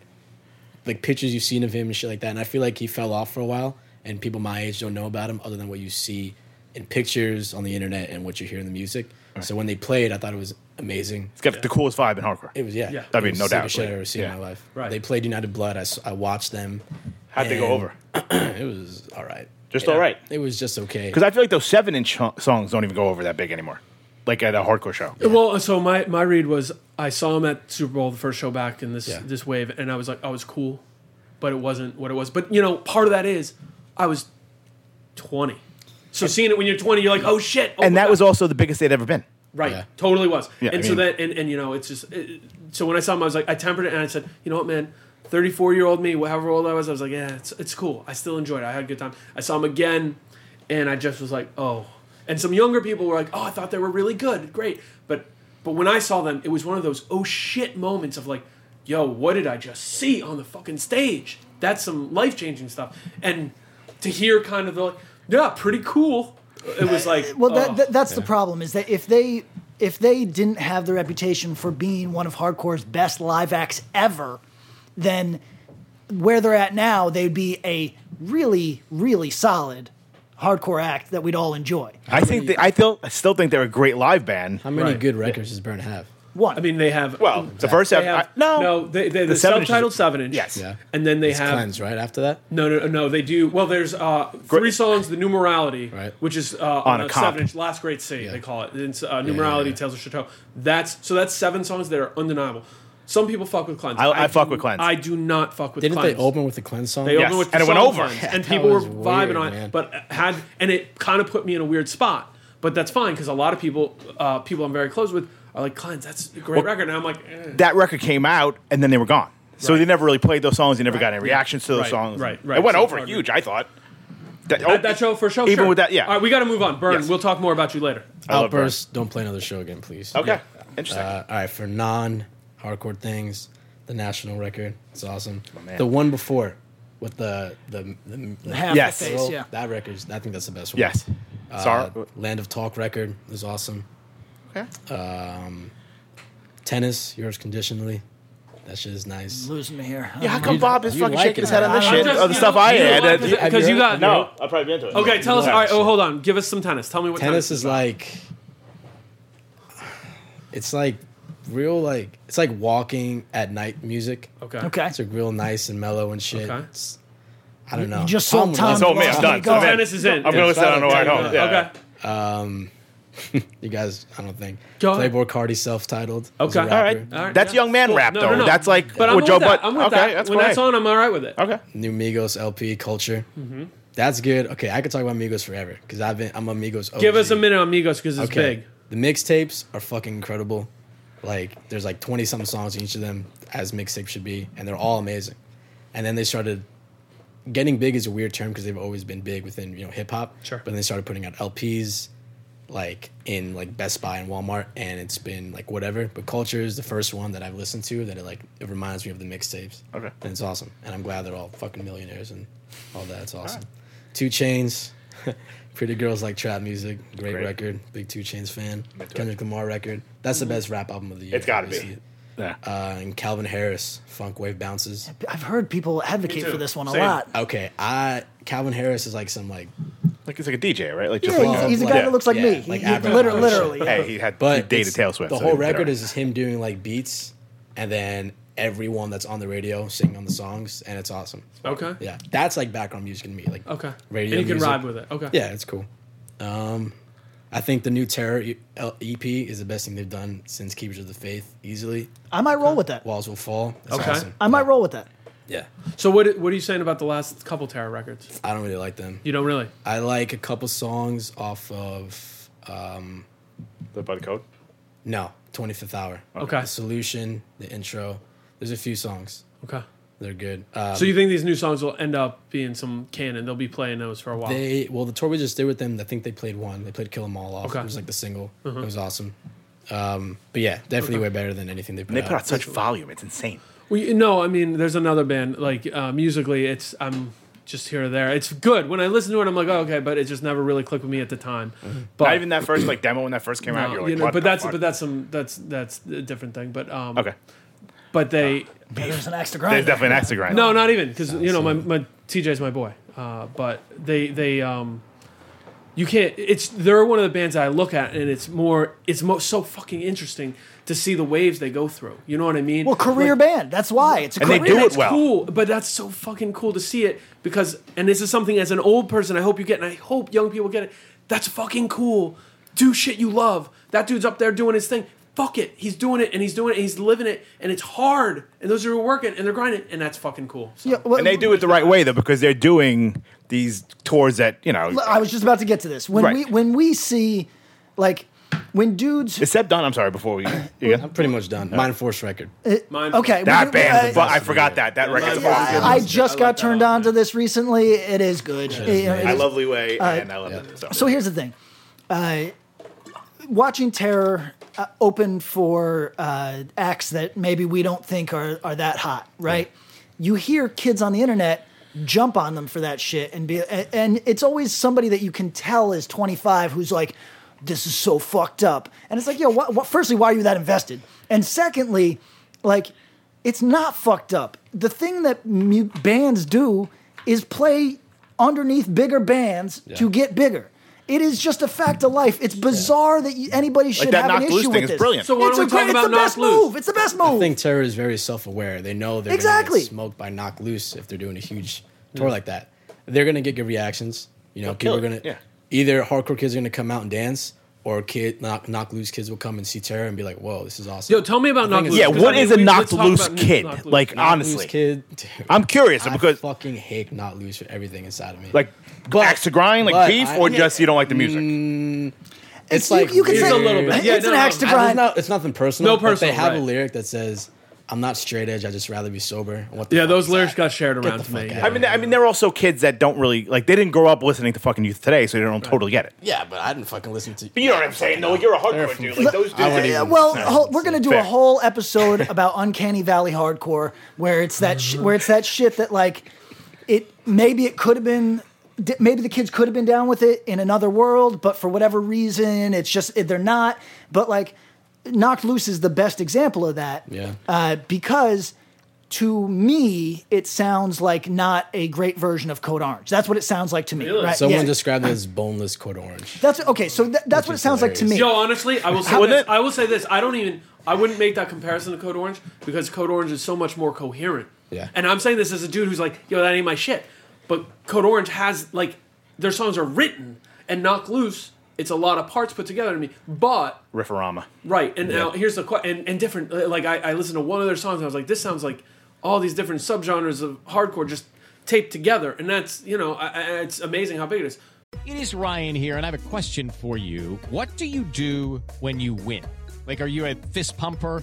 like pictures you've seen of him and shit like that. And I feel like he fell off for a while, and people my age don't know about him other than what you see in pictures on the internet and what you hear in the music. So when they played, I thought it was amazing.
It's got the coolest vibe in hardcore.
It was yeah.
Yeah.
it
I
mean,
was
no
the sickest
doubt,
Shit
like,
I ever seen
yeah.
in my life.
Right.
They played United Blood. I, s- I watched them.
How'd they go
and
over?
it was all right.
Just all right.
It was just okay.
Because I feel like those seven inch songs don't even go over that big anymore. Like at a hardcore show.
Well, so my, my read was I saw him at Super Bowl, the first show back in this
Yeah.
this wave, and I was like, oh, it's cool, but it wasn't what it was. But you know, part of that is I was twenty, so seeing it when you're twenty, you're like, oh shit, oh
And
my
that
God.
was also the biggest they'd ever been.
right,
Yeah.
totally was.
Yeah,
and
I
so
mean-
that and, and you know, it's just it, so when I saw him, I was like, I tempered it, and I said, you know what, man. 34 year old me, however old I was, I was like, yeah, it's, it's cool. I still enjoyed it. I had a good time. I saw him again, and I just was like, oh. And some younger people were like, oh, I thought they were really good, great. But but when I saw them, it was one of those oh shit moments of like, yo, what did I just see on the fucking stage? That's some life changing stuff. And to hear kind of the like, yeah, pretty cool. It was like,
Uh, well that,
oh.
that, that's the problem is that if they if they didn't have the reputation for being one of hardcore's best live acts ever then where they're at now they'd be a really really solid hardcore act that we'd all enjoy
I think they, I feel I still think they're a great live band.
How many
Right.
good records does Burn have?
one
I mean, they have
Well, the first
They
half,
have,
I- no,
no. They, they, the,
seven inches-
subtitled seven inch.
Yes.
Yeah.
And then they
It's
have
cleanse, right? After that,
no, no, no. They do well. There's uh, three songs. The numerality,
Right.
which is uh, on,
a
a
comp.
seven inch. Last Great City,
Yeah.
they call it. It's uh, numerality.
yeah.
Tales of Chateau. That's so. That's seven songs that are undeniable. Some people fuck with cleanse.
I- I fuck
do-
with Cleanse.
I do not fuck with.
didn't
cleanse.
they open with the cleanse song?
They
Yes,
opened with
and it
the
went
song
over.
Cleanse,
Yeah,
and
that
people were
was
vibing
weird,
on
man.
it. But had and it kind of put me in a weird spot. But that's fine because a lot of people, uh, people I'm very close with, are like Cleanse. That's a great record. And I'm like, eh.
that record came out and then they were gone. So they never really played those songs. They never got any
yeah.
reactions to those
Right,
songs.
right, right.
It went
So
over
it's hard to-
huge. I thought that,
At that show for sure.
Oh, Even
sure.
with that, yeah.
All right, we got to move on. Burn.
Yes.
We'll talk more about you later.
I love Burn.
Outburst, don't play another show again, please.
Okay, interesting.
Uh, all right, for non-hardcore things, the national record, it's awesome.
man.
The one before with the the, the, the
half
yes.
the face
Well,
yeah
that record's I think that's the best one.
yes,
Uh, uh,
sorry.
Land of Talk record is awesome.
Okay.
Tennis, yours conditionally. That shit is nice.
losing me here Um,
yeah, how come Bob is
you
fucking
like
shaking
it?
his head on this
I'm
shit?
just-
All the
you
stuff
know-
I
you know
had.
why?
and-
Because
Have you
you
heard-
got no.
I'll probably be into it.
Okay, tell us.
Yeah,
All right. Oh,
sure.
hold on. Give us some tennis. Tell me what
tennis
tennis
is like it's like real like it's like walking at night music.
Okay.
okay
It's like real nice and mellow and shit.
Okay.
It's- I don't know.
you just sold
Tom
Tom
was-
sold me, I'm
Lost
done.
Go.
I'm in.
Tennis is in.
I'm going to listen to that on the ride
Yeah,
home. Yeah.
Okay.
You guys, I don't think.
Go ahead.
Playboy Cardi self-titled.
Okay.
All
All right.
All right,
that's
yeah.
young man
Cool.
rap,
No,
though.
no, no.
That's like
But I'm
what
with
Joe
that.
Butt.
I'm with
okay,
that.
that's
when
cool.
that's on, I'm all right with it.
Okay.
New Migos LP Culture. That's good. Okay, I could talk about Migos forever because I've been I'm a Migos. OG.
Give us a minute on Migos because it's big.
The mixtapes are fucking incredible. Like there's like 20 something songs in each of them as mixtapes should be and they're all amazing. And then they started getting big is a weird term because they've always been big within, you know, hip hop.
Sure.
But then they started putting out LPs like in like Best Buy and Walmart and it's been like whatever, but Culture is the first one that I've listened to that it like it reminds me of the mixtapes.
Okay.
And it's awesome. And I'm glad they're all fucking millionaires and all that. It's awesome. Two Chains Pretty Girls Like Trap Music, great,
Great.
record. Big Two Chains fan.
into it.
Kendrick Lamar record. That's
Mm-hmm.
the best rap album of the year.
It's gotta be.
obviously.
Yeah.
Uh, and Calvin Harris, Funk Wave Bounces.
i've heard people advocate
too.
for this one a
Same.
lot
Okay, I Calvin Harris is like some like,
Like he's like a DJ, right? Like just
yeah,
like
he's,
a-
uh,
he's a guy
like-
that looks like
yeah,
me
like
He- he,
Avril
liter-
Lavigne.
literally yeah.
Hey, he had
but
he dated
it's-
Taylor Swift.
The
so
whole
he did
record
alright.
is just him doing like beats, and then everyone that's on the radio singing on the songs, and it's awesome.
Okay.
Yeah, that's like background music to me. Like
Okay.
radio.
and you can
music.
ride with it. Okay.
Yeah, it's cool. Um, I think the new Terror E- L- EP is the best thing they've done since Keepers of the Faith. Easily,
i might roll with that
Walls Will Fall. That's
Okay.
awesome.
i might roll with that
Yeah,
So what what are you saying about the last couple Terror records?
I don't really like them.
You don't really.
I like a couple songs off of um,
The Bud Code.
no Twenty Fifth Hour.
Okay.
The solution, the intro. There's a few songs.
Okay.
They're good. Um,
So you think these new songs will end up being some canon? They'll be playing those for a while.
They well, the tour we just did with them. I think they played one. They played "Kill 'Em All" off.
Okay. Uh-huh.
It was like the single. It was awesome. Um, but yeah, definitely way better than anything they put
They
out.
put out such volume. It's insane.
Well, you, no, I mean, there's another band like uh, musically. It's I'm just here or there. It's good when I listen to it. I'm like, oh, okay, but it just never really clicked with me at the time. But
Mm-hmm. Not even that first like demo when that first came
no,
out. You're like,
you know,
what
but
the
that's
fuck?
but that's some that's that's a different thing. But um,
okay.
But they
There's an axe to
There's
grind.
definitely an axe to grind.
no, not even because you know my my TJ's my boy. Uh, but they they um. You can't. It's they're one of the bands I look at, and it's more. It's mo- so fucking interesting to see the waves they go through. You know what I mean?
Well, career band. That's why it's a
And they
career.
do it
That's
well.
cool, but that's so fucking cool to see it because, and this is something as an old person, I hope you get, and I hope young people get it. That's fucking cool. Do shit you love. That dude's up there doing his thing. Fuck it. He's doing it, and he's doing it, and he's living it, and it's hard. And those who are working, and they're grinding, and that's fucking cool. So,
Yeah, well,
And they do it the right way though, because they're doing these tours that you know.
I was just about to get to this. When
Right.
we when we see like when dudes
Is Seb done? I'm sorry. Before we, yeah.
I'm pretty much done. Mind Force record.
Mine-
okay
that
when, uh,
band, but I forgot that that record's awesome.
I just got turned on to this recently. It is good. It- you know, it
I
is-
love Leeway and I love it. So,
So here's the thing. Uh, watching Terror uh, open for uh, acts that maybe we don't think are, are that hot, right? You hear kids on the internet jump on them for that shit and be and, and it's always somebody that you can tell is 25 who's like this is so fucked up. And it's like, yo, what, what firstly why are you that invested? And secondly, like it's not fucked up. The thing that mu- bands do is play underneath bigger bands to get bigger. It is just a fact of life. It's bizarre that you, anybody should
that
have an
knock loose
issue
thing
with
is
this.
brilliant. So
why
it's a
don't we talk
great, it's the
about knock
best
loose?
move. It's the best move.
I think Terror is very self-aware. They know they're
Exactly.
gonna get smoked by Knock Loose if they're doing a huge tour like that. They're gonna get good reactions. You know, people
kill
are gonna
it, yeah.
either hardcore kids are gonna come out and dance, or kid knock knock loose kids will come and see Terror and be like, "Whoa, this is awesome."
Yo, tell me about Knock
think
Loose.
it's-
yeah,
because,
what
I mean,
is a
we- let's
knocked
talk
loose
about
kid?
Knock Loose.
Like
Knock Loose
honestly,
kid. dude,
I'm curious
I
because
fucking hate Knock Loose for everything inside of me.
like axe to grind,
but
like beef,
I-
or just you don't like the music.
mm.
it's
you-
like
you can
weird.
say
It's a little bit. Yeah,
it's an
no,
axe to
I-
I- it's,
grind.
not, it's nothing personal.
No
but
personal,
They have
right.
a lyric that says, "I'm not straight edge. I just rather be sober." And What the
Yeah,
fuck
those
is
lyrics
that?
got shared around
the
to me.
fuck
yeah.
out.
I mean, I mean, they're also kids that don't really like. They didn't grow up listening to fucking youth today, so they don't totally get it.
Yeah, but I didn't fucking listen to.
You know what I'm saying? No, you're a hardcore dude. Like those dudes.
I wouldn't
they-
even-
well,
No,
hol- we're gonna do a
fair.
whole episode about Uncanny Valley hardcore, where it's that sh- where it's that shit that like it maybe it could have been di- maybe the kids could have been down with it in another world, but for whatever reason, it's just they're not. But like, Knocked Loose is the best example of that.
Yeah.
uh, because. To me, it sounds like not a great version of Code Orange. That's what it sounds like to me. Right?
Someone
Yeah.
described it as boneless cord orange.
That's okay. So tha- that's what it
is
sounds like to me.
hilarious.
Yo, honestly, I will say
Wouldn't
this.
it?
I will say this. I don't even. I wouldn't make that comparison to Code Orange because Code Orange is so much more coherent.
Yeah.
And I'm saying this as a dude who's like, yo, that ain't my shit. But Code Orange has like their songs are written and knock loose. It's a lot of parts put together to me, but
Riffarama.
Right, and now here's the question, and, and different. Like I, I listened to one of their songs, and I was like, this sounds like all these different subgenres of hardcore just taped together, and that's you know, I, I, it's amazing how big it is.
It is Ryan here, and I have a question for you. What do you do when you win? Like, are you a fist pumper?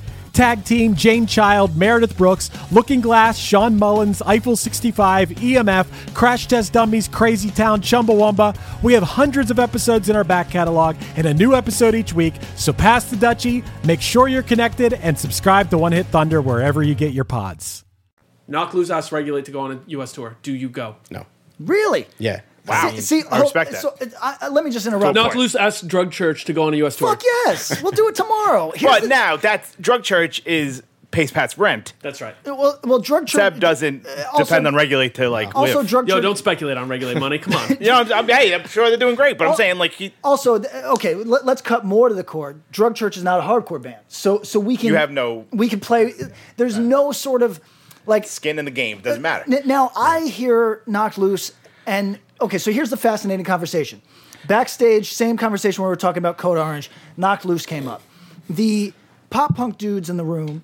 Tag Team, Jane Child, Meredith Brooks, Looking Glass, Sean Mullins, Eiffel 65, EMF, Crash Test Dummies, Crazy Town, Chumbawamba. We have hundreds of episodes in our back catalog and a new episode each week, so pass the Dutchie, make sure you're connected, and subscribe to One Hit Thunder wherever you get your pods.
Knock loose ass regulate to go on a U.S. tour. Do you go?
No.
Really?
Yeah.
Wow.
See, see,
I
oh,
respect that.
So, I, I- let me just interrupt.
Knock
point.
loose ass drug church to go on a U.S. tour.
Fuck yes, we'll do it tomorrow. Here's
But
the-
now that's drug church is pays Pat's rent.
That's right.
well, well, drug church
Seb doesn't
Uh, also-
depend on regulate to like
Also,
live.
drug
Yo,
church.
don't speculate on regulate money. Come on.
you know, I'm, I'm- hey, I'm sure they're doing
Oh.
great, but I'm saying like he,
also, th- okay, let, us cut more to the core. Drug Church is not a hardcore band, so so we can
You have no-
we can play. There's no sort of like
skin in the game doesn't matter.
Uh, N- Now I hear knocked loose, and okay, so here's the fascinating conversation. Backstage, same conversation where we were talking about Code Orange. Knocked loose came up. The pop punk dudes in the room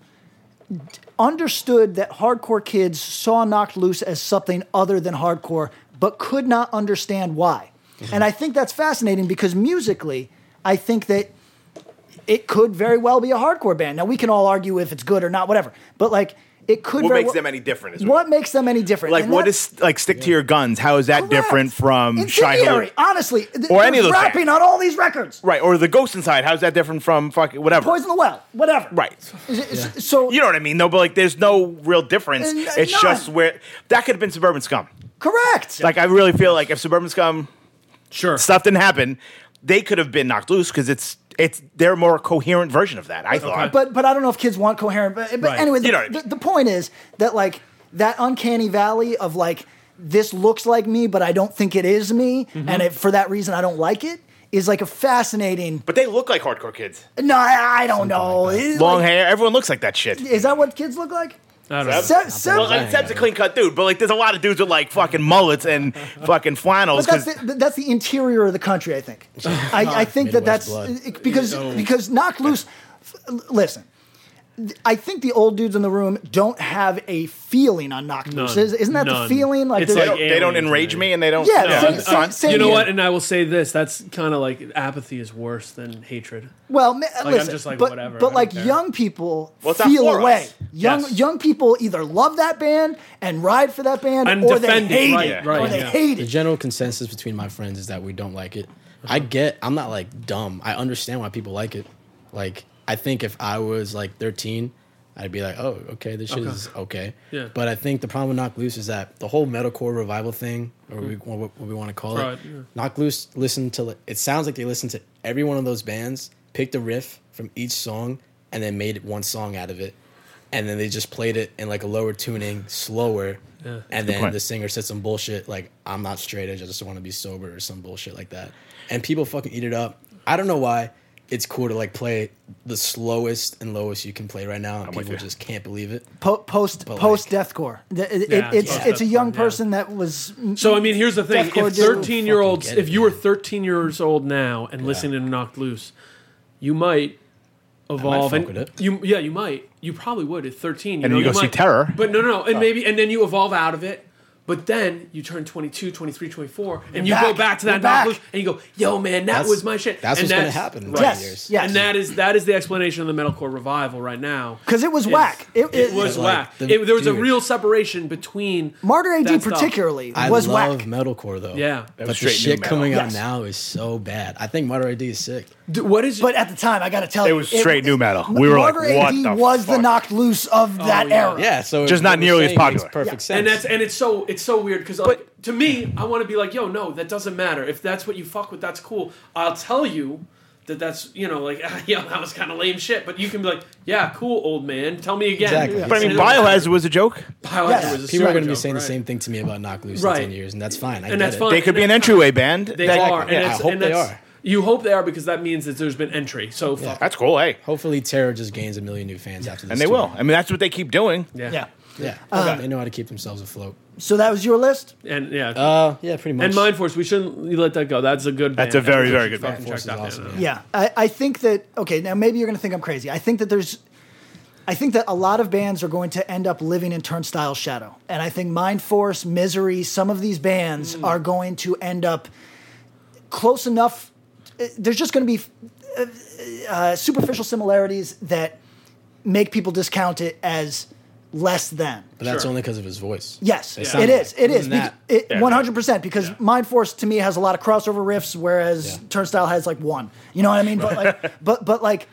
d- understood that hardcore kids saw knocked loose as something other than hardcore, but could not understand why.
Mm-hmm.
And I think that's fascinating because musically, I think that it could very well be a hardcore band. Now we can all argue if it's good or not, whatever. But like, it could.
What
very
makes
well-
them any different is what-
What makes them any different?
Like
And
what
that's
is like stick to your guns? How is that
correct.
different from Shy
Incendiary? Ah.
Hulud?
Honestly, th-
Or any
there's
of those
rapping
bands.
on all these records.
Right, or the ghost inside? How's that different from fucking whatever?
Poison the well, whatever.
Right.
Is it- is- So
You know what I mean? No, but like there's no real difference.
Uh,
it's
none.
just where that could have been suburban scum.
correct.
Like I really feel like if suburban scum
Sure.
stuff didn't happen, they could have been knocked loose because it's it's they're a more coherent version of that. I thought.
but but I don't know if kids want coherent. But, but
Right.
anyway, the,
You know what I
the,
mean.
the point is that like that uncanny valley of like this looks like me, but I don't think it is me, and it, for that reason I don't like it. Is like a fascinating.
But they look like hardcore kids.
No, I, I don't know. It's
Long
like-
hair. Everyone looks like that shit.
Is that what kids look like?
I don't know.
Seb- Seb-
Well, like, Seb's a clean cut dude, but like there's a lot of dudes with like fucking mullets and fucking flannels.
But that's
'cause-
the, but that's the interior of the country. I think. I, I think that that's
Midwest blood.
it- because because knock loose. f- l- Listen, th- I think the old dudes in the room don't have a feeling on knock loose.
None.
Is- Isn't that
None.
the feeling? Like
It's
they
there's-
don't, they don't
aliens,
enrage
man.
me and they don't.
Yeah,
Yeah.
same- same- same
you know
here.
what? And I will say this: that's kind of like apathy is worse than hatred.
Well, ma-
I'm
listen,
just like,
but,
whatever, I
But
don't
like
care.
young people
Well, it's not
feel
for
away.
us.
Young
Yes.
young people either love that band and ride for that band,
And
or
defend it,
they hate
right,
it,
right,
or they
yeah.
hate
The
it.
general consensus between my friends is that we don't like it. I get, I'm not like dumb. I understand why people like it. Like, I think if I was like 13, I'd be like, oh, okay, this shit is okay.
Yeah.
But I think the problem with Knock Loose is that the whole metalcore revival thing, or we, what, what we want to call
Right,
it,
yeah.
Knock Loose listened to, li- it sounds like they listened to every one of those bands, picked a riff from each song, and then made one song out of it. And then they just played it in like a lower tuning, slower. And then
point.
the singer said some bullshit like I'm not straight edge, I just want to be sober or some bullshit like that. And people fucking eat it up. I don't know why. It's cool to like play the slowest and lowest you can play right now, and people just can't believe it.
Po- post
But, like-
post deathcore. Th- it- it-
Yeah,
it's
post
it's a young
deathcore, yeah.
person that was
So I mean, here's the thing:
Deathcore
if
dude.
13 year olds,
Fucking get
if
it,
you were
man.
13 years old now and listening to Knocked Loose, you might evolve.
fuck
and
with it.
You, yeah, you might. You probably would at 13. You
And
know,
you go see
might.
Terror.
But no, no, no,
Oh.
and maybe, and then you evolve out of it. But then you turn 22, 23, 24, and you go
back.
back to
We're
that
back.
Knocked Loose, and you go, "Yo, man, that
That's-
was my shit."
That's
and
what's gonna happen in
right.
ten
Yes,
years.
yes.
And that is that is the explanation of the metalcore revival right now.
because it was whack. It,
It was
like,
whack.
the-
it, there was a
dude.
real separation between
Martyr AD
that stuff.
particularly
I
was
love
whack.
metalcore though.
Yeah. That
was
but the
straight new
shit
metal.
coming
Yes.
out now is so bad. I think Modern ID is sick.
D- What is
But at the time, I got to tell
It
you,
was straight new metal. We were like,
Martyr
what
AD
the
was the
fuck?
knocked loose of that
Oh, yeah.
era.
Yeah, so
Just
what
not
we're
nearly as
saying makes
popular.
Perfect sense.
and that's and it's so it's so weird because like, to me I want to be like yo no that doesn't matter if that's what you fuck with that's cool I'll tell you that that's you know like yeah that was kind of lame shit but you can be like yeah cool old man tell me again
Exactly.
But I mean, Biohazard was a joke.
Biohazard
Yes.
was a
people are going to
joke,
be saying
right.
the same thing to me about Knock Loose
Right.
in 10 years, and that's fine.
and
I get
that's
it.
fine
They could be an
And that's
entryway band.
they
That-
are and
Yeah, I
it's,
hope
and
they
that's-
are.
you hope they are because that means that there's been entry so fuck
That's cool, hey.
Hopefully, Terror just gains a million new fans after this.
And they
tour.
will. I mean, that's what they keep doing.
yeah.
yeah.
Yeah, they know how to keep themselves afloat.
So that was your list.
and yeah
Uh, yeah, pretty much.
and Mind Force we shouldn't let that go that's a good
That's
band.
a very, very
You should
good
fucking
band.
check
Force is
that
awesome,
band out.
man.
Yeah, I, I think that okay. Now maybe you're going to think I'm crazy. I think that there's, I think that a lot of bands are going to end up living in Turnstile shadow,
Mm.
and I think Mind Force, Misery, some of these bands are going to end up close enough. uh, There's just going to be uh, uh, superficial similarities that make people discount it as less than.
But that's only because of his voice.
Yes,
They
it
sound alike.
is. It
Other
is.
than that-
Bec- it- 100% because Mind Force to me has a lot of crossover riffs whereas
Yeah.
Turnstile has like one. You know what I mean? But like but but like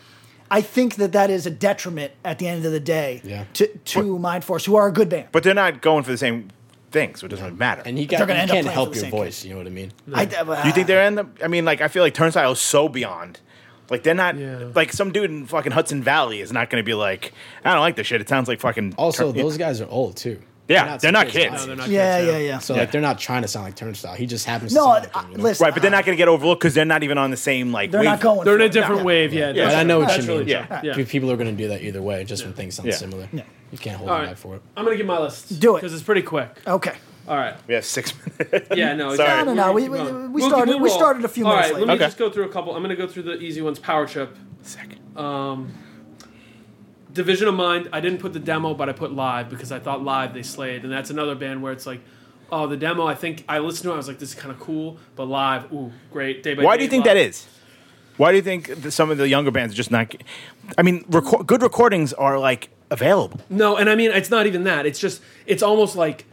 I think that that is a detriment at the end of the day
Yeah.
to to Mind Force who are a good band.
But they're not going for the same thing, so it doesn't really matter.
And you,
They're
got,
gonna
you
end up
can't
playing for
help
the
your
same
voice. You know what I mean?
I, uh,
you think they're in the? I mean, like I feel like Turnstile is so beyond. Like they're not
Yeah.
like some dude in fucking Hudson Valley is not going to be like, I don't like this shit. It sounds like fucking.
Also,
Turn-
those guys are old too.
Yeah, they're not kids.
No, they're not
Yeah,
kids,
yeah, yeah.
So
Yeah.
like, they're not trying to sound like Turnstile. He just happens.
No,
to sound like
uh,
him, you know?
listen.
right, but they're not going to get overlooked because they're not even on the same like.
They're not going.
wavelength.
They're in
for
a
it.
different
Yeah.
wave, yeah.
But
that's
I know
right.
what
That's
you mean.
really true.
Yeah.
Yeah.
Pe- People are going to do that either way, just when things sound
Yeah.
similar. You can't hold
All
them
right.
back for it.
I'm gonna give my list.
Do it.
because it's pretty quick.
Okay.
All right.
We have six minutes.
Yeah, no,
Sorry.
exactly.
No, no, no,
We're
we-
gonna
we-
keep going.
we started-
keep-
we started a few
All
minutes
right,
later.
let me
Okay.
just go through a couple. I'm going to go through the easy ones. Power Trip,
Sick.
Division of Mind. I didn't put the demo, but I put live because I thought live they slayed, and that's another band where it's like, oh, the demo. I think I listened to. it, I was like, this is kind of cool, but live, ooh, great. Day by
Why
day,
do you think
live.
that is? Why do you think that some of the younger bands are just not? ge- I mean, reco- good recordings are like available.
No, and I mean it's not even that. It's just it's almost like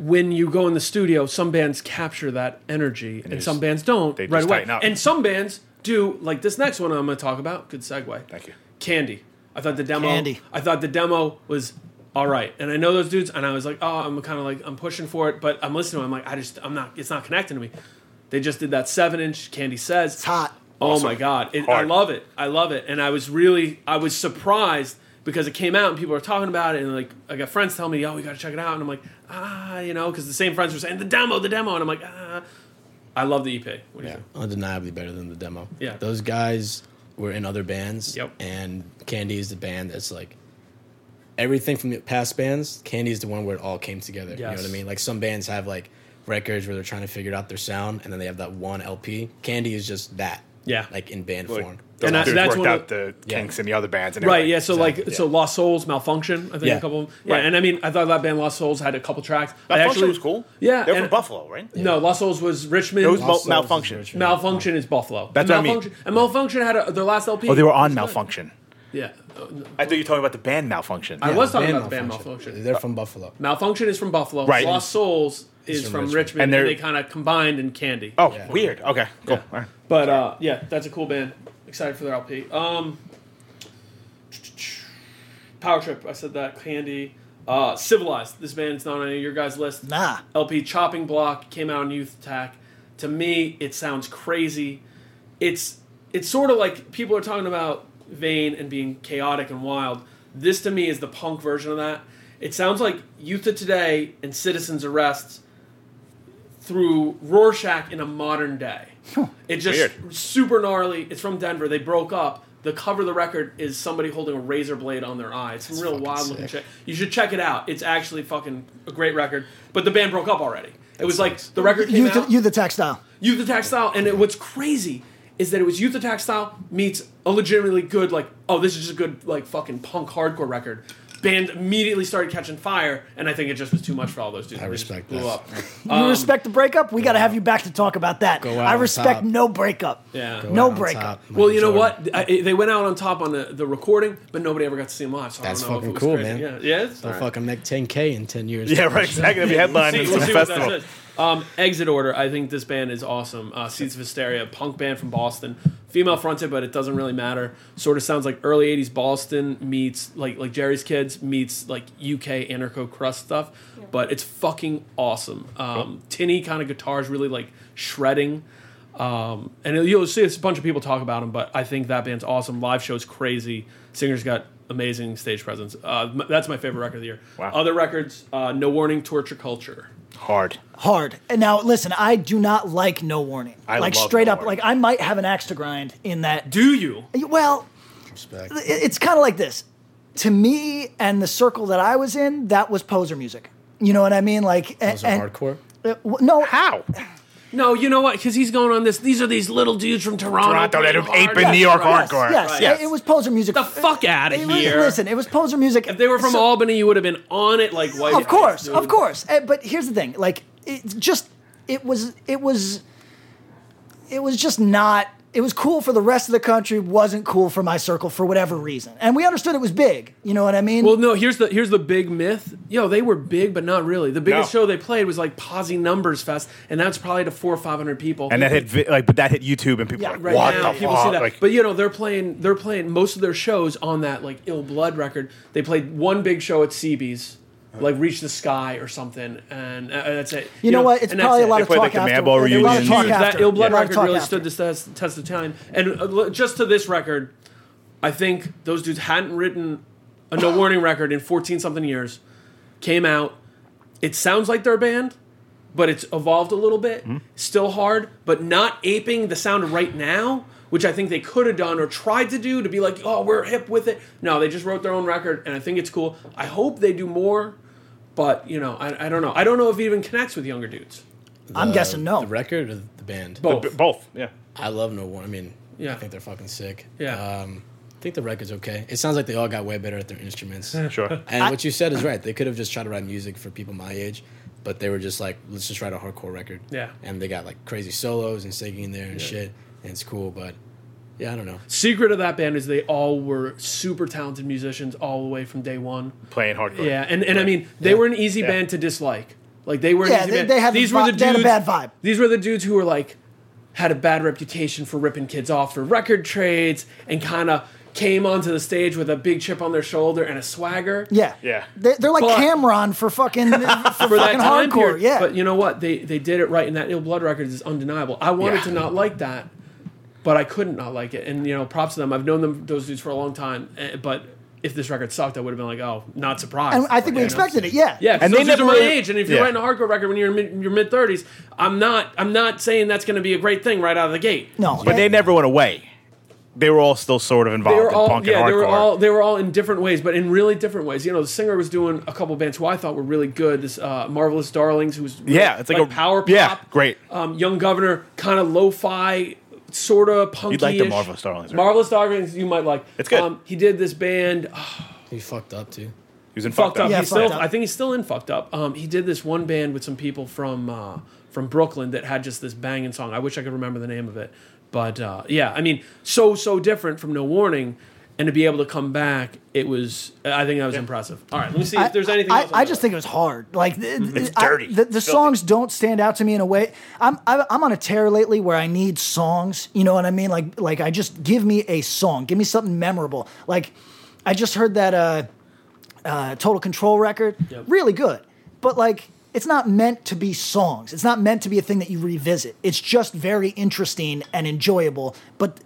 when you go in the studio, some bands capture that energy and,
they
some
just-
bands don't
they
right
just
away.
tighten up.
And some bands do like this next one I'm going to talk about. Good segue.
Thank you.
Candy. I thought the demo.
Candy.
I thought the demo was all right, and I know those dudes, and I was like, oh, I'm kind of like I'm pushing for it, but I'm listening. to it, I'm like, I just I'm not. It's not connecting to me. They just did that seven inch. Candy says
It's hot.
Oh
Awesome.
my god, it, I
Hard.
love it. I love it, and I was really I was surprised because it came out and people were talking about it, and like I got friends tell me, "Oh, we got to check it out," and I'm like, ah, you know, because the same friends were saying the demo, the demo, and I'm like, ah, I love the EP. What do you
Yeah,
think?
undeniably better than the demo.
Yeah.
those guys were in other bands.
Yep.
And Candy is the band that's like everything from the past bands. Candy is the one where it all came together. You know what
Yes.
I mean? Like some bands have like records where they're trying to figure out their sound, and then they have that one LP. Candy is just that.
Yeah.
like in band form.
Those
And I-
dudes
that's
worked
one of
out the kinks in the other bands, and
Right,
everything.
yeah. So like, so Lost Souls, Malfunction. I think
Yeah.
a couple. Of them. Yeah,
Right.
and I mean, I thought that band Lost Souls had a couple tracks. I
Malfunction
actually
was cool.
Yeah,
they're from
and-
Buffalo, right?
No, Lost Souls was Richmond.
It was
Lost
mal-
Souls is
malfunction.
Richmond.
Malfunction is Buffalo.
That's what I mean.
Malfunction, And Malfunction had a, their last LP.
Oh, they were on
It was good.
malfunction.
Yeah, Uh,
I thought you were talking about the band malfunction.
I was talking about the band Malfunction.
They're from Buffalo.
Malfunction is from Buffalo.
Right.
Lost Souls is
from
from Richmond,
And
Richmond.
and,
they're-
they kind of combined in Candy.
oh, weird. Okay, cool.
Yeah.
All right.
but uh, yeah, that's a cool band. Excited for their LP. Um, Power Trip. I said that Candy. Uh, Civilized. This band's not on any of your guys' list.
Nah.
LP Chopping Block came out on Youth Attack. To me, it sounds crazy. It's it's sort of like people are talking about vain and being chaotic and wild. This to me is the punk version of that. It sounds like Youth of Today and Citizens Arrest through Rorschach in a modern day. It just
Weird.
super gnarly. It's from Denver. They broke up. The cover of the record is somebody holding a razor blade on their eye. It's some real wild looking shit. You should check it out. It's actually fucking a great record. But the band broke up already. It was like the record came
You the,
out.
you the textile.
Youth Attack Style, and it, what's crazy is that it was Youth Attack Style meets a legitimately good, like, oh, this is just a good, like, fucking punk hardcore record. Band immediately started catching fire, and I think it just was too much for all those dudes.
I
They just
respect
blew
that.
up.
You respect the breakup? We got to have you back to talk about that.
Go out
I
on
respect
top.
no breakup.
Yeah. Go
No
Right on
breakup.
top,
well,
Michael
you know
Jordan.
what? I, I- they went out on top on the, the recording, but nobody ever got to see them live. So
That's
I don't know if
fucking
it was
cool,
crazy.
man.
Yeah, yeah. It's
They'll
alright.
fucking make 10k in 10 years.
Yeah, right. Exactly. That'd be headline
See-
in
we'll
some
see what that
festival.
says. Um, Exit Order, I think this band is awesome. Uh, Seeds of Hysteria, punk band from Boston, female fronted, but it doesn't really matter. Sort of sounds like early '80s Boston meets like like Jerry's Kids meets like UK anarcho crust stuff, but it's fucking awesome. Um, tinny kind of guitars, really like shredding. Um, and you'll see it's a bunch of people talk about him, but I think that band's awesome. Live show's crazy. Singer's got amazing stage presence. Uh, m- that's my favorite record of the year.
Wow.
Other records, uh, No Warning, Torture Culture.
Hard.
Hard. And now, listen, I do not like no warning.
I
like
love
straight
No
up,
Warning.
like I might have an axe to grind in that.
Do you?
Well,
Respect.
i- it's kind of like this. To me and the circle that I was in, that was poser music. You know what I mean? Like, a-
Those are
and-
hardcore.
uh, w- no,
How?
No, you know what? Because he's going on this. These are these little dudes from Toronto.
Toronto that
playing
are aping
hard-
New York
Yes,
hardcore.
Yes,
Right.
It, it was poser music.
The fuck outta
It was-
here.
listen, it was poser music.
If they were from
So-
Albany, you would have been on it like white.
of course,
dude.
of course. Eh, But here's the thing: like, it just it was it was it was just not. It was cool for the rest of the country, wasn't cool for my circle for whatever reason. And we understood it was big. You know what I mean?
Well, no. Here's the here's the big myth. Yo, they were big, but not really. The biggest
No.
show they played was like Posy Numbers Fest, and that's probably to four or five hundred people.
and that hit vi- like, but that hit YouTube, and people
yeah,
were like,
right
what
now
the
people
fuck?
see that.
Like,
but you know, they're playing they're playing most of their shows on that like Ill Blood record. They played one big show at CB's. Like reach the sky or something, and uh, uh, that's it.
You know what? It's
and that's
probably a
it.
lot
They
of
played,
talk
like, the
after.
Madball
and a lot of
reunion.
talk
huge.
after.
That ill blood
A lot of
record
talk
really
after.
stood the test, test of time. And uh, l- just to this record, I think those dudes hadn't written a no warning record in 14 something years. Came out. It sounds like their band, but it's evolved a little bit.
Mm-hmm.
Still hard, but not aping the sound of right now, which I think they could have done or tried to do to be like, oh, we're hip with it. No, they just wrote their own record, and I think it's cool. I hope they do more. But you know, I, I don't know. I don't know if it even connects with younger dudes.
I'm guessing no.
The record or the band?
Both.
b- both, yeah.
I love No Warning. I mean,
Yeah.
I think they're fucking sick.
Yeah.
Um, I think the record's okay. It sounds like they all got way better at their instruments.
Sure.
And what you said is right. They could have just tried to write music for people my age, but they were just like, let's just write a hardcore record.
Yeah.
And they got like crazy solos and singing in there and shit. And it's cool, but yeah, I don't know.
secret of that band is they all were super talented musicians all the way from day one.
playing hardcore.
Yeah, and, and I mean they were an easy band to dislike. Like they were. An
Yeah,
easy
they-
band.
they had the vi- they had a bad vibe.
These were the dudes who were like had a bad reputation for ripping kids off for record trades and kind of came onto the stage with a big chip on their shoulder and a swagger.
Yeah.
Yeah.
They, they're like
But-
Cameron for fucking, for fucking hardcore.
period.
Yeah.
But you know what? They they did it right, and that Ill Blood Records is undeniable. I wanted
Yeah.
to not like that, but I couldn't not like it. And you know, props to them. I've known them those dudes for a long time, eh, but. If this record sucked, I would have been like, "Oh, not surprised."
and I think we
You know?
expected it. Yeah.
Yeah, and
And
those
they
dudes are
never
my
really-
age, and if you're
yeah.
writing a hardcore record when you're in mid, your mid thirties, I'm not. I'm not saying that's going to be a great thing right out of the gate.
No.
But they never went away. They were all still sort of
They
involved
were
in
all
punk
yeah,
and hardcore.
they were all they were all in different ways, but in really different ways. You know, the singer was doing a couple bands who I thought were really good. This uh, marvelous darlings, who's really,
Yeah, it's like a-
power pop.
yeah, great.
Um, Young Governor, kind of lo-fi, sort of punky.
like the Marvelous Darlings, right?
Marvelous darlings, you might like.
It's good.
Um, he did this band.
He fucked up too.
he was in
fucked up.
Yeah,
he's
fucked
still,
up.
I think he's still in fucked up. Um, he did this one band with some people from uh, from Brooklyn that had just this banging song. I wish I could remember the name of it, but uh, yeah, I mean, so so different from No Warning, and to be able to come back, it was. I think that was impressive. All right, let me see if there's anything.
I,
else
I just think it was hard. Like th- th- I-
Mm-hmm. dirty.
the, the
Filthy.
songs don't stand out to me in a way. I'm I, I'm on a tear lately where I need songs. You know what I mean? Like like I just give me a song. Give me something memorable. Like I just heard that uh, uh, Total Control record. Really good, but like. It's not meant to be songs. It's not meant to be a thing that you revisit. It's just very interesting and enjoyable. But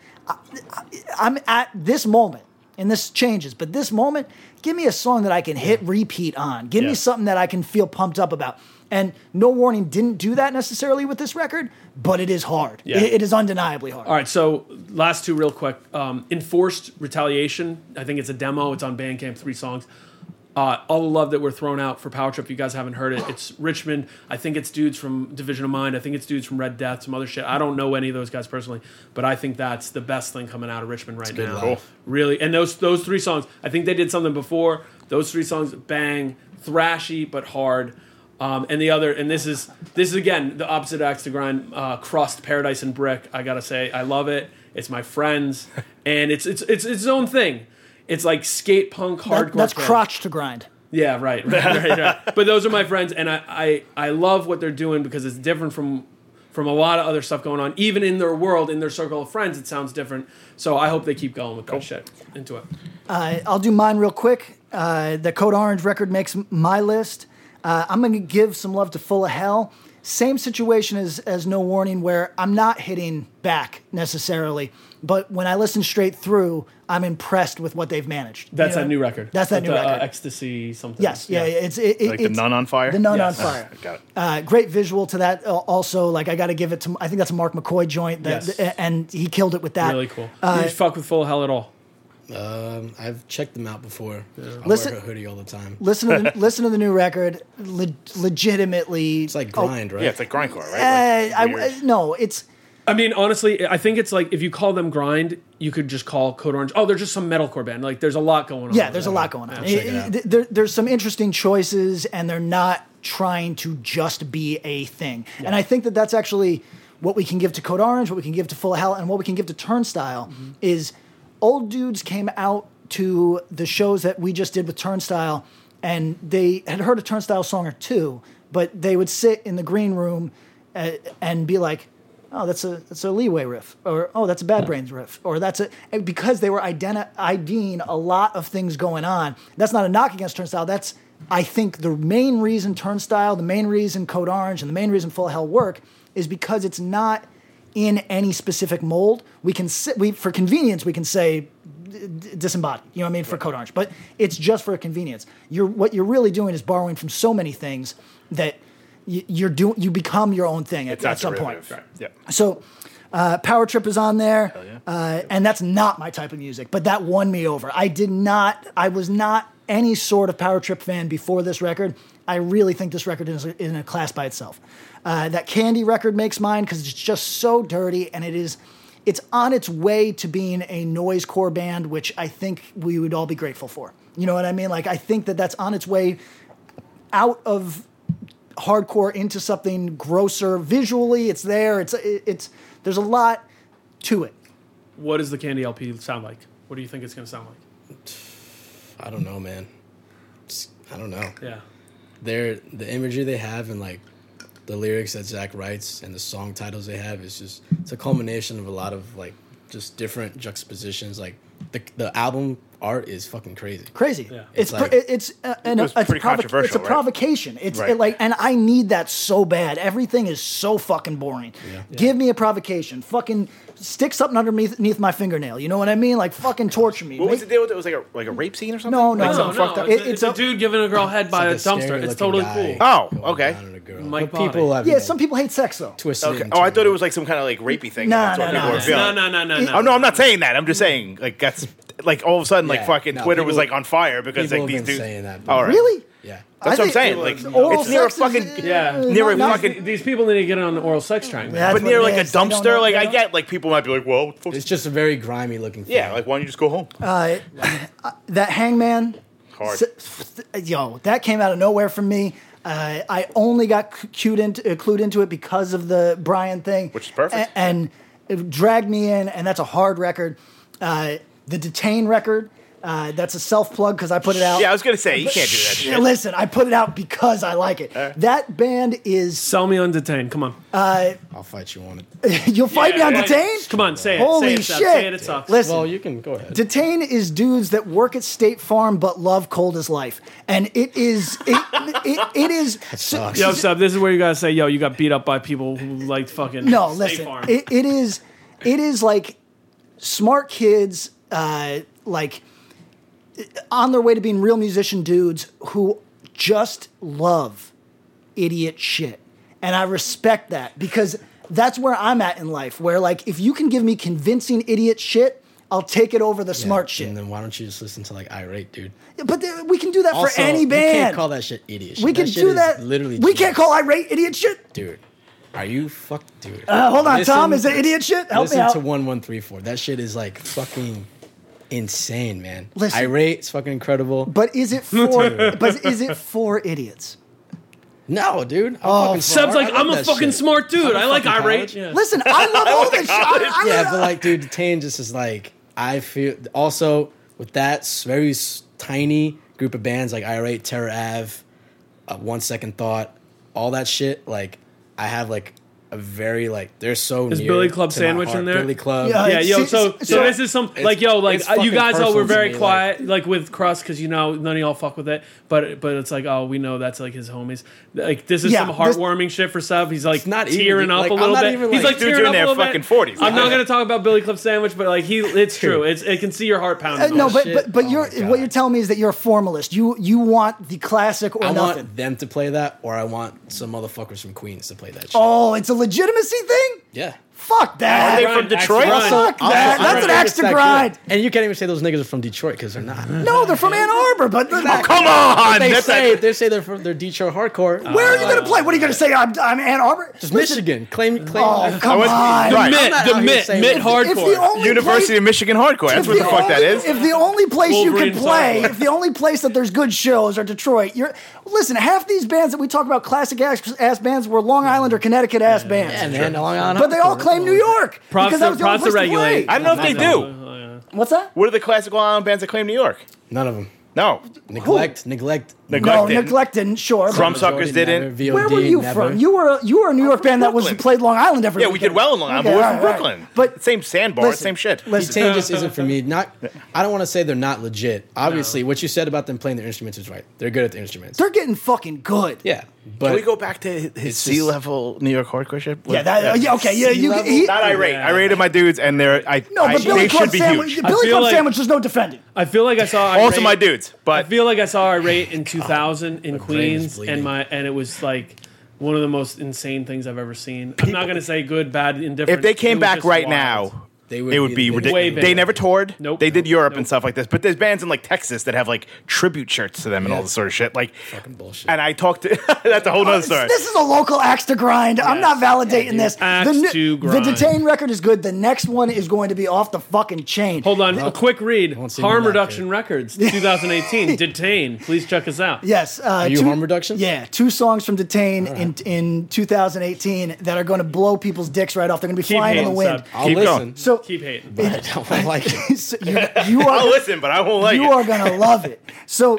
I'm at this moment, and this changes, but this moment, give me a song that I can hit repeat on. Give me something that I can feel pumped up about. And No Warning didn't do that necessarily with this record, but it is hard.
Yeah.
It- it is undeniably hard.
All right, so last two real quick. Um, Enforced Retaliation. I think it's a demo. It's on Bandcamp. Three songs. Uh, all the love that we're throwing out for Power Trip. If you guys haven't heard it, it's Richmond. I think it's dudes from Division of Mind. I think it's dudes from Red Death. Some other shit. I don't know any of those guys personally, but I think that's the best thing coming out of Richmond right
good
now.
live.
Really, and those those three songs. I think they did something before. Those three songs, bang, thrashy but hard. Um, and the other, and this is this is again the opposite axe to grind. Uh, crust, paradise, and brick. I gotta say, I love it. It's my friends, and it's it's it's its own thing. It's like skate punk
That-
hardcore.
that's
thing.
crotch to grind.
Yeah, right, right, right, right. But those are my friends, and I, I, I love what they're doing because it's different from from a lot of other stuff going on. Even in their world, in their circle of friends, it sounds different. So I hope they keep going with that shit into it.
Uh, I'll do mine real quick. Uh, the Code Orange record makes m- my list. Uh, I'm going to give some love to Full of Hell. Same situation as, as No Warning, where I'm not hitting back necessarily, but when I listen straight through, I'm impressed with what they've managed. You
That's
know?
that new record.
That's that
With
new
the,
record.
Uh, ecstasy something.
Yes, yeah, yeah, it's it, it-
Like the
it's-
Nun on Fire?
The nun
Yes.
on fire.
Got it.
Uh, great visual to that. uh, Also, like I got to give it to. I think that's a Mark McCoy joint. That,
Yes.
th- and he killed it with that.
Really cool.
Uh,
you fuck with Full Hell at all?
Um, I've checked them out before. I
Listen-
wear a hoodie all the time.
listen to the, listen to the new record. Le- legitimately,
It's like grind, right?
Yeah, it's like grindcore, right?
Uh, I,
Like, weird.
uh, no, it's
I mean, honestly, I think it's like if you call them grind, you could just call Code Orange. Oh, they're just some metalcore band. Like, there's a lot going on.
yeah. There's a lot going on.
check it
It-
out.
th- there- there's some interesting choices, and they're not trying to just be a thing. And I think that that's actually what we can give to Code Orange, what we can give to Full of Hell, and what we can give to Turnstile
Mm-hmm.
is old dudes came out to the shows that we just did with Turnstile, and they had heard a Turnstile song or two, but they would sit in the green room uh, and be like, "Oh, that's a that's a leeway riff," or "Oh, that's a Bad Brains riff," or "That's a," and because they were identi- IDing a lot of things going on. That's not a knock against Turnstile. That's I think the main reason Turnstile, the main reason Code Orange, and the main reason Full Hell work is because it's not in any specific mold. We can si- we for convenience we can say d- d- disembodied. You know what I mean for Code Orange, but it's just for convenience. You're what you're really doing is borrowing from so many things that y- you're doing. You become your own thing at,
not
at some point.
derivative. Yeah.
So. Uh, Power Trip is on there, uh, and that's not my type of music, but that won me over. I did not, I was not any sort of Power Trip fan before this record. I really think this record is in a class by itself. Uh, that Candy record makes mine because it's just so dirty, and it is, it's on its way to being a noise core band, which I think we would all be grateful for. You know what I mean? Like I think that that's on its way out of hardcore into something grosser visually. It's there. It's it, it's there's a lot to it.
What does the Candy LP sound like? What do you think it's going to sound like?
I don't know, man. It's- I don't know.
Yeah.
They're the imagery they have and like the lyrics that Zach writes and the song titles they have is just it's a culmination of a lot of like just different juxtapositions. Like the the album art is fucking crazy.
Crazy. It's
It's
pr-
like-
it- it's uh, an,
was
it's,
pretty
provo-
controversial,
it's a
right?
provocation. It's
Right.
it, like and I need that so bad. Everything is so fucking boring. Give me a provocation. Fucking stick something underneath, underneath my fingernail. You know what I mean? Like fucking torture me.
What was the
Make-
deal with it? It was like a like a rape scene or something?
No, no,
like
no,
something
no.
fucked up.
It-
It's, a,
it's
Oh, it's
a-
a dude giving a girl head by
It's
a
like a
dumpster. Uh, It's
scary-looking
totally
guy
cool.
Oh,
going
okay.
down on a girl.
Mike
But people
Potter.
have
yeah,
like,
some people hate sex though.
twisted.
Okay.
and
Oh, I
turned.
thought it was like some kind of like rapey thing.
Nah,
That's what
nah,
people
nah,
were
nah.
No,
feeling.
no, no, no,
Oh
no.
no, I'm not saying that. I'm just saying like that's like all of a sudden like
Yeah.
fucking
No,
Twitter was
people-
like on fire because
people
like these
have been
dudes.
saying that, but-
all right.
Really?
Yeah.
That's
I
what I'm saying.
think-
Like
Oral
it's near a
sex is,
fucking
uh,
Yeah.
near a
not- not-
fucking
These people need to get on an oral sex train.
Yeah.
Yeah.
That's
but near
what it
like a
is. They don't know-
dumpster. Like
they
I
don't-
get like people might be like, well, folks,
It's just a very grimy looking thing.
yeah, like why don't you just go home?
Uh, that Hangman,
Hard.
s- th- yo, that came out of nowhere for me. Uh, I only got c- cued into, uh, clued into it because of the Brian thing,
Which is perfect.
A- and it dragged me in. And that's a hard record. Uh, the Detain record, uh, that's a self plug because I put it out.
Yeah, I was gonna say you can't do that.
Yeah,
Shit.
Listen, I put it out because I like it. That band is.
Sell me undetained. Come on.
I'll fight you on it.
You'll fight me on
Yeah.
Detain?
Come on, say it.
Holy
say it, Seth.
shit.
Say it, it sucks.
Listen,
Well, you can go ahead.
Detain is dudes that work at State Farm but love cold as life, and it is it it, it is
sucks.
Yo, Sub, this is where you gotta say, yo, you got beat up by people who liked fucking
no
State
listen
Farm.
it, it is it is like smart kids uh, like uh, on their way to being real musician dudes who just love idiot shit. And I respect that because that's where I'm at in life, where like if you can give me convincing idiot shit, I'll take it over the smart shit.
And then why don't you just listen to like irate, dude?
But th- we can do that for
Also,
any
you
band.
can't call that shit idiot. Shit.
we can
shit
do
is
that.
Literally,
we
genius.
can't call irate idiot shit.
dude. Are you fuck, dude?
Uh, hold on, Tom. Is it idiot shit? Help
listen
me out.
to one one three four. That shit is like fucking insane, man.
Listen.
irate, it's fucking incredible.
but is it for? but is it for idiots?
no, dude. I'm oh,
Sub's like, I'm a fucking smart dude. I like irate. Yeah.
Listen, I love all this shit. I, I,
Yeah, but like, dude, Tane just is like, I feel. Also, with that s- very s- tiny group of bands like Irate, Terror Ave, uh, One Second Thought, all that shit, like, I have like a very, like, they're so.
Is
near
Billy Club
to my
Sandwich in
heart.
there?
Billy Club.
Yeah,
Yeah, yo,
Uh, See,
so
see,
so
so
this is some
it's-
like yo, like
it's
uh, you
fucking
guys all
personal
were
to
very
me, like-
quiet, like, with Crust, because you know none of y'all fuck with it. But but it's like oh, we know that's like his homies. Like this is
Yeah,
some
this-
heartwarming shit for Sub. He's like
not even-
tearing up
like,
a
I'm
little
not
bit.
even,
He's
like-
like
Dudes
tearing
are in
up a
their
little bit.
fucking 40s.
I'm not
Yeah.
gonna talk about Billy Club sandwich, but like he, it's true. It's it can see your heart
Uh,
pounding.
no,
on it.
but
shit.
but but
Oh
you're what
my God.
you're telling me is that you're a formalist. You you want the classic or
I
nothing.
want them to play that, or I want some motherfuckers from Queens to play that shit.
oh, it's a legitimacy thing.
Yeah.
Fuck that.
Are they from
Grind, axe
Detroit?
grind.
Fuck that. Eh, That's an axe to grind.
And you can't even say those niggas are from Detroit because they're not.
No, they're from Ann Arbor, but
Oh, come on!
They
That's
say
like-
they say they're from they're Detroit hardcore. Uh,
where are you going to play? What are you going to say? I'm, I'm Ann Arbor?
It's
Just
Michigan. Claim claim.
Oh,
I
come
went-
on.
Right.
I'm
Mitt,
not
the
out here
Mitt,
saying
Mitt
it's-
It's the
hardcore.
only
University
place-
of Michigan hardcore.
if
That's what the fuck
only,
that is.
If the only place you
Wolverine
can play,
software.
if the only place that there's good shows are Detroit, you're listen. Half these bands that we talk about, classic ass, ass bands, were Long Island or Connecticut ass bands.
Yeah, man, Long Island
but they all
hardcore.
claim New York
Props
because that
to,
was the only
props to
place to
regulate.
play.
I don't know if they do.
What's that?
What are the classic Long Island bands that claim New York?
None of them.
No.
Neglect. Neglect.
No,
Neglect didn't.
neglect didn't. Sure. but-
Crumb Suckers
Jordan,
didn't.
never. VOD,
Where were you
never.
from? You were you were a New York
from
band that was
Brooklyn.
played Long Island every
Yeah, we did
weekend.
well in Long Island,
Okay,
but we're
all
from
right,
Brooklyn.
But
Same sandbar,
listen,
same shit.
He
Listen,
saying just isn't for me. Not. I don't want to say they're not legit. Obviously, what you said about them playing their instruments is right. They're good at the instruments.
they're getting fucking good.
yeah, but
Can we go back to his
It's
sea
just-
level New York hardcore shit?
Yeah, that, yeah, okay, yeah, you,
C-level?
he,
Not irate. I rated my dudes, and they're I.
no,
I-
but Billy
they
Club
should be
Sandwich,
huge.
Billy
feel
Club
like-
Sandwich, there's no defending.
I feel like I saw
Also,
Irate-
my dudes, but
I feel like I saw Irate in 2000 in
brain is
Queens,
bleeding.
and my and it was like one of the most insane things I've ever seen. I'm not gonna say good, bad, indifferent.
if they came
It was
back
just
right
wild.
now.
They would
it would
be-
be
Way
ridiculous.
bigger.
They never toured.
Nope.
They did
Nope.
Europe
Nope.
and stuff like this. But there's bands in like Texas that have like tribute shirts to them and all
Yeah.
this sort of shit. Like, fucking
bullshit.
And I talked to. that's a whole nother story.
Oh, Uh, This is a local axe to grind. I'm not validating this.
Axe
the,
to grind.
the detained record is good. The next one is going to be off the fucking chain.
Hold on, a quick read.
won't see
Harm
me back
Reduction Records, 2018. Detain. Please check us out.
Yes. Uh,
you harm reduction?
Yeah, two songs from Detain in in 2018 that are going to blow people's dicks right off. They're going to be
Keep
flying in the
hating,
wind.
Seb.
I'll
Keep
listen.
So,
Keep hating.
I don't like it.
so you, you are
I'll listen, but I won't like
you
it.
are gonna love it. So,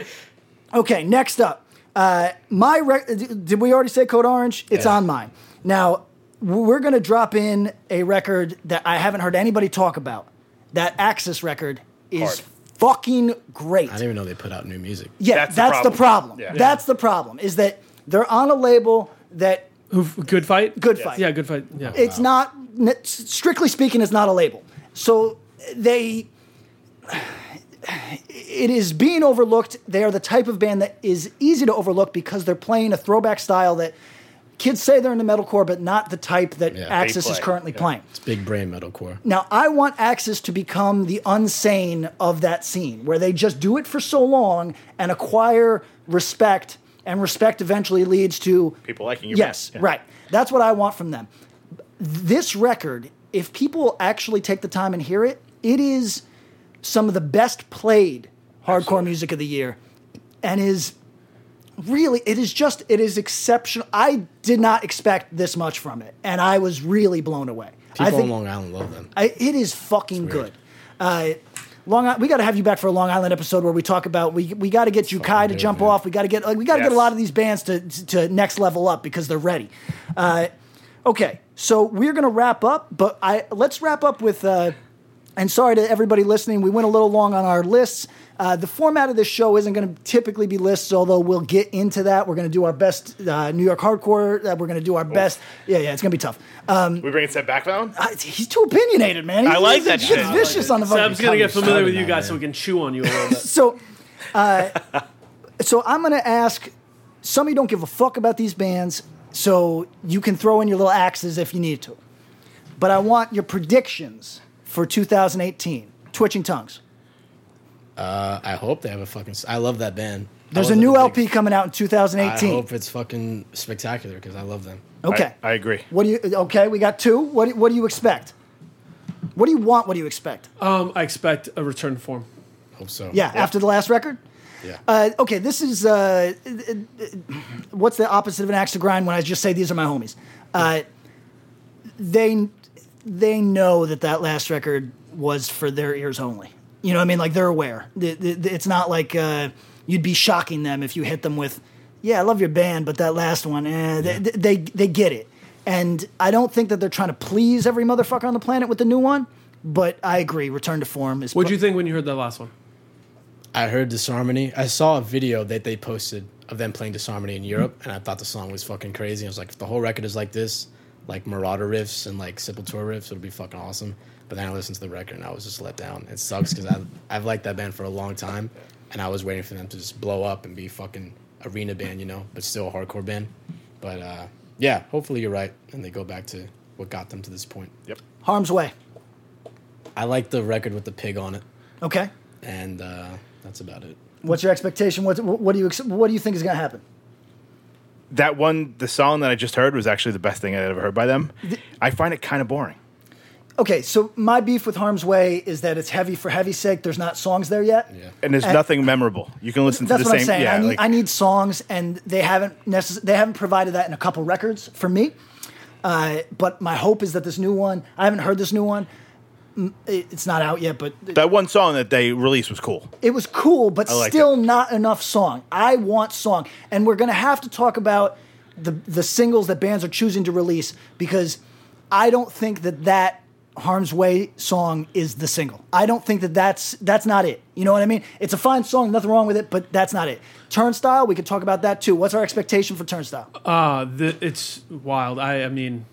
okay, next up, uh, my rec- did we already say Code Orange? It's
Yeah.
on mine now. We're gonna drop in a record that I haven't heard anybody talk about. That Axis record is fucking great.
I didn't even know they put out new music.
yeah,
That's
that's,
the
the problem.
problem. Yeah.
That's the problem is that they're on a label that
Who- Good fight.
Good Fight.
Yeah, good fight. Yeah.
it's not n- strictly speaking it's not a label so they it is being overlooked they are the type of band that is easy to overlook because they're playing a throwback style that kids say they're into metalcore but not the type that
Yeah.
axis is
play.
currently playing
It's big brain metalcore.
now I want Axis to become the unsane of that scene, where they just do it for so long and acquire respect, and respect eventually leads to
People liking your
Yes,
band. Yeah.
right. That's what I want from them. This record, if people actually take the time and hear it, it is some of the best played hardcore music of the year, and is really it is just it is exceptional. I did not expect this much from it, and I was really blown away. I
People
think
on Long Island love them.
I, it is fucking good. Uh, Long Island, we got to have you back for a Long Island episode where we talk about we we got to get you Kai to
do it,
jump
man.
off. We got to get like, we got to get a
Yes.
lot of these bands to to next level up because they're ready. Uh, okay, so we're gonna wrap up, but I let's wrap up with. Uh, and sorry to everybody listening, we went a little long on our lists. Uh, the format of this show isn't going to typically be lists, although we'll get into that. We're going to do our best uh, New York hardcore. Uh, we're going to do our best. Yeah, yeah, it's going to be tough.
We bringing Seb back down.
I, he's too opinionated, man. He's,
I like
he's,
that
Shit's
shit.
vicious on the
Seb's
fucking
gonna get
covers.
familiar with you
Sorry,
guys
man.
so we can chew on you a little bit.
So, uh, so I'm gonna ask. Some of you don't give a fuck about these bands, so you can throw in your little axes if you need to. But I want your predictions for 2018. Twitching tongues.
I, I hope they have a fucking. s- I love that band. I
There's
was
a new
big-
LP coming out in
I
2018.
hope it's fucking spectacular because I love them.
okay.
I, I agree.
what do you? Okay, we got two. What do, What do you expect? What do you want? What do you expect?
Uh,
Um, I expect a return to form.
Hope so.
Yeah, after the last record.
Yeah.
Uh, okay, this is uh, uh, uh, what's the opposite of an axe to grind when I just say these are my homies. Uh, they they know that that last record was for their ears only. You know what I mean? Like they're aware. The- the- the- It's not like uh, you'd be shocking them if you hit them with, "Yeah, I love your band, but that last one." Eh, they, they they get it, and I don't think that they're trying to please every motherfucker on the planet with the new one. But I agree, return to form is.
What'd you think when you heard that last one?
I heard Disharmony. I saw a video that they posted of them playing Disharmony in Europe, and I thought the song was fucking crazy. I was like, if the whole record is like this, like Marauder riffs and like Sepultura riffs, it'll be fucking awesome. But then I listened to the record and I was just let down. It sucks because I've, I've liked that band for a long time, and I was waiting for them to just blow up and be fucking arena band, you know, but still a hardcore band. But uh, yeah, hopefully you're right and they go back to what got them to this point.
Yep.
Harm's Way.
I like the record with the pig on it,
Okay.
and uh, that's about it.
What's your expectation? What, what do you ex- what do you think is going to happen?
That one, the song that I just heard was actually the best thing I'd ever heard by them. I find it kind of boring.
Okay, so my beef with Harm's Way is that it's heavy for heavy's sake. There's not songs there yet.
Yeah.
And there's
And-
nothing memorable. You can listen to
Uh, That's
the
what
same.
I'm saying.
Yeah,
I, need,
like-
I need songs, and they haven't necess- they haven't provided that in a couple records for me. Uh, but my hope is that this new one. I haven't heard this new one. Mm, it- It's not out yet, but
that one song that they released was cool.
it was cool, but
liked
still
it.
not enough song. I want song, and we're gonna have to talk about the the singles that bands are choosing to release because I don't think that that Harm's Way song is the single. I don't think that that's that's not it. You know what I mean? It's a fine song, nothing wrong with it, but that's not it. Turnstile, we could talk about that too. What's our expectation for Turnstile?
Uh, the, it's wild. I, I mean,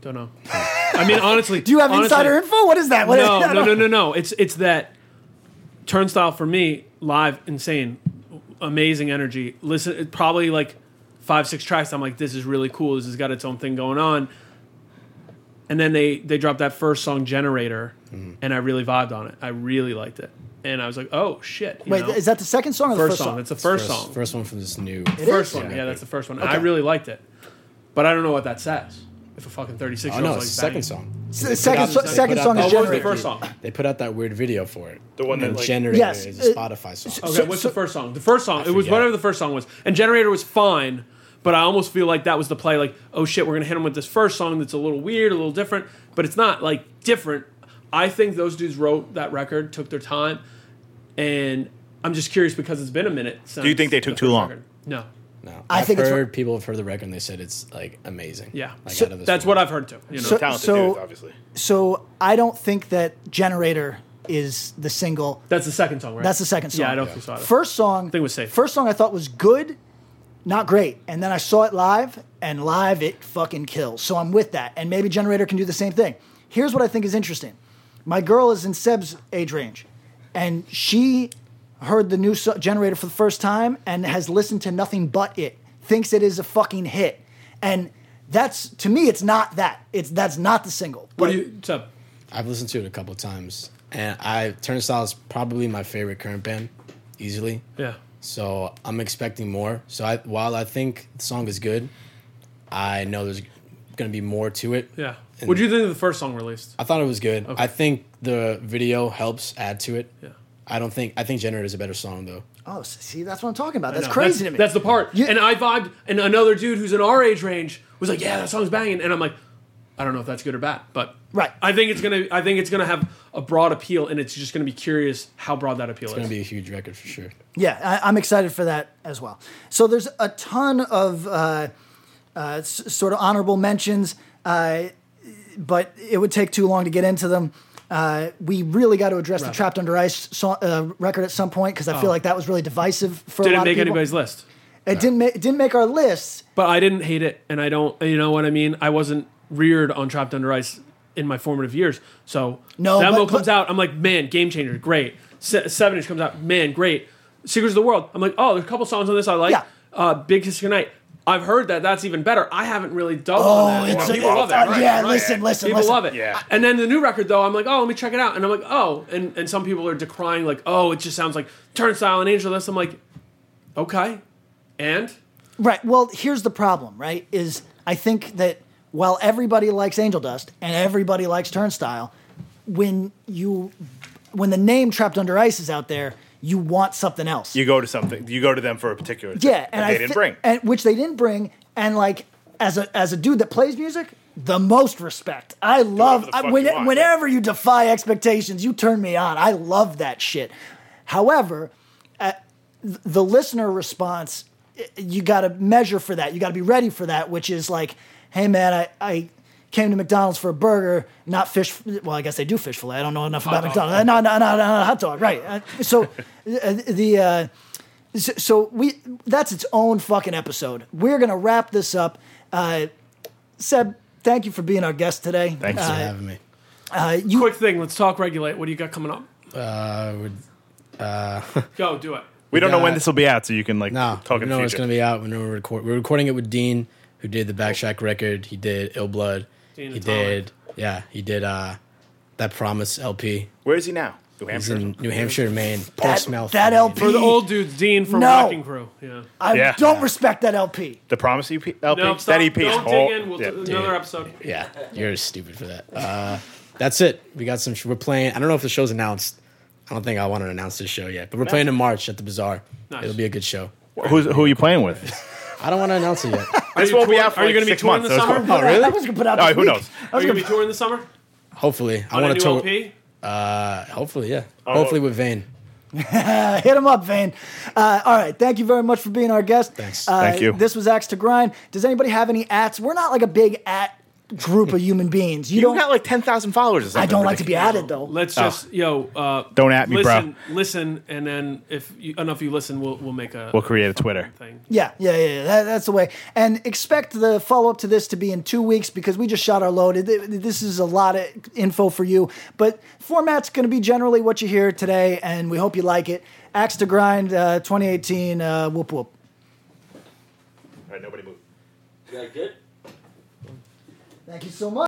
don't know. I mean, honestly,
Do you have
honestly,
insider info? What is that? What is-
No,
I
no,
don't-
no, no, no. It's it's that turnstile for me. Live, insane, amazing energy. Listen, it- probably like five, six tracks. I'm like, this is really cool. This has got its own thing going on. And then they they dropped that first song, Generator,
Mm-hmm.
and I really vibed on it. I really liked it, and I was like, oh shit. you
Wait,
know?
is that the second song or the
first,
first
song?
song?
It's the first, song.
First one from this new.
It
First
is?
one, yeah, that's the first one. I really liked it, but I don't know what that says. If a fucking thirty-six
Oh
year
no,
old
it's the
like
second
banging.
song.
S- second so-
they
second
put out
song
that
is
weird
what was the
Generator.
first song?
They put out that weird video for it.
The one that,
and
like-
generator
Yes,
is
uh,
a Spotify song.
Okay,
So-
what's
so-
the first song? The first song. It was
forget.
whatever the first song was, and Generator was fine. But I almost feel like that was the play. Like, oh shit, we're gonna hit them with this first song that's a little weird, a little different, but it's not like different. I think those dudes wrote that record, took their time, and I'm just curious because it's been a minute. Since
Do you think they
the
took
first
too long?
record. No.
No,
I
I
think
think
it's-
heard people have heard the record and they said it's like amazing.
Yeah.
like,
So
out of this
that's
world.
what I've heard too. You know.
So-
talented
so-
dudes, obviously.
So I don't think that Generator is the single.
that's the second song, right?
That's the second song.
Yeah, I don't think so. either.
First song.
Thing was safe.
First song I thought was good, not great. And then I saw it live, and live it fucking kills. So I'm with that. And maybe Generator can do the same thing. Here's what I think is interesting. My girl is in Seb's age range, and she heard the new so- Generator for the first time and has listened to nothing but it. Thinks it is a fucking hit, and that's to me, it's not that. It's that's not the single.
What
But
do you? What's up?
I've listened to it a couple of times, and I Turnstile is probably my favorite current band, easily.
Yeah.
So I'm expecting more. So I, while I think the song is good, I know there's going to be more to it.
Yeah.
And
What'd you think of the first song released?
I thought it was good. I think the video helps add to it. Yeah. I don't think I think Generator is a better song though.
oh, see, that's what I'm talking about. That's
No,
crazy to me.
That's the part. and I vibed, and another dude who's in our age range was like, "Yeah, that song's banging," and I'm like, "I don't know if that's good or bad, but
Right.
I think it's gonna. I think it's gonna have a broad appeal, and it's just gonna be curious how broad that appeal
It's going
is.
to be a huge record for sure.
Yeah, I, I'm excited for that as well. So there's a ton of uh, uh, s- sort of honorable mentions, uh, but it would take too long to get into them. Uh, we really got to address the Trapped Under Ice so, uh, record at some point because I feel like that was really divisive for a
Oh. Didn't
lot
make
of people.
anybody's list,
it didn't. Ma- it didn't make our lists.
but I didn't hate it, and I don't. You know what I mean? I wasn't reared on Trapped Under Ice in my formative years, so
No,
That
but-
mo comes
but-
out, I'm like, man, game changer, great. Se- Seven inch comes out, man, great. Secrets of the World, I'm like, oh, there's a couple songs on this I like.
Yeah.
Uh, Big Kiss Goodnight. I've heard that that's even better. I haven't really dug
Oh,
on that.
it's
Wow,
a,
people love it.
uh,
right?
yeah. Listen, listen,
People
listen.
love it.
Yeah.
And then the new record though, I'm like, oh, let me check it out. And I'm like, oh, and, and some people are decrying like, oh, it just sounds like Turnstile and Angel List. I'm like, okay, and
Right. Well, here's the problem, right? Is I think that while everybody likes Angel Dust and everybody likes Turnstile, when you when the name Trapped Under Ice is out there, you want something else.
You go to something. You go to them for a particular. thing
yeah,
that
and
they
I
didn't
thi-
bring.
and which they didn't bring and like as a as a dude that plays music, the most respect. I love
the fuck
I- when-
you want.
whenever you defy expectations, you turn me on. I love that shit. However, uh, the listener response i- you got to measure for that you got to be ready for that which is like hey man i, I came to mcdonald's for a burger not fish well i guess they do fish fillet i don't know enough about mcdonald's no no no no no hot dog right Uh, so uh, the uh, so, so we that's its own fucking episode we're gonna wrap this up uh, seb thank you for being our guest today
Thanks.
Thanks for
uh,
having me.
uh, you
quick thing. Let's talk regulate. What do you got coming up?
Uh, we're,
Go do it.
we don't know when
got-
this will be out, so you can like
no,
talk in
no,
the
ah, it's
future.
going to be out when we're record. We're recording it with Dean who did the Backtrack record. He did Ill Blood.
Dean
he
Atomic.
did yeah. He did uh that Promise LP.
Where is he now? New
He's
Hampshire.
in New Hampshire, Maine. Portsmouth,
that
Maine.
LP.
For the old dudes, Dean from
No.
Rocking Crew. Yeah.
I
Yeah.
don't respect that LP.
The Promise E EP? LP?
No, stop.
that EP is
Don't
whole-
dig in. We'll
Oh, yeah.
do another episode.
Yeah, you're stupid for that. Uh, that's it. We got some. We're playing. I don't know if the show's announced. I don't think I want to announce this show yet, but we're playing in March at the Bazaar.
Nice.
It'll be a good show.
Who's, who are you playing with?
I don't want to announce it yet.
This
you
won't be
touring-
out for
are you
like
gonna be
six
touring
months.
this
so it's
summer?
cool.
oh, really?
That was gonna put out.
All
this
right, who
week.
knows?
Are you going to be touring this summer?
Hopefully, I
On a
want
new Oh.
to tour.
LP?
Hopefully, yeah. Hopefully with Vane.
Uh, hit him up, Vane. Uh, all right, thank you very much for being our guest.
Thanks.
Uh,
Thank you.
This was Axe to Grind. Does anybody have any ats? We're not like a big at group of human beings. You,
You
don't.
got like 10,000 followers or something.
I don't like to be
ridiculous.
added though.
Let's just, yo. Uh,
Oh. Don't at me, bro.
listen, Listen, and then if you, enough you listen, we'll, we'll make a
We'll create a Twitter.
thing.
Yeah, yeah, yeah. yeah. That, that's the way. And expect the follow up to this to be in two weeks because we just shot our load. It- it- This is a lot of info for you, but format's going to be generally what you hear today, and we hope you like it. Axe to Grind, uh, 2018. Uh, whoop whoop.
All right, nobody move.
Thank you so much.